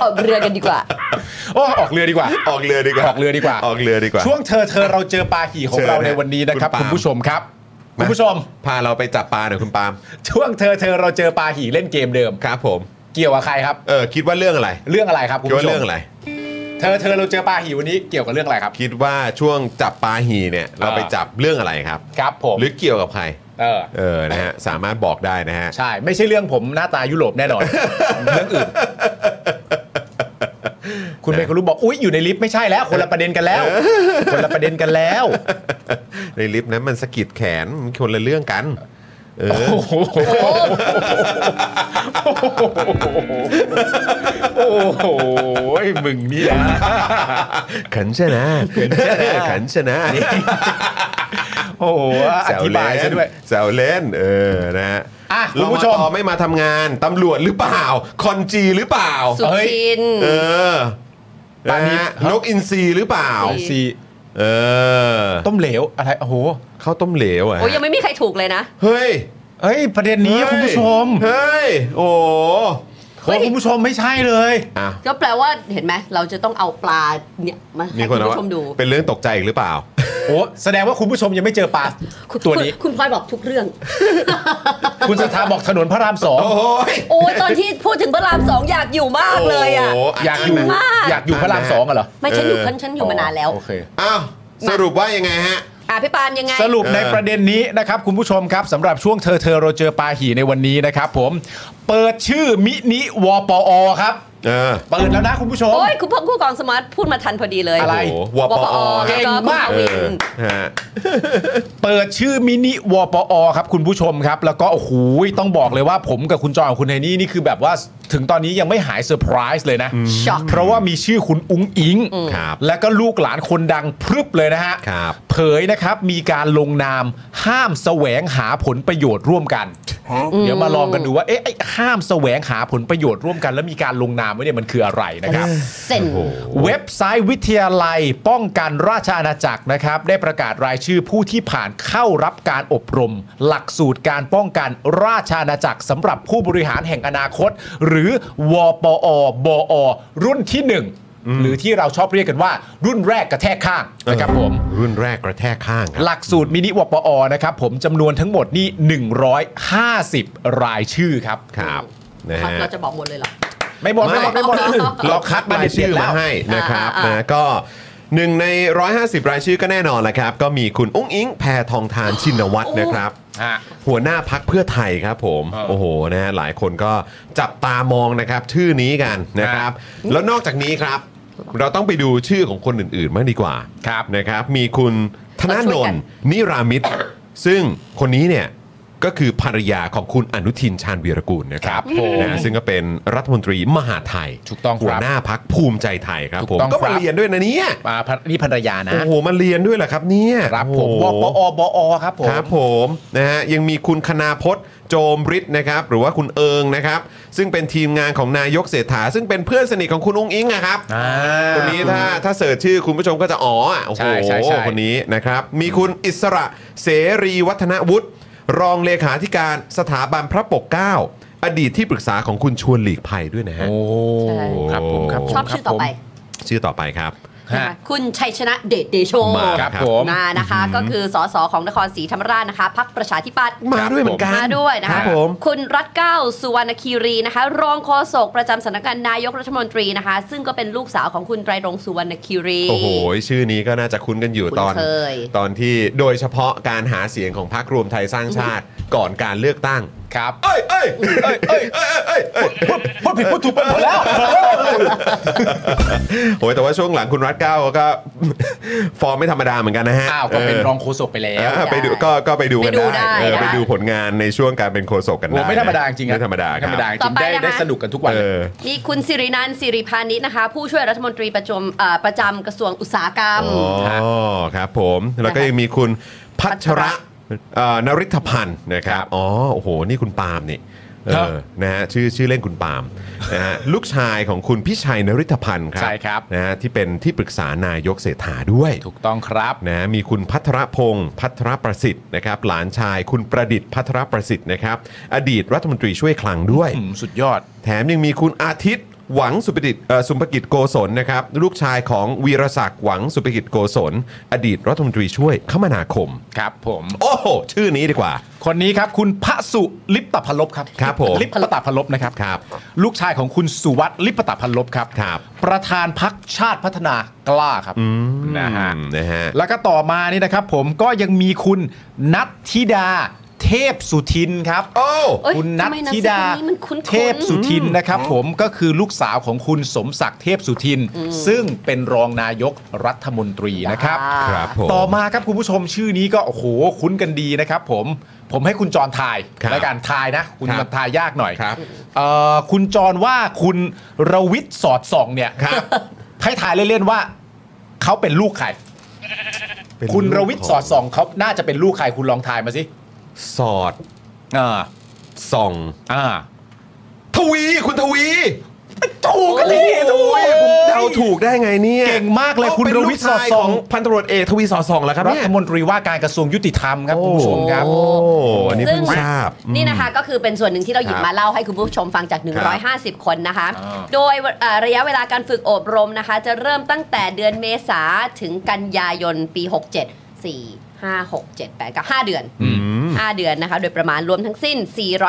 เอาเรือกันดีกว่า โอ้ออกเรือดีกว่า ออกเรือดีกว่า ออกเรือดีกว่า ออกเรือดีกว่า ช่วงเธอเธอเราเจอปลาหี่ของ เจอ เรา นะ ในวันนี้นะครับ คุณปาล์ม คุณผู้ชมครับ คุณผู้ชม พาเราไปจับปลาหน่อยคุณปาล์ม ช่วงเธอเธอเราเจอปลาหี่เล่นเกมเดิม ครับผม เกี่ยวกับใครครับ เออคิดว่าเรื่องอะไร เรื่องอะไรครับคุณ คิดว่า ผู้ชม เรื่องอะไร เธอเธอเราเจอปลาหี่วันนี้เกี่ยวกับเรื่องอะไรครับ คิดว่าช่วงจับปลาหีเนี่ยเราไปจับเรื่องอะไรครับ ครับผม หรือเกี่ยวกับใคร เออ เออ นะฮะ สามารถบอกได้นะฮะ ใช่ ไม่ใช่เรื่องผมหน้าตายุโรปแน่นอน เรื่องอื่น คุณเบครู้บอกอุ๊ยอยู่ในลิฟต์ไม่ใช่แล้ว คนละประเด็นกันแล้ว คนละประเด็นกันแล้ว ในลิฟต์นั้นมันสะกิดแขนมันคนละเรื่องกัน เออ โอ้โหโอ้โหมึงนี่นะ ขันชนะ ขันชนะ โอ้โห อธิบายซะด้วย แซวเล่น เออ นะฮะ อ่ะคุ เรา ณ ม ผู้ชม ไม่มาทำงาน ตำรวจหรือเปล่า คอนจีหรือเปล่า สุชิน เออ ปา นะ นิช ฮะนกอินทรีหรือเปล่า สี เออ ต้มเหลวอะไร โอ้โห เข้าวต้มเหลวอ่ะ โอ้ยยังไม่มีใครถูกเลยนะ เฮ้ย เฮ้ย ประเด็นนี้ เฮ้ย คุณผู้ชม เฮ้ย โอ้ โอ้คุณผู้ชมไม่ใช่เลย อ่ะ ก็แปลว่าเห็นไหมเราจะต้องเอาปลาเนี่ยมา มี ให้ ค คุ น ณ เอา ผู้ชมดู เป็นเรื่องตกใจอีกหรือเปล่า โอ้แสดงว่าคุณผู้ชมยังไม่เจอปลา คุณ ตัวนี้ คุณคุณพลอยบอกทุกเรื่อง คุณสถาบอกถนนพระรามสอง โอ้ย โอ้ยตอนที่พูดถึงพระรามสองอยากอยู่มากเลยอ่ะ โอ้โห อยากอยู่ จริงมาก อยากอยู่พระรามสองอะเหรอ ไม่ฉันอยู่ เออ ฉันฉันอยู่มานานแล้ว โอเค อ้าวสรุปว่ายังไงฮะ อ่ะพี่ปาล์มยังไง สรุป เออ ในประเด็นนี้นะครับ คุณผู้ชมครับสำหรับช่วงเธอเธอเราเจอปาหีในวันนี้นะครับผม เปิดชื่อมินิวปอครับ เออ เปิดแล้วนะคุณผู้ชม โอ้ยคุณพ่อคู่กองสมาร์ทพูดมาทันพอดีเลย อะไร โอ้โหว ว ป ป อ อ เก่งมาก เอ แล้ว อ คุณวิน ฮะ เปิดชื่อมินิวปอครับคุณผู้ชมครับ แล้วก็โอ้โหต้องบอกเลยว่าผมกับคุณจอยกับคุณไทนี่นี่คือแบบว่า ถึงตอนนี้ยังไม่หายเซอร์ไพรส์เลยนะ ช็อก เพราะว่ามีชื่อคุณอุ้งอิง ครับ และก็ลูกหลานคนดังพรึบเลยนะฮะ ครับ เผยนะครับมีการลงนามห้ามแสวงหาผลประโยชน์ร่วมกัน เดี๋ยวมาลองกันดูว่าเอ๊ะไอ้ห้ามแสวงหาผลประโยชน์ร่วมกัน แล้วมีการลงนามไว้เนี่ยมันคืออะไรนะครับ เซ็น เว็บไซต์วิทยาลัยป้องกันราชอาณาจักรนะครับ ได้ประกาศรายชื่อผู้ที่ผ่านเข้ารับการอบรม หลักสูตรการป้องกันราชอาณาจักรสำหรับผู้บริหารแห่งอนาคต หรือวปอบ อ รุ่นที่ 1 หรือที่เราชอบเรียกกันว่า รุ่นแรกกระแทกข้างนะครับผม รุ่นแรกกระแทกข้างครับ หลักสูตรมินิวปอนะครับผมจำนวนทั้งหมดนี่150 รายชื่อครับ ครับนะฮะ เราจะบอกหมดเลยเหรอ ไม่หมดไม่หมดไม่หมด เราคัดรายชื่อ เด็ดมาๆแล้ว ให้นะครับ อ่าอ่า นะก็หนึ่งใน 150 รายชื่อก็แน่นอนแหละครับ ก็มีคุณอุ้งอิงแพทองทานชินวัตรนะครับ ฮะ หัวหน้าพักเพื่อไทยครับผม เออ โอ้โหนะฮะหลายคนก็จับตามองนะครับ ชื่อนี้กันนะครับ แล้วนอกจากนี้ครับ เราต้องไปดูชื่อของคนอื่นๆมากดีกว่า ครับ นะครับ มีคุณธนา เราช่ น วยกัน น ท์นิรามิตรซึ่งคนนี้เนี่ยก็คือภรรยาของคุณอนุทินชาญวีรกูลนะครับ ครับผม นะซึ่งก็เป็นรัฐมนตรีมหาดไทย ถูกต้องครับ หัวหน้าพักภูมิใจไทยครับ ถูก ผม ต้อง ก็ ครั มา บ เรียนด้วยนะเนี่ย อ่านี่ภรรยานะ โอ้โหมาเรียนด้วยเหรอครับเนี่ย ครับผ โอ้ ม โห วปอบอครับผม ครับผมนะฮะยังมีคุณคณาพจน์โจมฤทธิ์นะครับ หรือว่าคุณเอิงนะครับ ซึ่งเป็นทีมงานของนายกเศรษฐา ซึ่งเป็นเพื่อนสนิทของคุณองอิงนะครับ อ่า คนนี้ถ้าถ้าเสิร์ชชื่อคุณผู้ชมก็จะอ๋ออ่ะโอ้โห ใช่ใช่ใช่ คนนี้นะครับ มีคุณอิสระเสรีวัฒนวุฒิรองเลขาธิการสถาบันพระปกเกล้าอดีตที่ปรึกษาของคุณชวนหลีกภัยด้วยนะฮะ โอ้ ใช่ ครับผมครับผม ชอบชื่อต่อไป ชื่อต่อไปครับ ฮะ นะคะคุณชัยชนะเดชเดโช มา ครับผม มานะคะ ก็คือสสของนครศรีธรรมราชนะคะพักประชาธิปัตย์ มาด้วยเหมือนกัน มาด้วยนะ ครั คะ บผม คุณรัฐเกล้าสุวรรณคีรีนะคะ รองโฆษกประจำสำนักงานนายกรัฐมนตรีนะคะ ซึ่งก็เป็นลูกสาวของคุณไตรรงค์สุวรรณคีรี โอ้โห ชื่อนี้ก็น่าจะคุ้นกันอยู่ คุ้น ตอน เคย ตอนที่โดยเฉพาะการหาเสียงของพรรครวมไทยสร้างชาติก่อนการเลือกตั้ง ครับ เอ้ยเอ้ยเอ้ยเอ้ยเอ้ยเอ้ยเอ้ย พูดผิดพูดถูกไปหมดแล้ว โอ้ยแต่ว่าช่วงหลังคุณรัฐเก้าก็ ฟอร์มไม่ธรรมดาเหมือนกันนะฮะ อ้าวก็เป็น ออ รองโฆษกไปแล้ว อ่าไปดูก็ก็ไปดูกัน ไปดู ได้ ได้ เออ ได้ ไปดูผลงานในช่วงการเป็นโฆษกกัน โอ้ ได้นะ ไม่ธรรมดาจริงๆอะ ไม่ธรรมดาคบไม่ธรรมดาจ ต่ ริ อง ไป ได้ นะคะ ได้สนุกกันทุกวัน เอ เลย อ มีคุณสิรินันท์สิริพานิชนะคะ ผู้ช่วยรัฐมนตรีประจำเอ่อประจำกระทรวงอุตสาหกรรม อ๋อครับผม แล้วก็ นะคะ ยังมีคุณพัพัชระ ชระ เอ่อนริธพันธ์นะครับอ๋อโอ้โห นี่คุณปาล์มนี่เออนะฮะชื่อชื่อเล่นคุณปาล์มนะฮะลูกชายของคุณพิชัยนริธพันธ์ครั ใช่ครับ นะฮะที่เป็นที่ปรึกษานายกเศรษฐาด้วย ถูกต้องครับ นะฮะมีคุณพัทรพงศ์พัทรประสิทธิ์นะครับหลานชายคุณประดิษฐ์พัทรประสิทธิ์นะครับอดีตรัฐมนตรีช่วยคลังด้วย อืมสุดยอด แถมยังมีคุณอาทิตย์หวังสุภกิจเอ่อสุภกิจโกศลนะครับลูกชายของวีรศักดิ์หวังสุภกิจโกศลอดีตรัฐมนตรีช่วยคมนาคม ครับผม โอ้โห ชื่อนี้ดีกว่า คนนี้ครับคุณพระสุลิปตพลบครับ ครับผม ลิปตพลบนะครับ ครับ ลูกชายของคุณสุวัตลิปตพลบครับ ครับ ประธานพักชาติพัฒนากล้าครับนะฮะ อืมนะฮะ แล้วก็ต่อมานี่นะครับผมก็ยังมีคุณนัทธิดาเทพสุทินครับ โอ้ เอ้ย คุณนัทธิดา ทำไมนามสกุลนี้มันคุ้นๆ เทพสุทินนะครับ ผมก็คือลูกสาวของคุณสมศักดิ์เทพสุทิน ซึ่งเป็นรองนายกรัฐมนตรีนะครับ ครับผม ต่อมาครับคุณผู้ชมชื่อนี้ก็โอ้โหคุ้นกันดีนะครับ ผมผมให้คุณจรทาย ครับ แล้วกันทายนะ คุณ ครับ ทายยากหน่อย ครับ เอ่อคุณจรว่าคุณระวิทย์สอดส่องเนี่ย ครับ ให้ทายเล่นๆว่าเขาเป็นลูกใคร เป็น คุณ ลูก รวิทย์สอด ข ส่องเขาน่าจะเป็นลูกใครคุณลองทายมาสิ สอด อ่า ส่อง อ่า ทวีคุณทวี ถูกกันดีถูก ผมเดาถูกได้ไงเนี่ย เก่งมากเลยคุณ เป็น รวิทย์สอดส่อง ลูกชายขพันตำรวจเอกทวีสอดส่องแล้วครับ รั เนี่ย ฐมนตรีว่าการกระทรวงยุติธรรมครับคุณผู้ชมครับ โอ้อันนี้เพิ่งทราบ นี่นะคะก็คือเป็นส่วนหนึ่งที่เราหยิบ ครับ มาเล่าให้คุณผู้ชมฟังจาก 150 คนนะคะ อ่า โดยเอ่อระยะเวลาการฝึกอบรมนะคะ จะเริ่มตั้งแต่เดือนเมษาถึงกันยายนปี 67 4 5 6 7 8 9 5 เดือน 5 เดือนนะคะ โดยประมาณรวมทั้งสิ้น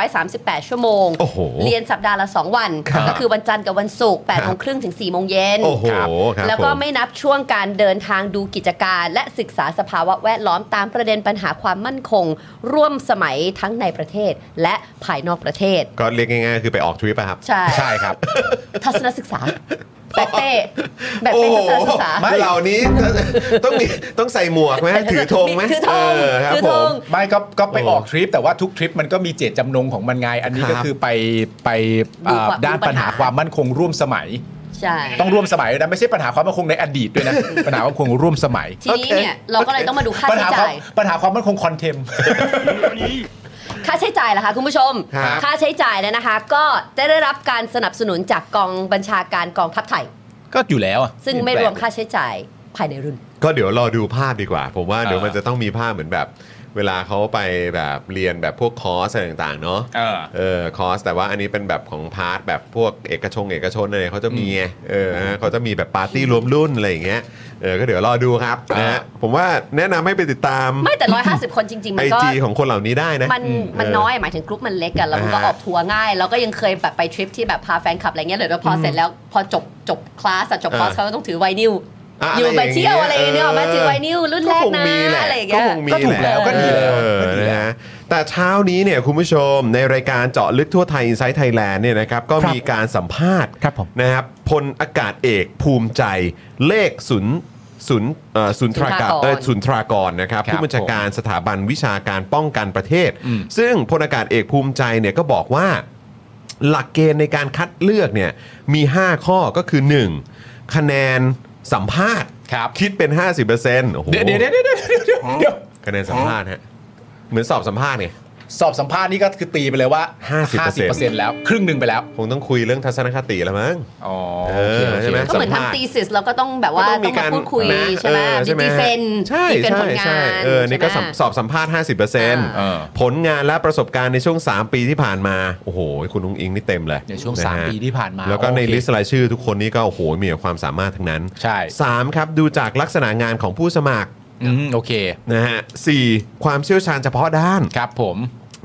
438 ชั่วโมง โอ้โห เรียนสัปดาห์ละ 2 วัน ครับ ก็คือวันจันทร์กับวันศุกร์8โมง ครับ ครึ่งถึง4โมงเย็น โอ้โห ครับ ครับ แล้วก็ ผม ไม่นับช่วงการเดินทางดูกิจการ และศึกษาสภาวะแวดล้อมตามประเด็นปัญหาความมั่นคง ร่วมสมัยทั้งในประเทศและภายนอกประเทศ ก็เรียกง่ายๆคือไปออกทริปอะครับ ใช่ ใช่ครับ ทัศนศึกษา แบตเต้แบตเต้ทัศนศึกษา โอ้โหเหล่านี้ต้องต้องมีต้องใส่หมวกไหมถือธงไหม ถือธง เครับ ถือ ผ ธ ม ง ไม่ก็ก็ไป เออ ออกทริป แต่ว่าทุกทริปมันก็มีเจตจำนงของมันไงอันนี้ ครับ ก็คือไปไป ดู เอ่อ ความ ด้าน ดูปั ปัญ ญ หา หา ความมั่นคงร่วมสมัย ใช่ ต้องร่วมสมัยด้วยนะไม่ใช่ปัญหาความมั่นคงในอดีต ด้วยนะ ปัญหาความมั่นคงร่วมสมัย ทีนี้เนี่ยเราก็เลยต้องมาดูค่า ปัญ ใช้ หาควา จ่าม ย ปัญหาความมั่นคงคอนเทม ค่าใช้จ่ายล่ะคะคุณผู้ชม ครับ ค่าใช้จ่ายเนี่ยนะคะ ก็จะได้รับการสนับสนุนจากกองบัญชาการกองทัพไทย ก็อยู่แล้วอะ ซึ่งไม่รวมค่าใช้จ่ายภายในรุ่น ก็เดี๋ยวรอดูภาพดีกว่า ผมว่าเดี๋ยวมันจะต้องมีภาพเหมือนแบบ เวลาเขาไปแบบเรียนแบบพวกคอร์สอะไรต่างๆเนาะ เออ เออคอร์สแต่ว่าอันนี้เป็นแบบของพาร์ทแบบพวกเอกชงเอกชนอะไรเขาจะมีไงเออฮะเขาจะมีแบบปาร์ตี้รวมรุ่นอะไรอย่างเงี้ยเออก็เดี๋ยวรอดูครับนะฮะผมว่าแนะนำให้ไปติดตาม ไม่แต่ 150 คนจริง ๆ ไอ มันก็ จีของคนเหล่านี้ได้นะ มันมันน้อยหมายถึงกรุ๊ปมันเล็กกันแล้วมันก็ออ่าอกทัวร์ง่าย แล้วก็ยังเคยแบบไปทริปที่แบบพาแฟนคลับอะไรเงี้ยเลยแล้วพอเสร็จแล้วพอจบจบคลาสอะจบคลาสเขาก็ต้องถือไวนิล อะ อยู่ไป างงี้ เที่ยวอะไรอย่างเงี้ยออกมาถือไวนิลรุ่นแรก คง นะ มีแหล อะไรอย่างเงี้ย ก็คงมี ก็ถูกแล้วก็ดีแล้ว เออนะฮะแต่เช้านี้เนี่ยคุณผู้ชมในรายการเจาะลึกทั่วไทย i n s i ซ e ์ไทยแลนด์เนี่ยนะครับก็มีการสัมภาษณ์ ครับผม นะครับพลอากาศเอกภูมิใจเลขศูนย์ศูนย์เอ่อศูนย์ทรากา ศูนย์ทรากร เออศูนย์ทรากรนะครับ ครับ ผู้บัญชาการสถาบันวิชาการป้องกันประเทศ อืม ซึ่งพลอากาศเอกภูมิใจเนี่ยก็บอกว่า หลักเกณฑ์ในการคัดเลือกเนี่ยมี 5 ข้อก็คือ 1 คะแนนสัมภาษณ์ ครับ คิดเป็น 50%โอ้โห เดี๋ยวเดี๋ยวเดี๋ยวเดี๋ยวเดี๋ยว คะแนนสัมภาษณ์ฮะเหมือนสอบสัมภาษณ์เนี่ย สอบสัมภาษณ์นี่ก็คือตีไปเลยว่า 50% 50%แล้ว ครึ่งหนึ่งไปแล้ว คงต้องคุยเรื่องทัศนคติแล้วมั้ง อ๋อ เออใช่ไหม ก็เหมือน สัมภาษณ์ ทำตีสิสเราก็ต้องแบบว่า ก็ต้องต้มีองมา การ พูดคุย นะ ใช่ไหม เออใช่ มี ไหม ดีเฟน ใช่ ดีเฟน ใช่ ผลงา ใช่ น เออนี่ก็สัม ใช่ไหม สอบสัมภาษณ์ เอ 50% อ ผลงานและประสบการณ์ในช่วง 3 ปีที่ผ่านมา โอ้โห คุณนุ้งอิงนี่เต็มเลย ในช่วง ะฮะ 3 ปีที่ผ่านมา แล้วก็ใน โอเค ลิสต์รายชื่อทุกคนนี่ก็โอ้โหมีแต่ความสามารถทั้งนั้น ใช่ สามครับดูจากลักษณะงานของผู้สมัคร อืมโอเค นะฮะสี่ความเชี่ยวชาญเฉพาะด้าน ครับผม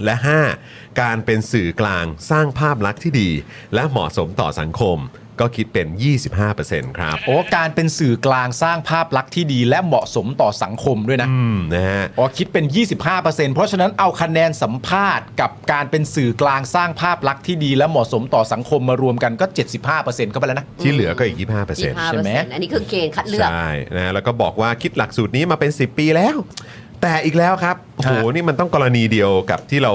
และ 5 การเป็นสื่อกลางสร้างภาพลักษณ์ที่ดี และเหมาะสมต่อสังคม ก็คิดเป็น 25%ครับ โอ้การเป็นสื่อกลางสร้างภาพลักษณ์ที่ดี และเหมาะสมต่อสังคมด้วยนะ อืมนะฮะ อ๋อคิดเป็น 25%เพราะฉะนั้นเอาคะแนนสัมภาษณ์กับการเป็นสื่อกลางสร้างภาพลักษณ์ที่ดี และเหมาะสมต่อสังคมมารวมกันก็ 75%เข้าไปแล้วนะ ที่เหลือก็อีก 25% ยี่สิบห้าเปใช่อร์ ไหม เซ็นต์อันนี้คือเกณฑ์คัดเลือก ใช่นะฮะแล้วก็บอกว่าคิดหลักสูตรนี้มาเป็น 10 ปีแล้ว แต่อีกแล้วครับโอ้โหนี่มันต้องกรณีเดียวกับที่เรา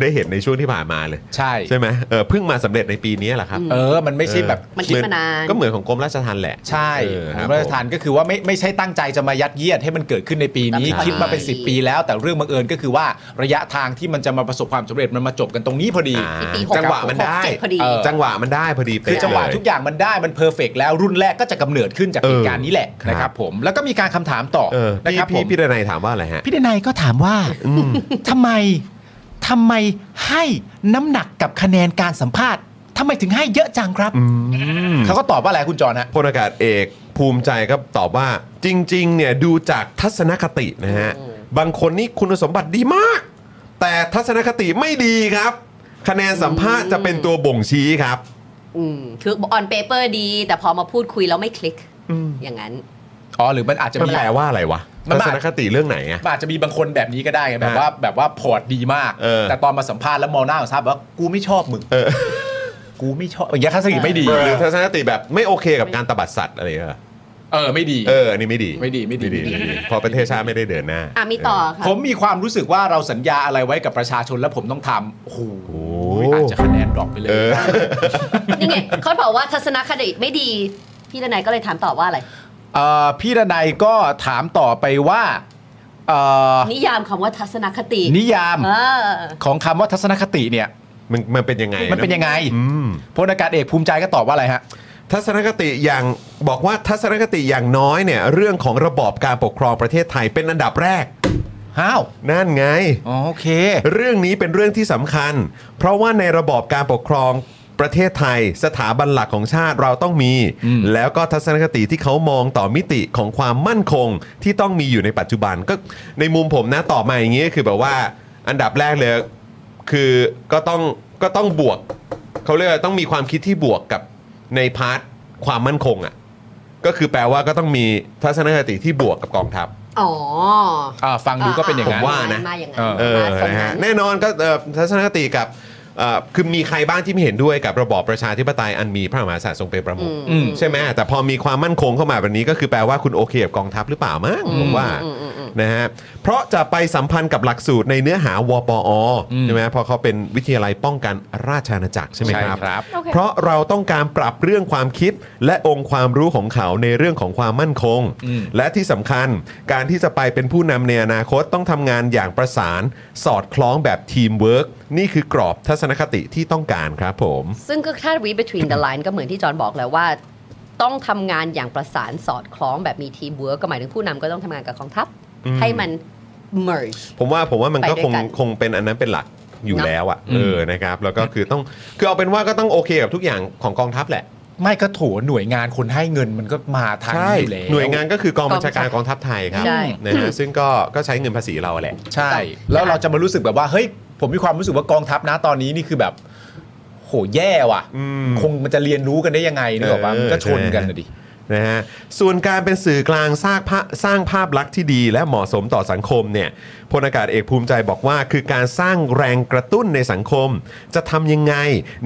ได้เห็นในช่วงที่ผ่านมาเลย ใช่ ใช่ไหมเออเพิ่งมาสำเร็จในปีนี้แหละครับ เออ มันไม่ใช่แบบ มันคิดมานาน ก็เหมือนของกรมราชทัณฑ์แหละ ใช่ เออ ข ค อบ งมาตรฐานก็คือว่าไม่ไม่ใช่ตั้งใจจะมายัดเยียดให้มันเกิดขึ้นในปีนี้ ใช่ คิดมาเป็น 10 ปีแล้ว แต่เรื่องบังเอิญก็คือว่าระยะทางที่มันจะมาประสบความสำเร็จมันมาจบกันตรงนี้พอดี อ่า ที่ปีหก จังหวะมัน หก ได้ เจ็ดพอดี เจังหวะมันได้พอดีเป๊ะ คือจังหวะ เลย ทุกอย่างมันได้มันเพอร์เฟกแล้วรุ่นแรกก็จะกำเนิดขึ้นจากเหตุการณ์นี้แหละ เออครับ นะครับผมแล้วก็มีการคำถามต่อ เออ นะ พี่ ครับผ พี่ ม พี่ดนัยถามว่าอะไรฮะ พี่ดนัยก็ถามว่าทำไมทำไมให้น้ำหนักกับคะแนนการสัมภาษณ์ทำไมถึงให้เยอะจังครับ เขาก็ตอบว่าอะไรคุณจรฮะ พลอากาศเอกภูมิใจครับตอบว่าจริง ๆ เนี่ย ดูจากทัศนคตินะฮะ บางคนนี่คุณสมบัติดีมาก แต่ทัศนคติไม่ดีครับ คะแนนสัมภาษณ์จะเป็นตัวบ่งชี้ครับ อืมคือออนเปเปอร์ดี แต่พอมาพูดคุยแล้วไม่คลิก อย่างนั้น อ๋อ หรือมันอาจจะ มัน มี แปลว่าอะไรวะ มัน ทัศมานคติเรื่องไหนอะ มันอาจจะมีบางคนแบบนี้ก็ได้ไงแบบว่าแบบว่าพอร์ตดีมาก เออ แต่ตอนมาสัมภาษณ์แล้วมองหน้าของทราบว่ากูไม่ชอบมึงกูไม่ชอบอย่างเงี้ยทัศนคติไม่ดี หรือทัศนคติแบบไม่โอเคกับการตบัดสัตว์อะไรอย่างเงี้ย เออไม่ดี เอออันนี้ไม่ดี ไม่ดีไม่ดี ไม่ดีเพอประเทศชาติไม่ได้เดินหน้า อ่ะมีต่อค่ะ ผมมีความรู้สึกว่าเราสัญญาอะไรไว้กับประชาชนแล้วผมต้องทำโอ้โหอาจจะคะแนนดรอปไปเลย เออ นี่ไงเขาบอกว่าทัศนคติไม่ดี พี่ดนายก็เลยถามตอบว่าอะไร เอ่อพี่ดนัยก็ถามต่อไปว่าเอ่อ นิยามคำว่าทัศนคติ นิยาม เออ ของคำว่าทัศนคติเนี่ย มันมันเป็นยังไงะ มันเป็นยังไง อืม พลอากาศเอกภูมิใจก็ตอบว่าอะไรฮะ ทัศนคติอย่างบอกว่าทัศนคติอย่างน้อยเนี่ย เรื่องของระบอบการปกครองประเทศไทยเป็นอันดับแรก ห้าว นั่นไง อ๋อโอเค เรื่องนี้เป็นเรื่องที่สำคัญ เพราะว่าในระบอบการปกครองประเทศไทย สถาบันหลักของชาติเราต้องมี อืม แล้วก็ทัศนคติที่เขามองต่อมิติของความมั่นคงที่ต้องมีอยู่ในปัจจุบันก็ในมุมผมนะตอบมาอย่างนี้ก็คือแบบว่าอันดับแรกเลยคือก็ต้องก็ต้องบวกเขาเรียกว่าต้องมีความคิดที่บวกกับในพาร์ทความมั่นคงอะ่ะก็คือแปลว่าก็ต้องมีทัศนคติที่บวกกับกองทัพ อ๋อ อ่าฟังดูก็เป็นอย่างนั้น ผมว่านะ มาอย่างนั้ เอน อ เออ มาทรง นะฮะ นั้น แน่นอนก็เอ่อทัศนคติกับ เอ่อคือมีใครบ้างที่ไม่เห็นด้วยกับระบอบประชาธิปไตยอันมีพระมหากษัตริย์ทรงเป็นประมุข อืม ใช่ไหมแต่พอมีความมั่นคงเข้ามาแบบนี้ก็คือแปลว่าคุณโอเคกับกองทัพหรือเปล่ามั้งผมว่า อืมอืมอืม นะฮะ เพราะจะไปสัมพันธ์กับหลักสูตรในเนื้อหาวปอใช่ไหมเพอเขาเป็นวิทยาลัยป้องกันราชอาณาจักรใช่ไหมครับ ใช่ครับ โอเค เพราะเราต้องการปรับเรื่องความคิดและองค์ความรู้ของเขาในเรื่องของความมั่นคง อืม และที่สำคัญการที่จะไปเป็นผู้นำในอนาคตต้องทำงานอย่างประสาน สอดคล้องแบบทีมเวิร์กนี่คือกรอบทัศนคติที่ต้องการครับผม ซึ่งก็ถ้า read between the line ก็เหมือนที่จอห์นบอกแล้วว่า ต้องทำงานอย่างประสานสอดคล้องแบบมีทีมเวิร์กก็หมายถึงผู้นำก็ต้องทำงานกับกองทัพ อืม ให้มัน merge ผมว่าผมว่ามันก็ ไปด้ ค วย ง กัน คงเป็นอันนั้นเป็นหลักอยู่ เนอะ แล้วอะ่ะเออนะครับแล้วก็คือต้องคือเอาเป็นว่าก็ต้องโอเคกับทุกอย่างของกองทัพแหละ ไม่ก็โถหน่วยงานคนให้เงินมันก็มาทาง ใช่ นี้อยู่แล้ว หน่วยงานก็คือกองบัญชาการกองทัพไทยครับ ใช่ นะฮะซึ่งก็ก็ใช้เงินภาษีเราแหละ ใช่ แล้วเราจะมารู้สึกแบบว่าเฮ้ยผมมีความรู้สึกว่ากองทัพนะตอนนี้นี่คือแบบ โหแย่ว่ะ อืม คงมันจะเรียนรู้กันได้ยังไงนึกออกปะ เออ มันก็ชนกันนะดิ นะฮะส่วนการเป็นสื่อกลางสร้างภาสร้างภาพลักษณ์ที่ดีและเหมาะสมต่อสังคมเนี่ยพลอากาศเอกภูมิใจบอกว่า คือการสร้างแรงกระตุ้นในสังคม จะทำยังไง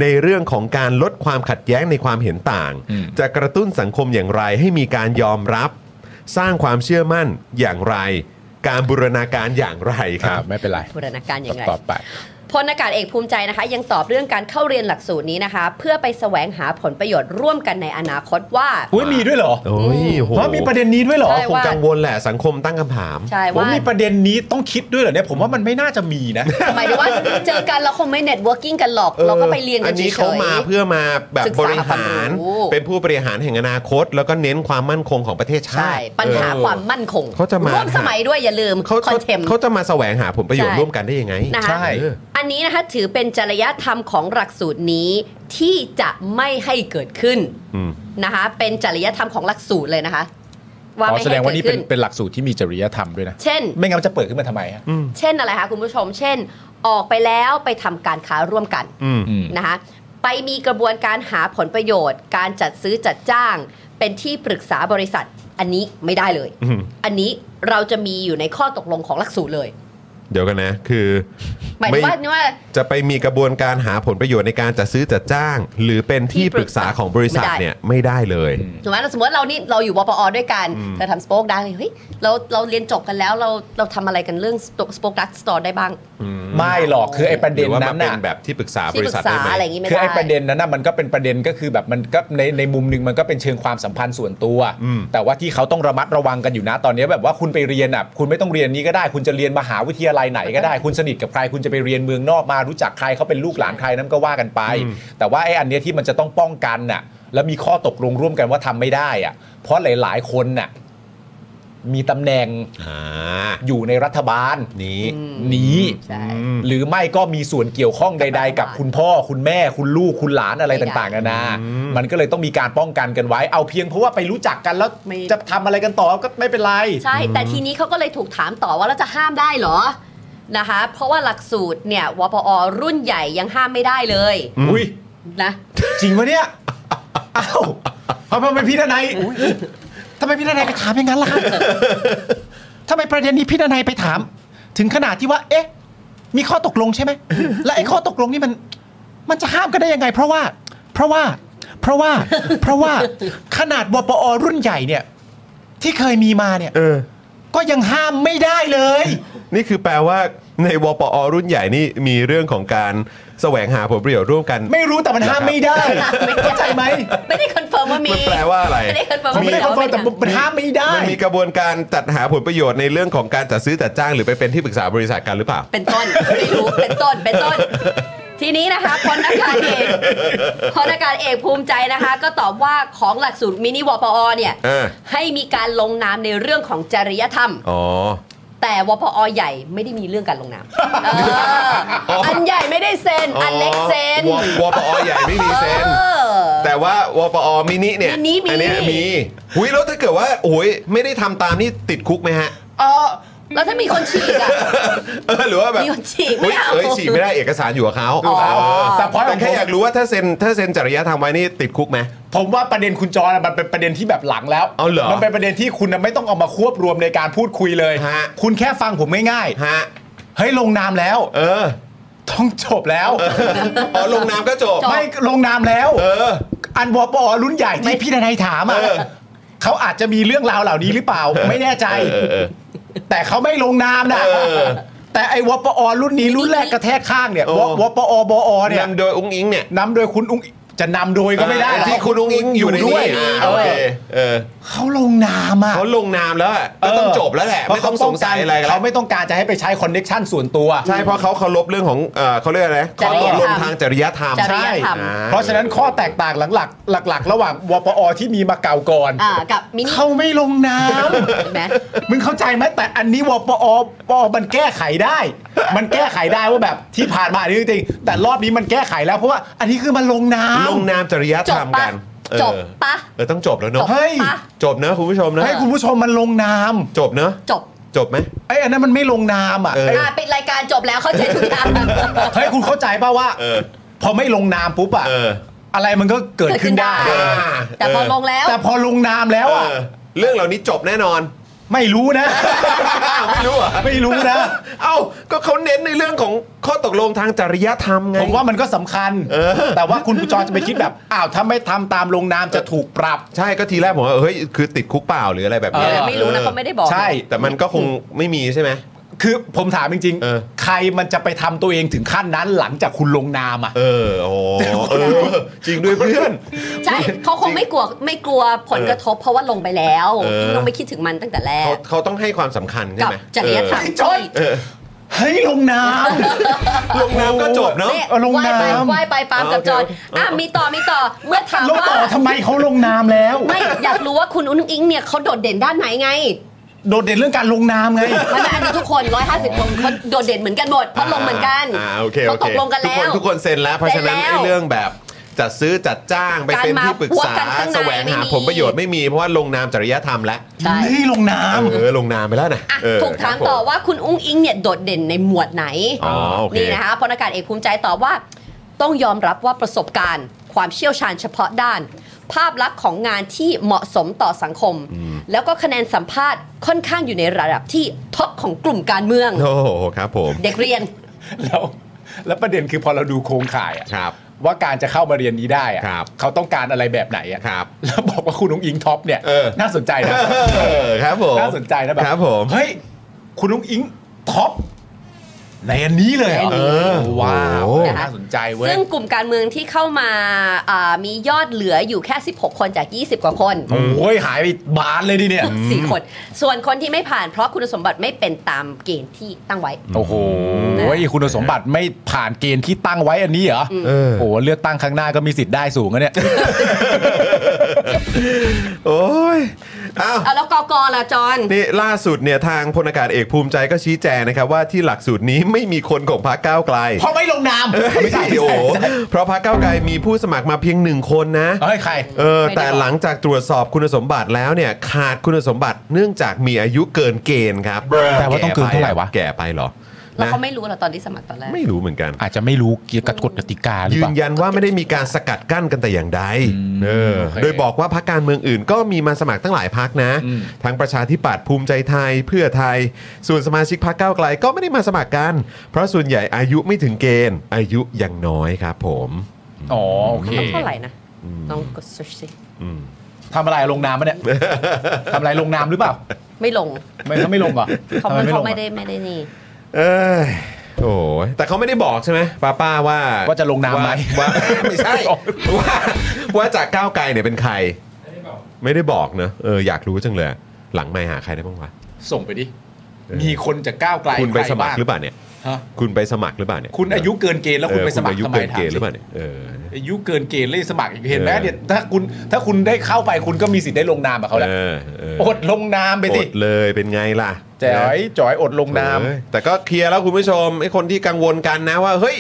ในเรื่องของการลดความขัดแย้งในความเห็นต่าง อืม จะกระตุ้นสังคมอย่างไรให้มีการยอมรับ สร้างความเชื่อมั่นอย่างไร การบูรณาการอย่างไรครับ อ่ะไม่เป็นไร บูรณาการอย่างไร ต่อไป พลอากาศเอกภูมิใจนะคะ ยังตอบเรื่องการเข้าเรียนหลักสูตรนี้นะคะ เพื่อไปแสวงหาผลประโยชน์ร่วมกันในอนาคตว่า อุ้ยมีด้วยเหรอ โอ้ยโห เพราะมีประเด็นนี้ด้วยเหรอ ใช่ คงกังวลแหละสังคมตั้งคำถาม ใช่ ผม ว่า มีประเด็นนี้ต้องคิดด้วยเหรอเนี่ยผมว่ามันไม่น่าจะมีนะ หมายถึงว่าเจอกันเราคงไม่เน็ตเวิร์กิ่งกันหรอก เราก็ไปเรียนกัน อัน เฉ นี้เขา ย มาเพื่อมาแบบ ศึก บ ษา ริหาร ความรู้ เป็นผู้บริหารแห่งอนาคต แล้วก็เน้นความมั่นคงของประเทศ ๆ ชา ใช่ ติ ปัญหา เออ ความมั่นคง เขาจะมา ร่วมสมัยด้วยอย่าลืม เขา คอ เขา นเทม เขาจะมาแสวงหาผลประโยชน์ ใช่ ร่วมกันได้ยังไง นะคะ ใช่ เออ อันนี้นะคะถือเป็นจริยธรรมของหลักสูตรนี้ที่จะไม่ให้เกิดขึ้น อืม นะคะ เป็นจริยธรรมของหลักสูตรเลยนะคะ ว่า อ๋อ ไม่ แสด ให้ งว่า เกิ นี่ ด เป็ ขึ้ น น เป็นหลักสูตรที่มีจริยธรรมด้วยนะ เช่น ไม่งั้นมันจะเปิดขึ้นมาทำไมฮะ เช่นอะไรคะคุณผู้ชม เช่น ออกไปแล้วไปทำการค้าร่วมกัน อืม อืม นะคะ ไปมีกระบวนการหาผลประโยชน์ การจัดซื้อจัดจ้าง เป็นที่ปรึกษาบริษัท อันนี้ไม่ได้เลย อืม อันนี้เราจะมีอยู่ในข้อตกลงของหลักสูตรเลย เดี๋ยวกันนะ คือ หมายถึงว่านี่ว่า จะไปมีกระบวนการหาผลประโยชน์ในการจัดซื้อจัดจ้าง หรือเป็นที่ปรึกษาของบริษัท ไม่ได้ เนี่ยไม่ได้เลย ถูกไหมเราสมมติเรานี่เราอยู่วปอด้วยกันเราทำสป o อคดักเฮ้ยเราเราเรียนจบกันแล้วเราเราทำอะไรกันเรื่องสป o อคดักสตอร์ได้บ้าง ไม่หรอกคือไอ้ประ หรื เด็น อว่ามา นั้น เป็น น่ะ แบบที่ปรึกษา ที่ บ ป ริ รึ ษัท กษา ได้ไหม อะไรอย่างนี้ไม่ คือ ได้ ไอ้ประเด็นนั้นน่ะมันก็เป็นประเด็นก็คือแบบมันก็ในในมุมหนึ่งมันก็เป็นเชิงความสัมพันธ์ส่วนตัว แต่ว่าที่เขาต้องระมัดระวังกันอยู่นะตอนนี้แบบว่าคุณไปเรียนอ่ะคุณไม่ต้องเรียนนี้ก็ได้ คุณจะเรียนมหาวิทยาลัยไหนก็ได้ คุณสนิทกับใคร คุณจะไปเรียนเมืองนอกมารู้จักใครเขาเป็นลูกหลานใครนั่นก็ว่ากันไป แต่ว่าไอ้อันเนี้ยที่มันจะต้องป้องกันน่ะ แล้วมีข้อตกลงร่วมกันว่าทำไม่ได้อ่ะ เพราะหลาย ๆ คนน่ะมีตำแหน่ง อ่า อยู่ในรัฐบาล นี้ นี้ ใช่ หรือไม่ก็มีส่วนเกี่ยวข้องใด ๆ กับคุณพ่อคุณแม่คุณลูกคุณหลานอะไร ไม่ได้ ต่างๆนานา มันก็เลยต้องมีการป้องกันกันไว้ เอาเพียงเพราะว่าไปรู้จักกันแล้ว ไม่ จะทำอะไรกันต่อก็ไม่เป็นไร ใช่ แต่ทีนี้เขาก็เลยถูกถามต่อว่าเราจะห้ามได้เหรอนะคะ เพราะว่าหลักสูตรเนี่ยวปอรุ่นใหญ่ยังห้ามไม่ได้เลย อุ้ย นะ จริงปะเนี่ย อ้าวทำไมพี่ทนายทำไมพี่ทนายไปถามอย่างนั้นล่ะครับทำไมประเด็นนี้พี่ทนายไปถาม ถึงขนาดที่ว่า เอ๊ะ มีข้อตกลงใช่ไหมและไอ้ข้อตกลงนี่มัน มันจะห้ามกันได้ยังไง เพราะว่า เพราะว่า เพราะว่า เพราะว่าขนาดวปอรุ่นใหญ่เนี่ย ที่เคยมีมาเนี่ย เออ ก็ยังห้ามไม่ได้เลย นี่คือแปลว่าในวปอรุ่นใหญ่นี่มีเรื่องของการแสวงหาผลประโยชน์ร่วมกัน ไม่รู้แต่มันห้ามไม่ได้เข้าใจไหม ไม่ได้คอนเฟิร์มว่ามี มันแปลว่าอะไร ไม่ได้คอนเฟิร์มว่าผมไม่ได้คอนเฟิร์มแต่ แต่ มันห้ามไม่ได้ มันมีกระบวนการจัดหาผลประโยชน์ในเรื่องของการจัดซื้อจัดจ้างหรือไปเป็นที่ปรึกษาบริษัทกันหรือเปล่า เป็นต้นไม่รู้เป็นต้นเป็นต้น ทีนี้นะคะพลอากาศเอกพลอากาศเอกภูมิใจนะคะ ก็ตอบว่าของหลักสูตรมินิวปอเนี่ย เออ ให้มีการลงนามในเรื่องของจริยธรรม อ๋อ แต่วปอใหญ่ไม่ได้มีเรื่องการลงนามเอออันใหญ่ไม่ได้เซ็น อั อันเล็กเซ็น ววปอใหญ่ไม่มีเซน เออ แต่ว่าวปอมินิเนี่ย มินิมี อัเนี้ยมีหุยแล้วถ้าเกิดว่าโอ้ยไม่ได้ทำตามนี่ติดคุกไหมฮะ แล้วถ้ามีคนฉีกอ่ะ เออหรือว่าแบบ มีคนฉีกไม่ ฮ้ย เอา เอ้ยฉีกไม่ได้เอกสารอยู่กับเขา อ๋อ เออ แต่พอยต์ข แต่ องผม แค่อยากรู้ว่าถ้าเซ็นถ้าเซ็นจริยธรรมไว้นี่ติดคุกไหม ผมว่าประเด็นคุณจอนมันเป็นประเด็นที่แบบหลังแล้ว เอาเหรอ มันเป็นประเด็นที่คุณน่ะไม่ต้องเอามาควบรวมในการพูดคุยเลย ฮะ คุณแค่ฟังผมง่าย ฮะ ๆเฮ้ยลงนามแล้ว เออ ต้องจบแล้ว อ๋อลงน้ำก็จบ จบ ไม่ลงนามแล้ว เออ อันวปอรุ่นใหญ่ที่พี่ทนายถามอ่ะ เออ เขาอาจจะมีเรื่องราวเหล่านี้หรือเปล่า ไม่แน่ใจ เออเออ แต่เขาไม่ลงนามนะ เออ แต่ไอ้วปอรุ่นนี้รุ่นแรกกระแทกข้างเนี่ย โอ้ ววปอบอเนี่ย นำโดยอุ้งอิงเนี่ย นำโดยคุณอุ้งจะนำโดยก็ไม่ได้ อ่าที่คุณอุ้งอิงอยู่ในนี้ ด้วย อ่าโอเคเออ เขาลงนามอ่ะ เขาลงน้ำแล้วอะก็ต้องจบแล้วแหละ เพรา ไม่ต้องสงสัยอะไรกันแล้ เขา ว ไม่ต้องการจะให้ไปใช้คอนเน็ชันส่วนตัว ใช่เพราะเขาเคารพเรื่องของเอ่อเขาเรียกอะไรนะ จ ข้อ ริ ต ย ก ธรรม ลงทางจริยธรรม จริยธรรม ใช่ เพราะฉะนั้นข้อแตกต่างหลักๆหลัก ๆ ระหว่างวปอที่มีมาเก่าก่อน อ่ากับมินิ เขาไม่ลงนาม เห็นไหม มึงเข้าใจไหมแต่อันนี้วปอปอมันแก้ไขได้ มันแก้ไขได้ว่าแบบที่ผ่านมานี่จริงๆแต่รอบนี้มันแก้ไขแล้วเพราะว่าอันนี้คือมันลงน้ำ ลงนามจริยธรรมกันเออ จบปะ เออต้องจบแล้ว จ เนาะ บ เฮ้ย ปะ จบเนอะคุณผู้ชมเนอะ ให้คุณผู้ชมมันลงน้ จบเนอะ จบ จบไหม ำไอ้อันนั้นมันไม่ลงน้ำอ่ะ เออ เอ้ย อ่าปิดรายการจบแล้วเข้าใจทุกอย่าง เฮ้ยคุณเข้าใจป่าว่า เออ พอไม่ลงน้ำปุ๊บอ่ะ เออ อะไรมันก็เกิดขึ้นได้ เกิดขึ้นได้ แต่พอลงแล้ว แต่พอลงน้ำแล้วอ่ะ เออเรื่องเหล่านี้จบแน่นอน ไม่รู้นะ ไม่รู้เหรอ่ะ ไม่รู้นะ เอ้าก็เขาเน้นในเรื่องของข้อตกลงทางจริยธรรมไง ผมว่ามันก็สำคัญ เออ แต่ว่าคุณจอนจะไปคิดแบบ อ้าวถ้าไม่ทำตามลงน้ำจะถูกปรับ ใช่ก็ทีแรกผมว่าเฮ้ยคือติดคุกเปล่าหรืออะไรแบบ เอ นี้ อไม่รู้นะเขาไม่ได้บอก ใช่ แต่มันก็คงไม่มีใช่ไหม คือผมถามจริง เออ ใครมันจะไปทำตัวเองถึงขั้นนั้นหลังจากคุณลงนามอ่ะ เออโอ้โหเออจริงด้วยเพื่อน ใช่เขาคงไม่กลัวไม่กลัวผลกระทบเพราะว่าลงไปแล้ว เออ ต้องไม่คิดถึงมันตั้งแต่แร เขา ก เขาต้องให้ความสำคัญใช่ กับ ไหม จริยธรรม เออจอย เออ เฮ้ยลงนาม ลงน้ำก็จบเนาะ เนี่ย เอาลง ว่ายไป น้ำ ว่ายไปปาล์มกับ เอาโอเค จอน เอา อ่ะมีต่อมีต่อเมื่อถาม แล้ว ว่า ต่อทำไมเขาลงนามแล้ว ไม่อยากรู้ว่าคุณอุ้งอิงเนี่ยเขาโดดเด่นด้านไหนไง โดดเด่นเรื่องการลงนามไง มันเป็นอันนี้ทุกคน 150 คนเขาโดดเด่นเหมือนกันหมดเพราะลงเหมือนกันา โอเค เขา โอ ต เค กลงกัน ทุก แล้ คน ว ทุกคนเซ็นแล้ว เพราะฉะนั้น เซ็นแล้ว ไอ้เรื่องแบบจัดซื้อจัดจ้างไปเป็น การมา ที่ปรึกษา หัวกันข้างใน แสวงหา ไม่มี ผลประโยชน์ไม่มีเพราะว่าลงนามจริยธรรมแล้ว ใช่ เฮ้ยลงนาม เออลงนามไปแล้วนะ อ่ะ เออ ถูกถาม ครับผ ต่อว่าคุณอุ้งอิงเนี่ยโดดเด่นในหมวดไหน อ๋อโอเค นี่นะคะพลอากาศเอกภูมิใจตอบว่า ต้องยอมรับว่าประสบการณ์ ความเชี่ยวชาญเฉพาะด้าน ภาพลักษณ์ของงานที่เหมาะสมต่อสังคม แล้วก็คะแนนสัมภาษณ์ค่อนข้างอยู่ในระดับที่ท็อปของกลุ่มการเมือง โอ้โหครับผม เด็กเรียน แล้วแล้วประเด็นคือพอเราดูโครงข่ายอะ ครับ ว่าการจะเข้ามาเรียนนี้ได้อะ ครับ เขาต้องการอะไรแบบไหนอะ ครับ แล้วบอกว่าคุณอุ้งอิงท็อปเนี่ย เออ น่าสนใจนะ เออครับผม น่าสนใจนะแบบ ครับผม เฮ้ยคุณอุ้งอิงท็อปในอันนี้เลยเหรอ ในอันนี้ โอ้ว้าว โอ้ น่าสนใจเว้ย ซึ่งกลุ่มการเมืองที่เข้ามาอ่ามียอดเหลืออยู่แค่ 16 คนจาก 20 กว่าคน โอ้ยหายไปบานเลยดิเนี่ย สี่คน ส่วนคนที่ไม่ผ่านเพราะคุณสมบัติไม่เป็นตามเกณฑ์ที่ตั้งไว้ โอ้โหคุณสมบัติไม่ผ่านเกณฑ์ที่ตั้งไว้อันนี้เหรอ เออ โอ้โหเลือกตั้งครั้งหน้าก็มีสิทธิ์ได้สูงนะเนี่ย โอ้ยอ้าว เอาแล้วกกล่ะจอน นี่ล่าสุดเนี่ยทางพลอากาศเอกภูมิใจก็ชี้แจงนะครับว่าที่หลักสูตรนี้ไม่มีคนของพรรคก้าวไกล เพราะไม่ลงนาม ไม่ใช่โอ้โหเพราะพรรคก้าวไกลมีผู้สมัครมาเพียงหนึ่งคนนะ เฮ้ยใคร เออ ไม่ได้ แต่ บอก หลังจากตรวจสอบคุณสมบัติแล้วเนี่ยขาดคุณสมบัติเนื่องจากมีอายุเกินเกณฑ์ครับ แต่ว่าต้องเกินเท่าไหร่วะ แก่ไปเหรอ แล้ว นะ เขาไม่รู้เหรอตอนที่สมัครตอนแรก ไม่รู้เหมือนกัน อาจจะไม่รู้เกี่ยวกับกฎกติกาหรือ ยื เปล่า นยันว่าไม่ได้มีการสกัดกั้นกันแต่อย่างใดเออ โอเค โดยบอกว่าพักการเมืองอื่นก็มีมาสมัครตั้งหลายพักนะ อืม ทั้งประชาธิปัตย์ภูมิใจไทยเพื่อไทย ส่วนสมาชิกพักก้าวไกลก็ไม่ได้มาสมัครกัน เพราะส่วนใหญ่อายุไม่ถึงเกณฑ์ อายุยังน้อยครับผม อ๋อโอเค เท่าไหร่นะลองกด search สิ ทำอะไรลงนาม ปะเนี่ยทำอะไรลงนามหรือเปล่า ไม่ลง ไม่เขาไม่ลงเหรอ เขา ทำไมไม่ล เขา ง ไม่ อะ ได้ไม่ได้นี่ เอยโอ้ยแต่เขาไม่ได้บอกใช่ไหมป้าป้าว่า ว่าจะลงนามไหม ว่า ว่าไม่ใช่ ว่าว่าจากก้าวไกลเนี่ยเป็นใคร ไม่ได้บอกเนอะเอออยากรู้จังเลย หลังไม่หาใครได้บ้างวะ ส่งไปดิ เออ มีคนจะก้าวไกล คุณไปสมัคร ใบ้าง หรือเปล่าเนี่ย ฮะ คุณไปสมัครหรือเปล่าเนี่ย คุณอายุเกินเกณฑ์แล้วคุณ เออ ไปสมัคร อายุ ทำไม เกิน ถาม เกณฑ์ห สิ รือเปล่าเนี่ยเออ อายุเกินเกณฑ์เลยสมัครอีกเห็นไหม เออ เนี่ยถ้าคุณถ้าคุณได้เข้าไปคุณก็มีสิทธิ์ได้ลงนามกับเขาแหละ เออเออ อดลงนามไป อ สิ ดเลยเป็นไงล่ะ จ๋อยจ๋อยอดลงนาม เออแต่ก็เคลียร์แล้วคุณผู้ชมไอ้คนที่กังวลกันนะว่า เฮ้ย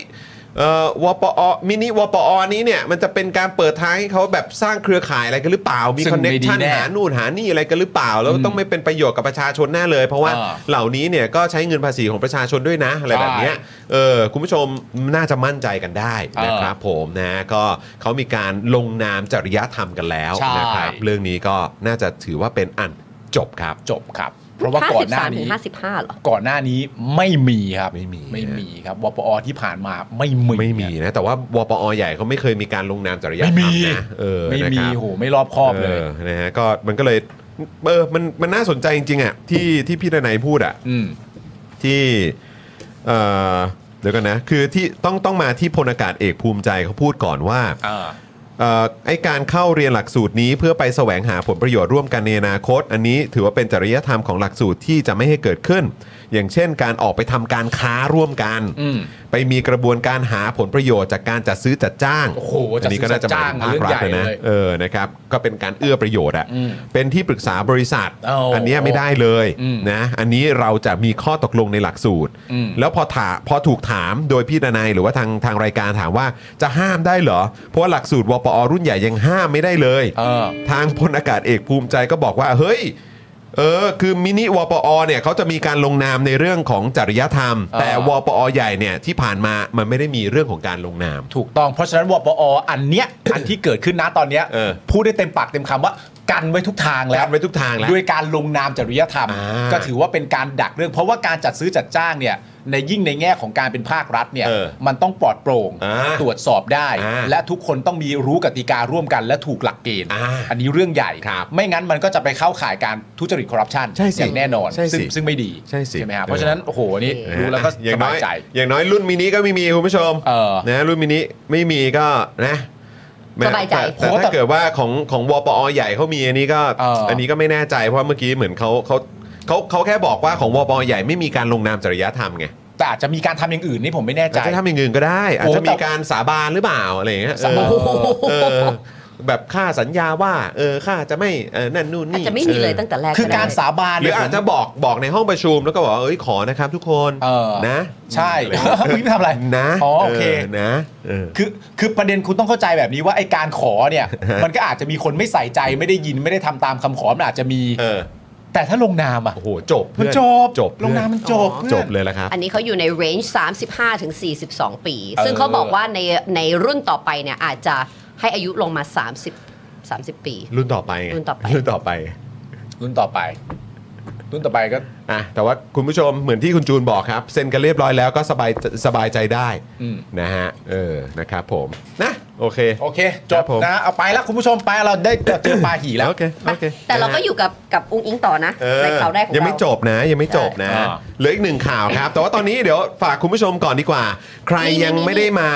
เอ่อวปอมินิวปอนี้เนี่ย มันจะเป็นการเปิดทางให้เขาแบบสร้างเครือข่ายอะไรกันหรือเปล่า มี ซึ่ง คอนเน็ ไม่ดี ชัน แน่ หานู่นหานี่อะไรกันหรือเปล่า แล้ว อืม ต้องไม่เป็นประโยชน์กับประชาชนแน่เลย เพราะว่า อ่า เหล่านี้เนี่ยก็ใช้เงินภาษีของประชาชนด้วยนะอะไรแบบเนี้ย ใช่ เออคุณผู้ชมน่าจะมั่นใจกันได้นะครับผมนะก็เขามีการลงนามจริยธรรมกันแล้วนะครับ ใช่ เรื่องนี้ก็น่าจะถือว่าเป็นอันจบครับ จบครับ เพราะว่าก่อนหน้านี้ ห้าสิบห้าหรอ ก่อนหน้านี้ไม่มีครับ ไม่มี ไม่มีครับวปอที่ผ่านมาไม่มี ไม่มี นะ นะ แต่ว่าวปอใหญ่เขาไม่เคยมีการลงนามจริยธรรมไม่มี นะเออ ไม่มี นะครับ โหไม่รอบคอบเลย ออนะฮะก็มันก็เลยเออมันมันน่าสนใจจริงๆอ่ะที่ที่พี่ดนัยพูดอ่ะ อืม ที่เออเดี๋ยวกันนะ คือที่ต้องต้องมาที่พลอากาศเอกภูมิใจเขาพูดก่อนว่า อ่า เอ่อไอการเข้าเรียนหลักสูตรนี้เพื่อไปแสวงหาผลประโยชน์ร่วมกันในอนาคต อันนี้ถือว่าเป็นจริยธรรมของหลักสูตรที่จะไม่ให้เกิดขึ้น อย่างเช่น การออกไปทำการค้าร่วมกัน อืม ไปมีกระบวนการหาผลประโยชน์จากการจัดซื้อจัดจ้าง โอ้โห อันนี้ก็น่าจะหมายถึงภาครัฐเลยนะ จัดซื้อจัดจ้างเรื่องใหญ่เลย เออ นะครับ ก็เป็นการเอื้อประโยชน์อะ อืม เป็นที่ปรึกษาบริษัท เอา อันเนี้ยไม่ได้เลย อืม นะ อันนี้เราจะมีข้อตกลงในหลักสูตร อืม แล้วพอถาพอถูกถามโดยพี่ดนายหรือว่าทางทางรายการถามว่าจะห้ามได้เหรอ เพราะว่าหลักสูตรวปอรุ่นใหญ่ยังห้ามไม่ได้เลย เออ ทางพลอากาศเอกภูมิใจก็บอกว่า เฮ้ย เออ คือมินิวปอเนี่ยเขาจะมีการลงนามในเรื่องของจริยธรรม อ่า แต่วปอใหญ่เนี่ยที่ผ่านมามันไม่ได้มีเรื่องของการลงนาม ถูกต้องเพราะฉะนั้นวปออันเนี้ย อันที่เกิดขึ้นนะตอนเนี้ย เออ พูดได้เต็มปากเต็มคำว่ากันไว้ทุกทางแล้ แล้ว วไว้ทุกทางแล้ว ด้วยการลงนามจริยธรรม อ่า ก็ถือว่าเป็นการดักเรื่อง เพราะว่าการจัดซื้อจัดจ้างเนี่ยในยิ่งในแง่ของการเป็นภาครัฐเนี่ย เออ มันต้องปลอดโปร่ง อ่า ตรวจสอบได้ อ่า และทุกคนต้องมีรู้กติการ่วมกันและถูกหลักเกณฑ์ อ่า อันนี้เรื่องใหญ่ ครับ ไม่งั้นมันก็จะไปเข้าข่ายการทุจริตคอร์รัปชัน ใช่สิ อย่างแน่นอน ใช่สิ ซึ่งซึ่งไม่ดี ใช่สิ ไหมเอฮะอ เพราะฉะนั้นโอ้โหอันนี่ นะฮะ รู้แล้วก็ อย่า ส งน้ บา อย ยใจ อย่างน้อยรุ่นมินิก็ไม่มีคุณผู้ชม เออ นะรุ่นมินิไม่มีก็นะแม้ สบายใจ แต่ โอ้ แต่ แต่ ถ้าเกิดว่าของของวปอใหญ่เขามีอันนี้ก็ เอออั นนี้ก็ไม่แน่ใจเพราะเมื่อกี้เหมือนเขาเขาเขาเขาแค่บอกว่าของวปอใหญ่ไม่มีการลงนามจริยธรรมไง แต่อาจจะมีการทำอย่างอื่นนี่ผมไม่แน่ใจ อาจจะทำอย่างอื่นก็ได้ อาจ โอ้ จะ แต่ มีการสาบานหรือเปล่าอะไรอย่างเงี้ย สาบาน เออเออแบบข้าสัญญาว่าเออข้าจะไม่เออนั่นนู่น อาจ นี่ จะไม่มีเลยตั้งแต่แรก คือการ ได้ สาบาน หรืออาจจะ เนี่ยผม บอกบอกในห้องประชุมแล้วก็บอกว่าเอ้ยขอนะครับทุกคน เออ นะ ใช่ อะไรอย่างเงี้ย มึง ทำอะไร นะ อ๋อโอเค นะเออ คือคือประเด็นคุณต้องเข้าใจแบบนี้ว่าไอการขอ เนี่ย มันก็อาจจะมีคนไม่ใส่ใจไม่ได้ยินไม่ได้ทำตามคำขอมันอาจจะมี เออ แต่ถ้าลงนามอ่ะ โอ้โหจบ มั เพื่ น อน จบ จบ ลงนามมันจบ เพื่ พื่ อ อน จบเลยละครับ อันนี้เขาอยู่ในเรนจ์35ถึง42 ปี ซึ่งเขาบอกว่าในในรุ่นต่อไปเนี่ยอาจจะให้อายุลงมา 30 30 ปี รุ่นต่อไปไง รุ่นต่อไป รุ่นต่อไป รุ่นต่อไป รุ่นต่อไปก็ อ่ะแต่ว่าคุณผู้ชมเหมือนที่คุณจูนบอกครับ เซ็นกันเรียบร้อยแล้วก็สบายสบายใจได้ อืม นะฮะเออนะครับผมนะโอเค โอเค จ ครับ บผม นะเอาไปแล้วคุณผู้ชมไปเราได้เจอปลาหีแล้ว โอเคโอเค แต่เราก็อยู่กับกับอุ้งอิงต่อนะ เออ ในข่าวแรกของเรา ยั ยัง ไม่จบนะยังไม่จบนะ ใช่ เหลืออีกหนึ่งข่าวครับ แต่ว่าตอนนี้เดี๋ยวฝากคุณผู้ชมก่อนดีกว่า ใครยังไม่ได้มา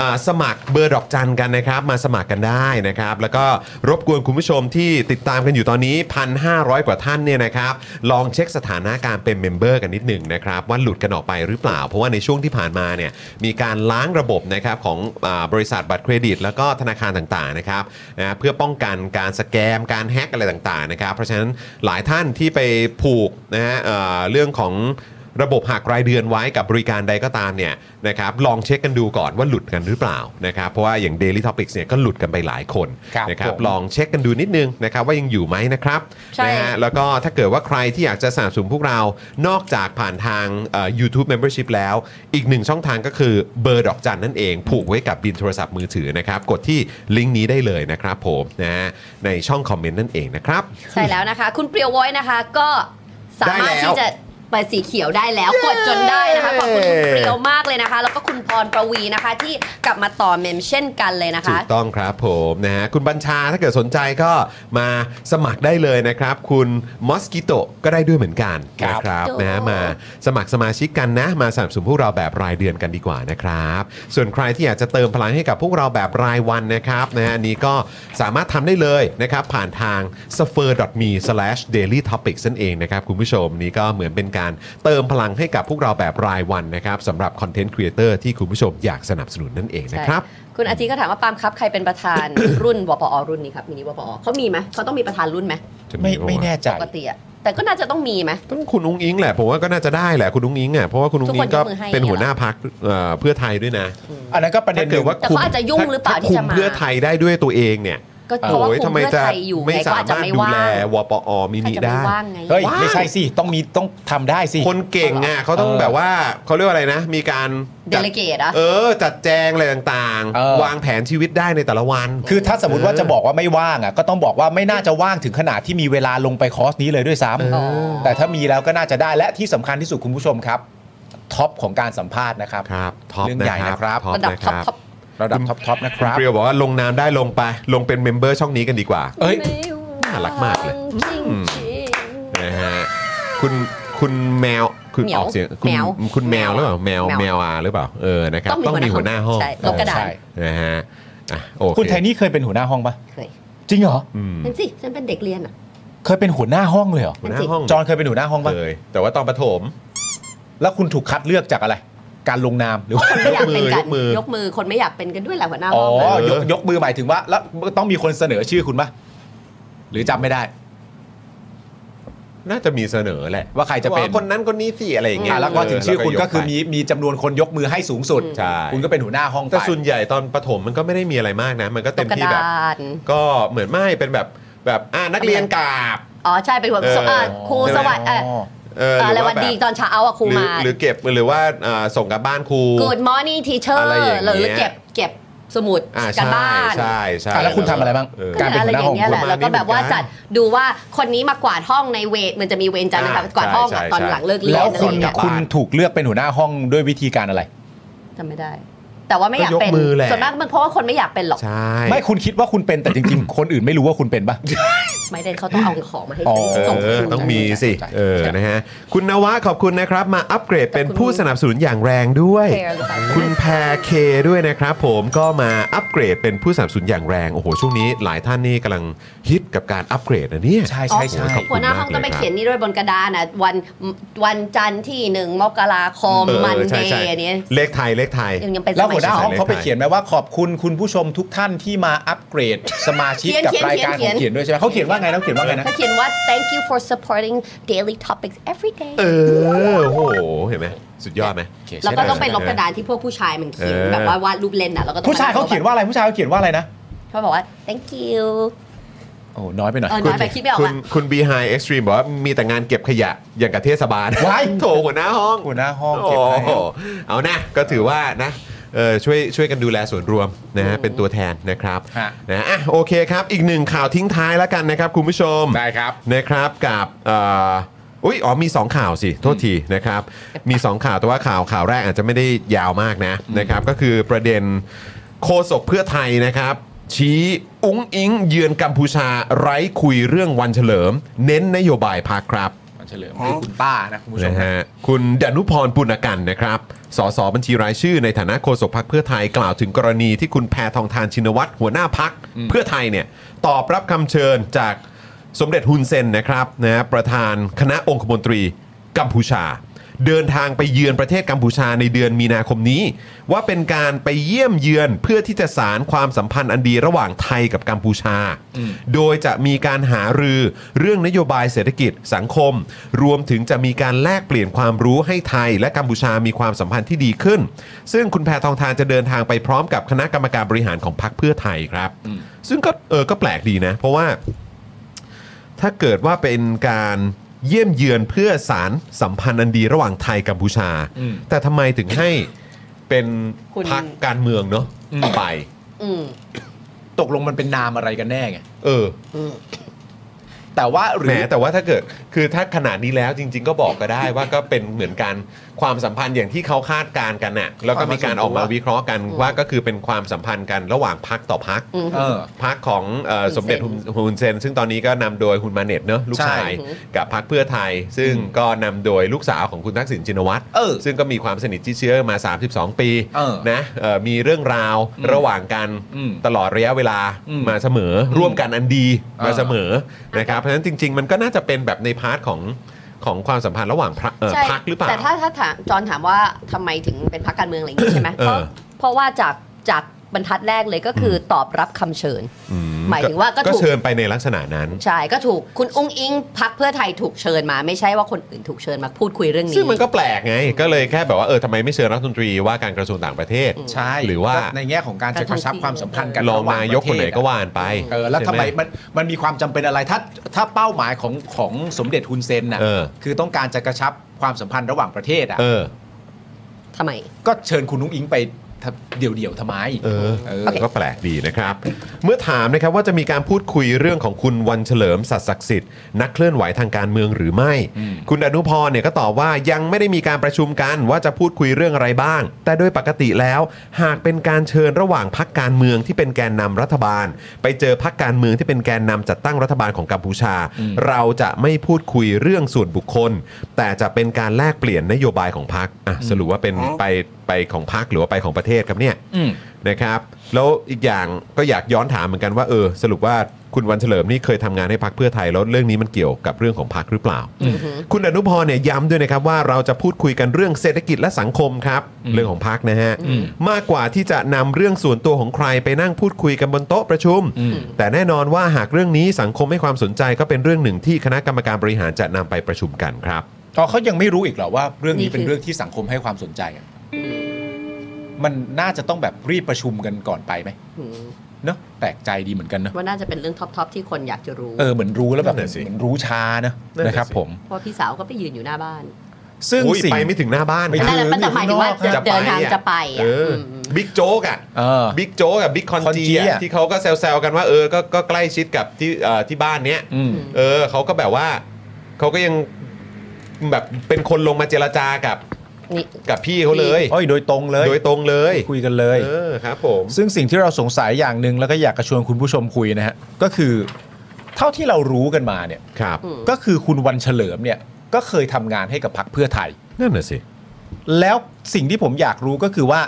อ่าสมัครเบอร์ดอกจันกันนะครับ มาสมัครกันได้นะครับ แล้วก็รบกวนคุณผู้ชมที่ติดตามกันอยู่ตอนนี้ 1,500 กว่าท่านเนี่ยนะครับ ลองเช็คสถานะการเป็นเมมเบอร์กันนิดหนึ่งนะครับ ว่าหลุดกันออกไปหรือเปล่า เพราะว่าในช่วงที่ผ่านมาเนี่ยมีการล้างระบบนะครับของอาบริษัทบัตรเครดิต แล้วก็ธนาคารต่างๆนะครับนะเพื่อป้องกันการสแกมการแฮ็กอะไรต่างๆนะครับ เพราะฉะนั้นหลายท่านที่ไปผูกนะฮะเอ่อเรื่องของระบบหักรายเดือนไว้กับบริการใดก็ตามเนี่ยนะครับลองเช็คกันดูก่อนว่าหลุดกันหรือเปล่านะครับเพราะว่าอย่าง Daily Topics เนี่ยก็หลุดกันไปหลายคน ครับ นะครับ ผม ลองเช็คกันดูนิดนึงนะครับว่ายังอยู่ไหมนะครับ ใช่ นะฮะ แล้วก็ถ้าเกิดว่าใครที่อยากจะสนับสนุนพวกเรานอกจากผ่านทางเอ่อ YouTube Membership แล้ว อีกหนึ่งช่องทางก็คือเบอร์ดอกจันนั่นเอง ผูกไว้กับบินโทรศัพท์มือถือนะครับ กดที่ลิงก์นี้ได้เลยนะครับผมนะฮะในช่องคอมเมนต์นั่นเองนะครับ ใช่แล้วนะคะ คุณเปรียวไว้นะคะก็สามารถ ได้แล้ว ที่จะเปิดสีเขียวได้แล้วกดจนได้นะคะขอบคุณคุณเปรียวมากเลยนะคะ แล้วก็คุณพรประวีนะคะ ที่กลับมาต่อเมมเช่นกันเลยนะ ถู คะ กต้องครับผมนะฮะคุณบัญชาถ้าเกิดสนใจก็มาสมัครได้เลยนะครับ คุณมอสกิโตก็ได้ด้วยเหมือนกัน ครับ นะครับ โอ้ นะฮะมาสมัครสมาชิกกันนะ มาสนับสนุนพวกเราแบบรายเดือนกันดีกว่านะครับ ส่วนใครที่อยากจะเติมพลังให้กับพวกเราแบบรายวันนะครับนะฮะอันนี้ก็สามารถทำได้เลยนะครับ ผ่านทาง s f e r m e d a i l y t o p i c s นั่นเองนะครับ คุณผู้ชมนี่ก็เหมือนเป็นการเติมพลังให้กับพวกเราแบบรายวันนะครับสำหรับคอนเทนต์ครีเอเตอร์ที่คุณผู้ชมอยากสนับสนุนนั่นเองนะครับ ใช่คุณอาทิตย์ก็ถามว่าปาล์มครับใครเป็นประธาน รุ่นวปอรุ่นนี้ครับมินิวปอเขามีไหมเขาต้องมีประธานรุ่นไหม ไม่ไม่แน่ใจ ปกติอะแต่ก็น่าจะต้องมีไหม ต้องคุณอุ้งอิงแหละผมว่าก็น่าจะได้แหละคุณอุ้งอิงอ่ะเพราะว่าคุณอุ้งอิงก็ ทุกคนยกมือให้ เป็นหัวหน้าพักเพื่อไทยด้วยนะ อันนั้นก็ประเด็น ถ้าเกิดว่า แต่เขาอาจจะยุ่งหรือเปล่าที่ คุ จะ ม มา เพื่อไทยได้ด้วยตัวเองเนี่ย ก็เพ โอ้ ราะว่าย คุ ทำ ม ไม เพื่อ จะ ไทยอยู่ ไม่ ไงก็ สา อาจจะ มารถ ไม่ ดู ว่า แล ง วปอมิ อาจ นิ จะไม่ ได้ ว่างไง เฮ้ย ไม่ใช่สิต้องมีต้องทำได้สิ คนเก่งอ่ะเขาต้อง เออ แบบว่าเขาเรียกว่าอะไรนะ มีการจัด Delegate อะ เออ จัดแจงอะไรต่าง เออ วางแผนชีวิตได้ในแต่ละวัน คือถ้าสมมติว่าจะบอกว่าไม่ว่างอ่ะก็ต้องบอกว่าไม่น่าจะว่างถึงขนาดที่มีเวลาลงไปคอร์สนี้เลยด้วยซ้ำแต่ถ้ามีแล้วก็น่าจะได้และที่สำคัญที่สุดคุณผู้ชมครับท็อปของการสัมภาษณ์นะครับ ครับท็อป เรื่องใหญ่นะครับ ท็อป ระดับ นะค ท็อปท็รับอป ระดับท็อปท็อปนะค คุณ รับ เปรียวบอกว่าลงนามได้ลงไป ลงเป็นเมมเบอร์ช่องนี้กันดีกว่า เอ้ย น่ารักมากเลย จริงๆ นะฮะคุณคุณแมวคุณ เหมี อ ยว อกเสียงคุณ แมว คุณแมวหรือเปล่าแมว แมว แมวอาหรือเปล่าเออนะครับ ต้องมีหัวหน้าห้อง ต้ ใช่ มี ลบกระดาษ เออใช่นะฮะอ่ะโอเค คุณไทนี่เคยเป็นหัวหน้าห้องปะ เคย จริงเหรอ อืม นั่นสิ ฉันเป็นเด็กเรียนอ่ะ เคยเป็นหัวหน้าห้องเลยเหรอ หัวหน้าห้อง จอนเคยเป็นหัวหน้าห้องปะ เคยแต่ว่าตอนประถม แล้วคุณถูกคัดเลือกจากอะไร การลงนามหรือว่า ไม่อยากเป็นกัน ยกมือ ยกมือคนไม่อยากเป็นกันด้วยแหละหัวหน้า อ๋ ห้ อ องอะ ยกยกมือหมายถึงว่า แล้วต้องมีคนเสนอชื่อคุณปะหรือจำไม่ได้ น่าจะมีเสนอแหละ ว่าใครจะเป็น ว่าคนนั้นคนนี้สิอะไรอย่างเงี้ อ่ายแล้วก็ถึงชื่อคุณก็คือ แล้วยไป มีมีจำนวนคนยกมือให้สูงสุด ใช่ คุณก็เป็นหัวหน้าห้องไป แต่ส่วนใหญ่ตอนประถมมันก็ไม่ได้มีอะไรมากนะ มันก็ ต เต็ ก ม กระ ที่แบ ดา บ ษ ก็เหมือนไม่เป็นแบบแบบอ่านักเรียนกราบ อ๋อ ใช่ เป็นหัว เออ สวอ่ะครูสวัสดิ์เออ อ๋อ เออ เอ่อ ห อะไร รือ วั ว่าน แบบ ดีตอนเช้าอ่ะครู หรือ มา หรือเก็บหรือว่าอ่าส่งกลับบ้านครู Good morning teacher อะไรอย่างเงี้ย หรือเก็บเก็บสมุด อ่า กัน ใช่ บ้าน ใช่ใช่ อ่ะแล้วคุณทำอะไรบ้าง เออ ก็ การเป็น อะไร หัวอหย่างน้าเงี้ยแหละ ห้อง แล้วก็แบบว่าจัดดูว่าคนนี้มากวาดห้องในเวทมันจะมีเวรจันทร์นะคะ อ่าก วาดห้องอะ ใช่ ตอน ใช่ หลังเลิกเรียน แล้ว อะไร คุอณย่างเงี้ย กลับบ้าน คุณถูกเลือกเป็นหัวหน้าห้องด้วยวิธีการอะไร จำไม่ได้ แต่ว่าไม่อยากเป็น ก็ยกมือแหละ ส่วนมากมันเพราะว่าคนไม่อยากเป็นหรอก ใช่ ไม่คุณคิดว่าคุณเป็นแต่จริงๆ คนอื่นไม่รู้ว่าคุณเป็นปะ ไม่ได้เขาต้องเอาของมาให้ อ๋อ ฉันส่ง เออ คืน ต้องมีสิ ใช่ใช่ เออนะฮะคุณนวะขอบคุณนะครับ มาอัปเกรดเป็น ขอบคุณ ผู้สนับสนุนอย่างแรงด้วย แชร์หรือเปล่า คุณแพรเคด้วยนะครับผมก็มาอัปเกรดเป็นผู้สนับสนุนอย่างแรง โอ้โห ช่วงนี้หลายท่านนี่กำลังฮิตกับการอัปเกรดนะเนี่ย ใช่ใช่ อ๋ ใช่ อขอบคุ หั ณ วหน้าห้องต้องไปเขียนนี่ด้วยบนกระดานนะวันวันจันทร์ที่หนึ่งมกราคม เออ มันเด ใช่ใช่ ย์อันเนี้ย เลขไทยเลขไทย ยังยังเป็นส แล้ว มัยหัว หน้าห้อง ใช่ใช่ เขาไปเขียนไหมว่าขอบคุณคุณผู้ชมทุกท่านที่มาอัปเกรดสมาชิกกับรายการของเขียนด้วยใช่ไหมเขาเขียนว่าไงแล้วเขียนว่าไงนะ เขาเขียนว่า thank you for supporting daily topics every day เออโอ้โห เห็นไหมสุดยอดไหม แล้วก็ต้องไปลบกระดานที่พวกผู้ชายมันเขียน เออ แบบว่าวาดรูปเล่นอ่ะแล้วก็ต้อง ผู้ชายเขาเขียนว่าอะไรผู้ชายเขาเขียนว่าอะไรนะ เขาบอกว่า thank you โอ้น้อยไปหน่อย เออน้อยไปคิดไม่ออก คุณ อ่ะ คุณบีไฮเอ็กซ์ตรีมบอกว่ามีแต่งานเก็บขยะอย่างกับเทศบาล ว้าย โถหัวหน้าห้อง หัวหน้าห้อง โอ้ เก็บไว้ โหเอานะก็ถือว่านะเออช่วยช่วยกันดูแลส่วนรวมนะฮะเป็นตัวแทนนะครับ ฮะ นะอ่ะโอเคครับ อีกหนึ่งข่าวทิ้งท้ายแล้วกันนะครับคุณผู้ชม ได้ครับ นะครับกับเอ่ออุ๊ยอ๋อมี 2 ข่าวสิ โทษทีนะครับมี 2 ข่าวแต่ว่าข่าวข่าวแรกอาจจะไม่ได้ยาวมากนะนะครับก็คือประเด็นโคศกเพื่อไทยนะครับ ชี้อุ้งอิง เยือนกัมพูชาไร้คุยเรื่องวันเฉลิม เน้นนโยบายพักครับ มันเฉลิมคือคุณป้านะคุณผู้ชม นะ นะ ฮะคุณดนุพรปุณกันนะครับ สสบัญชีรายชื่อในฐานะโฆษกพักเพื่อไทยกล่าวถึงกรณีที่คุณแพทองทานชินวัตรหัวหน้าพักเพื่อไทยเนี่ยตอบรับคำเชิญจากสมเด็จฮุนเซนนะครับนะฮะประธานคณะองคมนตรีกัมพูชา เดินทางไปเยือนประเทศกัมพูชาในเดือนมีนาคมนี้ ว่าเป็นการไปเยี่ยมเยือนเพื่อที่จะสารความสัมพันธ์อันดีระหว่างไทยกับกัมพูชา โดยจะมีการหารือเรื่องนโยบายเศรษฐกิจสังคม รวมถึงจะมีการแลกเปลี่ยนความรู้ให้ไทย และกัมพูชามีความสัมพันธ์ที่ดีขึ้น ซึ่งคุณแพทองทานจะเดินทางไปพร้อมกับคณะกรรมการบริหารของพรรคเพื่อไทยครับ ซึ่งก็เออก็แปลกดีนะ เพราะว่า ถ้าเกิดว่าเป็นการเยี่ยมเยือนเพื่อสารสัมพันธ์อันดีระหว่างไทยกัมพูชา อืม แต่ทำไมถึงให้เป็น คุณ พักการเมืองเนาะไป อืม ตกลงมันเป็นนามอะไรกันแน่ไง เออ แต่ว่าหรื แหม อ แต่ว่าถ้าเกิดคือถ้าขนาดนี้แล้วจริง ๆ ก็บอกก็ได้ว่าก็เป็นเหมือนกันความสัมพันธ์อย่างที่เขาคาดการณ์กันน่ะแล้วก็มีการออกมาวิเคราะห์กันว่าก็คือเป็นความสัมพันธ์กันระหว่างพักต่อพัก เออ พักของเอ่อ ฮุนเซน สมเด็จฮุนฮุนเซน ซึ่งตอนนี้ก็นำโดยฮุนมาเน็ตเนอะลูกชาย ใช่ กับพักเพื่อไทย ซึ่งก็นำโดยลูกสาวของคุณทักษิณชินวัตร เออ ซึ่งก็มีความสนิทที่เชื้อมา 32 ปี เออ นะเอ่อมีเรื่องราวระหว่างกัน อืม ตลอดระยะเวลา อืม มาเสมออร่วมกันอันดี เออ มาเสมอนะครับเพราะฉะนั้นจริง ๆ มันก็น่าจะเป็นแบบในพาร์ทของของความสัมพันธ์ระหว่างพรรคเอ่อ ใช่ พักหรือเปล่า แต่ถ้าถ้าถามจอนถามว่าทำไมถึงเป็นพักการเมืองอะไรอย่างงี้ใช่ไหม เออ เพราะเพราะว่าจากจาก บรรทัดแรกเลยก็คือตอบรับคำเชิญ อื หมายถึงว่าก็ ก็ ถูก เชิญไปในลักษณะนั้น ใช่ก็ถูกคุณอุ้งอิงพักเพื่อไทยถูกเชิญมา ไม่ใช่ว่าคนอื่นถูกเชิญมาพูดคุยเรื่องนี้ ซึ่งมันก็แปลกไง ก็เลยแค่แบบว่าเออทำไมไม่เชิญรัฐมนตรีว่าการกระทรวงต่างประเทศ ใช่ หรือว่า ในแง่ของการจะกระชับความสัมพันธ์กัน รอง ระหว่ นายกคนไหนก็ว่ากันไป เออแล้วทำไม ใช่ห มันมันมีความจำเป็นอะไรถ้าถ้าเป้าหมายของของสมเด็จฮุนเซนน่ะ เออ คือต้องการจะกระชับความสัมพันธ์ระหว่างประเทศอ่ะ เออ ทำไม ก็เชิญคุณนุ้งอิงไปเดี่ยวเดี่ยวๆทำไม เออ เออ ก็แปลกดีนะครับ เมื่อถามนะครับว่าจะมีการพูดคุยเรื่องของคุณวันเฉลิมศักดิ์ศักดิ์สิทธิ์นักเคลื่อนไหวทางการเมืองหรือไม่ อืม คุณอนุพรเนี่ยก็ตอบว่ายังไม่ได้มีการประชุมกันว่าจะพูดคุยเรื่องอะไรบ้าง แต่โดยปกติแล้ว หากเป็นการเชิญระหว่างพักการเมืองที่เป็นแกนนำรัฐบาล ไปเจอพักการเมืองที่เป็นแกนนำจัดตั้งรัฐบาลของกัมพูชา เราจะไม่พูดคุยเรื่องส่วนบุคคล แต่จะเป็นการแลกเปลี่ยนนโยบายของพักอ่ะสรุปว่าเป็นไปไปของพักหรือว่าไปของประเทศครับเนี่ย อืม นะครับแล้วอีกอย่างก็อยากย้อนถามเหมือนกันว่าเออสรุปว่าคุณวันเฉลิมนี่เคยทำงานให้พักเพื่อไทยแล้วเรื่องนี้มันเกี่ยวกับเรื่องของพักหรือเปล่า คุณอนุพรเนี่ยย้ำด้วยนะครับว่าเราจะพูดคุยกันเรื่องเศรษฐกิจและสังคมครับเรื่องของพักนะฮะมากกว่าที่จะนำเรื่องส่วนตัวของใครไปนั่งพูดคุยกันบนโต๊ะประชุม แต่แน่นอนว่าหากเรื่องนี้สังคมให้ความสนใจก็เป็นเรื่องหนึ่งที่คณะกรรมการบริหารจะนำไปประชุมกันครับ อ๋อเขายังไม่รู้อีกเหรอว่าเรื่องนี้ นี่คือ เป็นเรื่องที่สังคมให้ความสนใจอะมันน่าจะต้องแบบรีบประชุมกันก่อนไปไหม อืม เนอะแปลกใจดีเหมือนกันเนอะ ว่าน่าจะเป็นเรื่องท็อปๆที่คนอยากจะรู้ เออเหมือนรู้แล้วแบบ นั่นน่ะสิ เหมือนรู้ช้าเนอะ นั่นน่ะสิ นะครับ ผม เพราะพี่สาวก็ไปยืนอยู่หน้าบ้าน ซึ่ง อุ๊ย สิ่ง ไปไม่ถึงหน้าบ้าน ไม่ ครันั่บนแหละมันแต่หมายถึงว่า จะไป เดินทาง อ่ จะไป เอ อ่ะ ออ มอืม บิ๊กโจ๊กอ่ะ เออ บิ๊กโจ๊กกับบิ๊กคอน คอนจี้ จีอะ อะ ที่เขาก็แซวๆกันว่าเออก็ก็ใกล้ชิดกับที่เอ่อที่บ้านเนี้ย อืม เออเขาก็แบบว่าเขาก็ยังแบบเป็นคนลงมาเจรจากับ นี่ กับพี่เขาเลย โอ้ยโดยตรงเลย โดยตรงเลย คุยกันเลย เออครับผม ซึ่งสิ่งที่เราสงสัยอย่างหนึ่งแล้วก็อยากจะชวนคุณผู้ชมคุยนะฮะก็คือ เท่าที่เรารู้กันมาเนี่ย ครับ ก็คือคุณวันเฉลิมเนี่ย ก็เคยทำงานให้กับพรรคเพื่อไทย นั่นน่ะสิ แล้วสิ่งที่ผมอยากรู้ก็คือว่า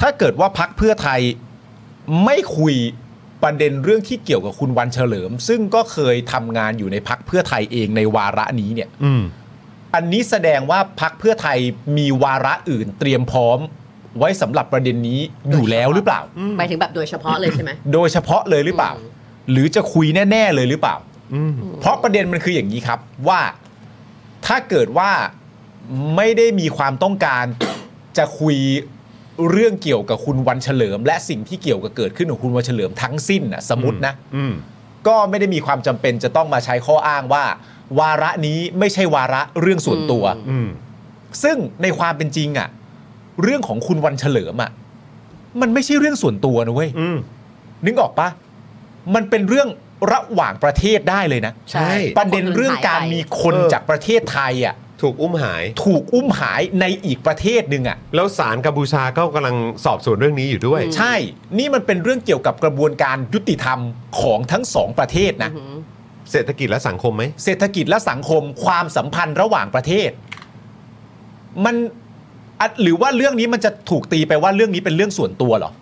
ถ้าเกิดว่าพักเพื่อไทยไม่คุยประเด็นเรื่องที่เกี่ยวกับคุณวันเฉลิม ซึ่งก็เคยทำงานอยู่ในพักเพื่อไทยเองในวาระนี้เนี่ย อืม อันนี้แสดงว่าพักเพื่อไทยมีวาระอื่นเตรียมพร้อม ไว้สำหรับประเด็นนี้อยู่แล้วหรือเปล่า หมายถึงแบบโดยเฉพาะเลยใช่ไหม โดยเฉพาะเลยหรือเปล่า อืม หรือจะคุยแน่ ๆ เลยหรือเปล่า อืม เพราะประเด็นมันคืออย่างนี้ครับว่าถ้าเกิดว่าไม่ได้มีความต้องการ จะคุยเรื่องเกี่ยวกับคุณวันเฉลิม และสิ่งที่เกี่ยวกับเกิดขึ้นของคุณวันเฉลิมทั้งสิ้นนะสมมตินะ อืม ก็ไม่ได้มีความจำเป็นจะต้องมาใช้ข้ออ้างว่า วาระนี้ไม่ใช่วาระเรื่องส่วนตัว อืม ซึ่งในความเป็นจริงอะเรื่องของคุณวันเฉลิมอะมันไม่ใช่เรื่องส่วนตัวนะเว้ย อืม นึกออกปะมันเป็นเรื่องระหว่างประเทศได้เลยนะ ใช่ ประเด็นเรื่องการมีคน เออ จากประเทศไทยอ่ะ ถูกอุ้มหาย ถูกอุ้มหายในอีกประเทศหนึ่งอ่ะ แล้วศาลกัมพูชาก็กำลังสอบสวนเรื่องนี้อยู่ด้วย ใช่ นี่มันเป็นเรื่องเกี่ยวกับกระบวนการยุติธรรมของทั้งสองประเทศนะ เศรษฐกิจและสังคมไหม เศรษฐกิจและสังคมความสัมพันธ์ระหว่างประเทศ มันอะหรือว่าเรื่องนี้มันจะถูกตีไปว่าเรื่องนี้เป็นเรื่องส่วนตัวเหรอ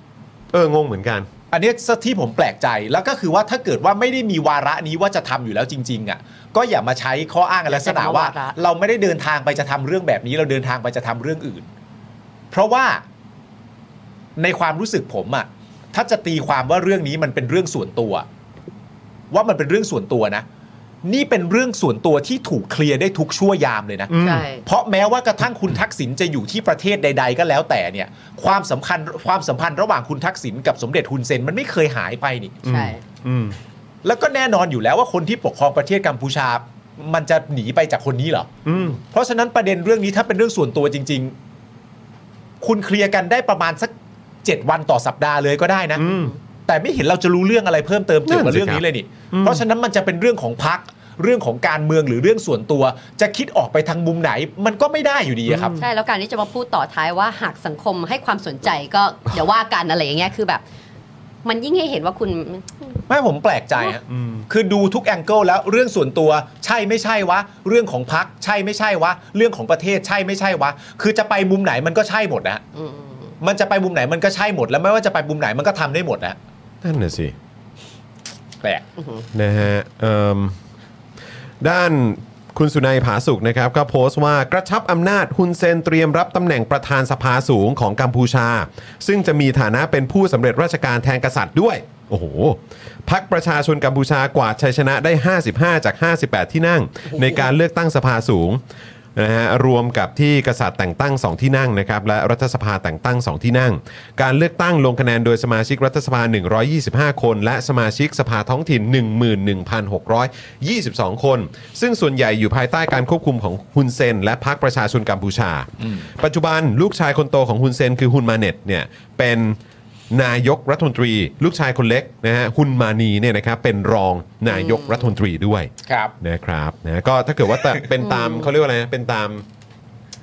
เอองงเหมือนกัน อันเนี้ยที่ผมแปลกใจแล้วก็คือว่าถ้าเกิดว่าไม่ได้มีวาระนี้ว่าจะทำอยู่แล้วจริง ๆอ่ะก็อย่ามาใช้ข้ออ้างในลักษณะว่า ใช้คำว่าวาระ เราไม่ได้เดินทางไปจะทำเรื่องแบบนี้เราเดินทางไปจะทำเรื่องอื่น เพราะว่าในความรู้สึกผมอ่ะถ้าจะตีความว่าเรื่องนี้มันเป็นเรื่องส่วนตัว ว่ามันเป็นเรื่องส่วนตัวนะ นี่เป็นเรื่องส่วนตัวที่ถูกเคลียร์ได้ทุกชั่วยามเลยนะ ใช่ เพราะแม้ว่ากระทั่งคุณทักษิณจะอยู่ที่ประเทศใด ๆ ก็แล้วแต่เนี่ย ความสำคัญความสัมพันธ์ระหว่างคุณทักษิณกับสมเด็จฮุนเซนมันไม่เคยหายไปนี่ ใช่ อืม แล้วก็แน่นอนอยู่แล้วว่าคนที่ปกครองประเทศกัมพูชา มันจะหนีไปจากคนนี้เหรอ อืม เพราะฉะนั้นประเด็นเรื่องนี้ถ้าเป็นเรื่องส่วนตัวจริง ๆ คุณเคลียร์กันได้ประมาณสักเจ็ดวันต่อสัปดาห์เลยก็ได้นะ อืม แต่ไม่เห็นเราจะรู้เรื่องอะไรเพิ่มเติมเกี่ยวกับเรื่องนี้เลยนี่ เพราะฉะนั้นมันจะเป็นเรื่องของพักเรื่องของการเมืองหรือเรื่องส่วนตัว จะคิดออกไปทางมุมไหน มันก็ไม่ได้อยู่ดีอะครับ ใช่แล้วการที่จะมาพูดต่อท้ายว่าหากสังคมให้ความสนใจก็เดี๋ยวว่ากันอะไรอย่างเงี้ยคือแบบ มันยิ่งให้เห็นว่าคุณ ไม่ผมแปลกใจฮะคือดูทุกแองเกิลแล้วเรื่องส่วนตัวใช่ไม่ใช่วะ เรื่องของพักใช่ไม่ใช่วะ เรื่องของประเทศใช่ไม่ใช่วะ คือจะไปมุมไหนมันก็ใช่หมดนะ อืม มันจะไปมุมไหนมันก็ใช่หมด แล้วไม่ว่าจะไปมุมไหนมันก็ทำได้หมดนะ นั่นน่ะสิ แปลก นะฮะเอิ่มด้าน คุณสุนัยผาสุกนะครับก็โพสต์ว่ากระชับอำนาจฮุนเซนเตรียมรับตำแหน่งประธานสภาสูงของกัมพูชา ซึ่งจะมีฐานะเป็นผู้สำเร็จราชการแทนกษัตริย์ด้วย โอ้โหพักประชาชนกัมพูชากวาดชัยชนะได้ 55 จาก 58 ที่นั่ง ในการเลือกตั้งสภาสูง นะฮะรวมกับที่กษัตริย์แต่งตั้ง 2 ที่นั่งนะครับและรัฐสภาแต่งตั้ง 2 ที่นั่ง การเลือกตั้งลงคะแนนโดยสมาชิกรัฐสภา 125 คน และสมาชิกสภาท้องถิ่น 11,622 คน ซึ่งส่วนใหญ่อยู่ภายใต้การควบคุมของฮุนเซน และพรรคประชาชนกัมพูชา ปัจจุบันลูกชายคนโตของฮุนเซนคือฮุนมาเน็ตเนี่ยเป็นนายกรัฐมนตรี ลูกชายคนเล็กนะฮะฮุนมานีเนี่ยนะครับเป็นรองนายกรัฐมนตรีด้วย ครับ นะครับนะก็ถ้าเกิดว่าแต่ เป็น ตามเขาเรียกว่าอะไรนะเป็นตาม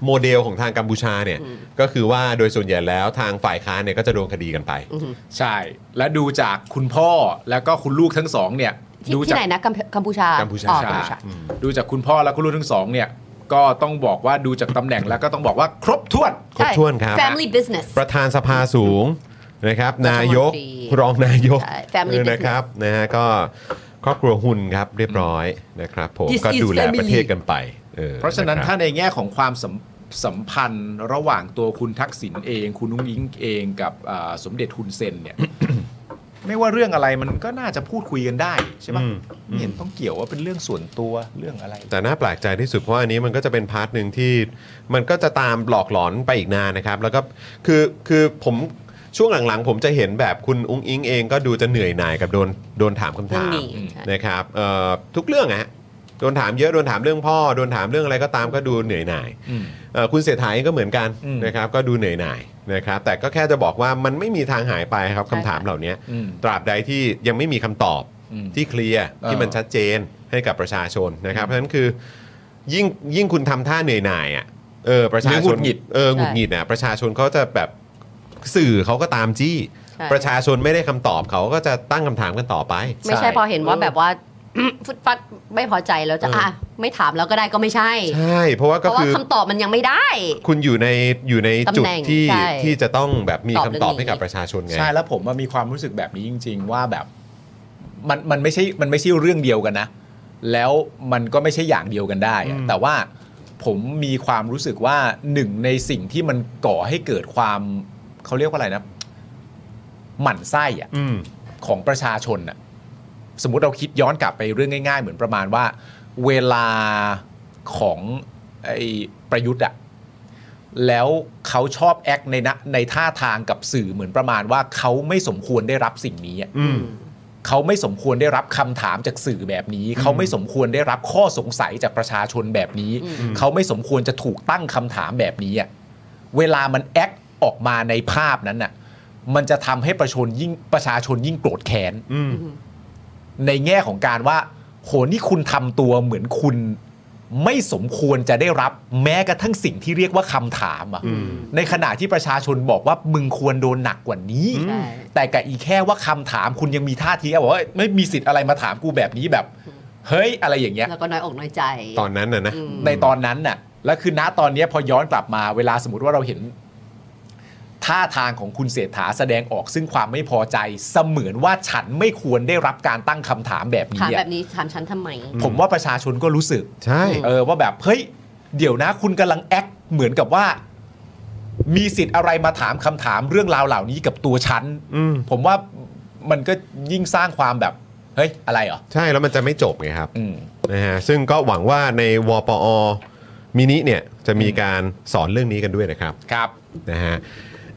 โมเดลของทางกัมพูชาเนี่ยก็คือว่าโดยส่วนใหญ่แล้วทางฝ่ายค้านเนี่ยก็จะโดนคดีกันไป ใช่ และดูจากคุณพ่อแล้วก็คุณลูกทั้งสองเนี่ย ที่ ดู ที่ จาก ไหนนะกัมพูกัมพูชา กัมพูชา อ๋อ ใช่ กัมพูชา ดูจากคุณพ่อและคุณลูกทั้งสองเนี่ย ก็ต้องบอกว่าดูจากตำแหน่งแล้วก็ต้องบอกว่าครบถ้วน ครบถ้วนครับ Family business ประธานสภาสูงนะครับนายก รัฐมนตรี รองนายก ใช่ Family เออนะครับนะฮะก็ครอบครัวหุ่นครับเรียบร้อยนะครับผม This ก็ is ดูแลประเทศ family กันไปออ เพราะฉะนั้น คบ ถ้าในแง่ของความสัมสัมพันธ์ระหว่างตัวคุณทักษิณเอง คุณนุ้งยิงเองกับอ่าสมเด็จทุนเซนเนี่ย ไม่ว่าเรื่องอะไรมันก็น่าจะพูดคุยกันได้ใช่ปะ อืม ไม่เห็นต้องเกี่ยวว่าเป็นเรื่องส่วนตัวเรื่องอะไร แต่น่าแปลกใจที่สุดเพราะอันนี้มันก็จะเป็นพาร์ทหนึ่งที่มันก็จะตามหลอกหลอนไปอีกนานนะครับ แล้วก็คือคือผมช่วงหลังๆ ผมจะเห็นแบบคุณอุ้งอิงเองก็ดูจะเหนื่อยหน่ายกับโดนโดนถามคำถาม นี่ใช่ นะครับเอ่อทุกเรื่องอะฮะโดนถามเยอะโดนถามเรื่องพ่อโดนถามเรื่องอะไรก็ตามก็ดูเหนื่อยหน่าย อืม เอ่อคุณเสถาเองก็เหมือนกัน อืม นะครับก็ดูเหนื่อยหน่ายนะครับแต่ก็แค่จะบอกว่ามันไม่มีทางหายไปครับคำถามเหล่านี้ อืม ตราบใดที่ยังไม่มีคำตอบ อืม ที่เคลียร์ที่ เออ มันชัดเจนให้กับประชาชนนะครับ เพราะฉะนั้นคือยิ่งยิ่งคุณทำท่าเหนื่อยหน่ายอ่ะเออประชา หรือ ชนหงุดหงิด เออหงุดหงิดนะประชาชนเขาจะแบบสื่อเขาก็ตามจี้ ใช่ ประชาชนไม่ได้คำตอบเขาก็จะตั้งคำถามกันต่อไป ไม่ใช่พอเห็นว่าแบบว่า ฟุดฟัดไม่พอใจแล้วจะ เอออ่ อ่ะไม่ถามแล้วก็ได้ก็ไม่ใช่ ใช่เพราะว่า เพ ก็ ราะว่า คือ คำตอบมันยังไม่ได้ คุณอยู่ในอยู่ในจุด ตำแหน่ง ที่ ใช่ ที่จะต้องแบบมี ตอบ คำ เรื่อง ตอบ นี้ ให้กับประชาชนไง ใช่แล้วผมว่ามีความรู้สึกแบบนี้จริง ๆ ว่าแบบมันมันไม่ใช่มันไม่ใช่เรื่องเดียวกันนะ แล้วมันก็ไม่ใช่อย่างเดียวกันได้อะแต่ว่าผมมีความรู้สึกว่าหนึ่งในสิ่งที่มันก่อให้เกิดความเขาเรียกว่าอะไรนะ หมั่นไส้อะ อืม ของประชาชนอะสมมติเราคิดย้อนกลับไปเรื่องง่าย ๆ เหมือนประมาณว่า เวลาของไอ้ประยุทธ์อะแล้วเขาชอบแอคในนะในท่าทางกับสื่อเหมือนประมาณว่าเขาไม่สมควรได้รับสิ่งนี้อะ อืม เขาไม่สมควรได้รับคำถามจากสื่อแบบนี้ เขาไม่สมควรได้รับข้อสงสัยจากประชาชนแบบนี้ เขาไม่สมควรจะถูกตั้งคำถามแบบนี้อะเวลามันแอคออกมาในภาพนั้นน่ะมันจะทำให้ประชาชนยิ่งประชาชนยิ่งโกรธแค้น อืม ในแง่ของการว่า โหนี่คุณทำตัวเหมือนคุณไม่สมควรจะได้รับแม้กระทั่งสิ่งที่เรียกว่าคำถามอะในขณะที่ประชาชนบอกว่ามึงควรโดนหนักกว่านี้ ใช่ แต่กับอีแค่ว่าคำถามคุณยังมีท่าทีว่าไม่มีสิทธิ์อะไรมาถามกูแบบนี้แบบ เฮ้ยอะไรอย่างเงี้ย แล้วก็น้อยอกน้อยใจ ตอนนั้นน่ะนะ ในตอนนั้นน่ะ แล้วคือณตอนเนี้ยพอย้อนกลับมาเวลาสมมติว่าเราเห็น ท่าทางของคุณเศรษฐาแสดงออกซึ่งความไม่พอใจ เสมือนว่าฉันไม่ควรได้รับการตั้งคำถามแบบ ถาม นี้อะ แบบนี้ถามฉันทำไม ผมว่าประชาชนก็รู้สึก ใช่ เออว่าแบบ เฮ้ย เดี๋ยวนะคุณกำลังแอคเหมือนกับว่า มีสิทธิ์อะไรมาถามคำถามเรื่องราวเหล่านี้กับตัวฉันผมว่ามันก็ยิ่งสร้างความแบบ เฮ้ยอะไรเหรอ ใช่แล้วมันจะไม่จบไงครับ อืม นะฮะซึ่งก็หวังว่าในวปอมินิเนี่ยจะมีการสอนเรื่องนี้กันด้วยนะครับ ครับ นะฮะ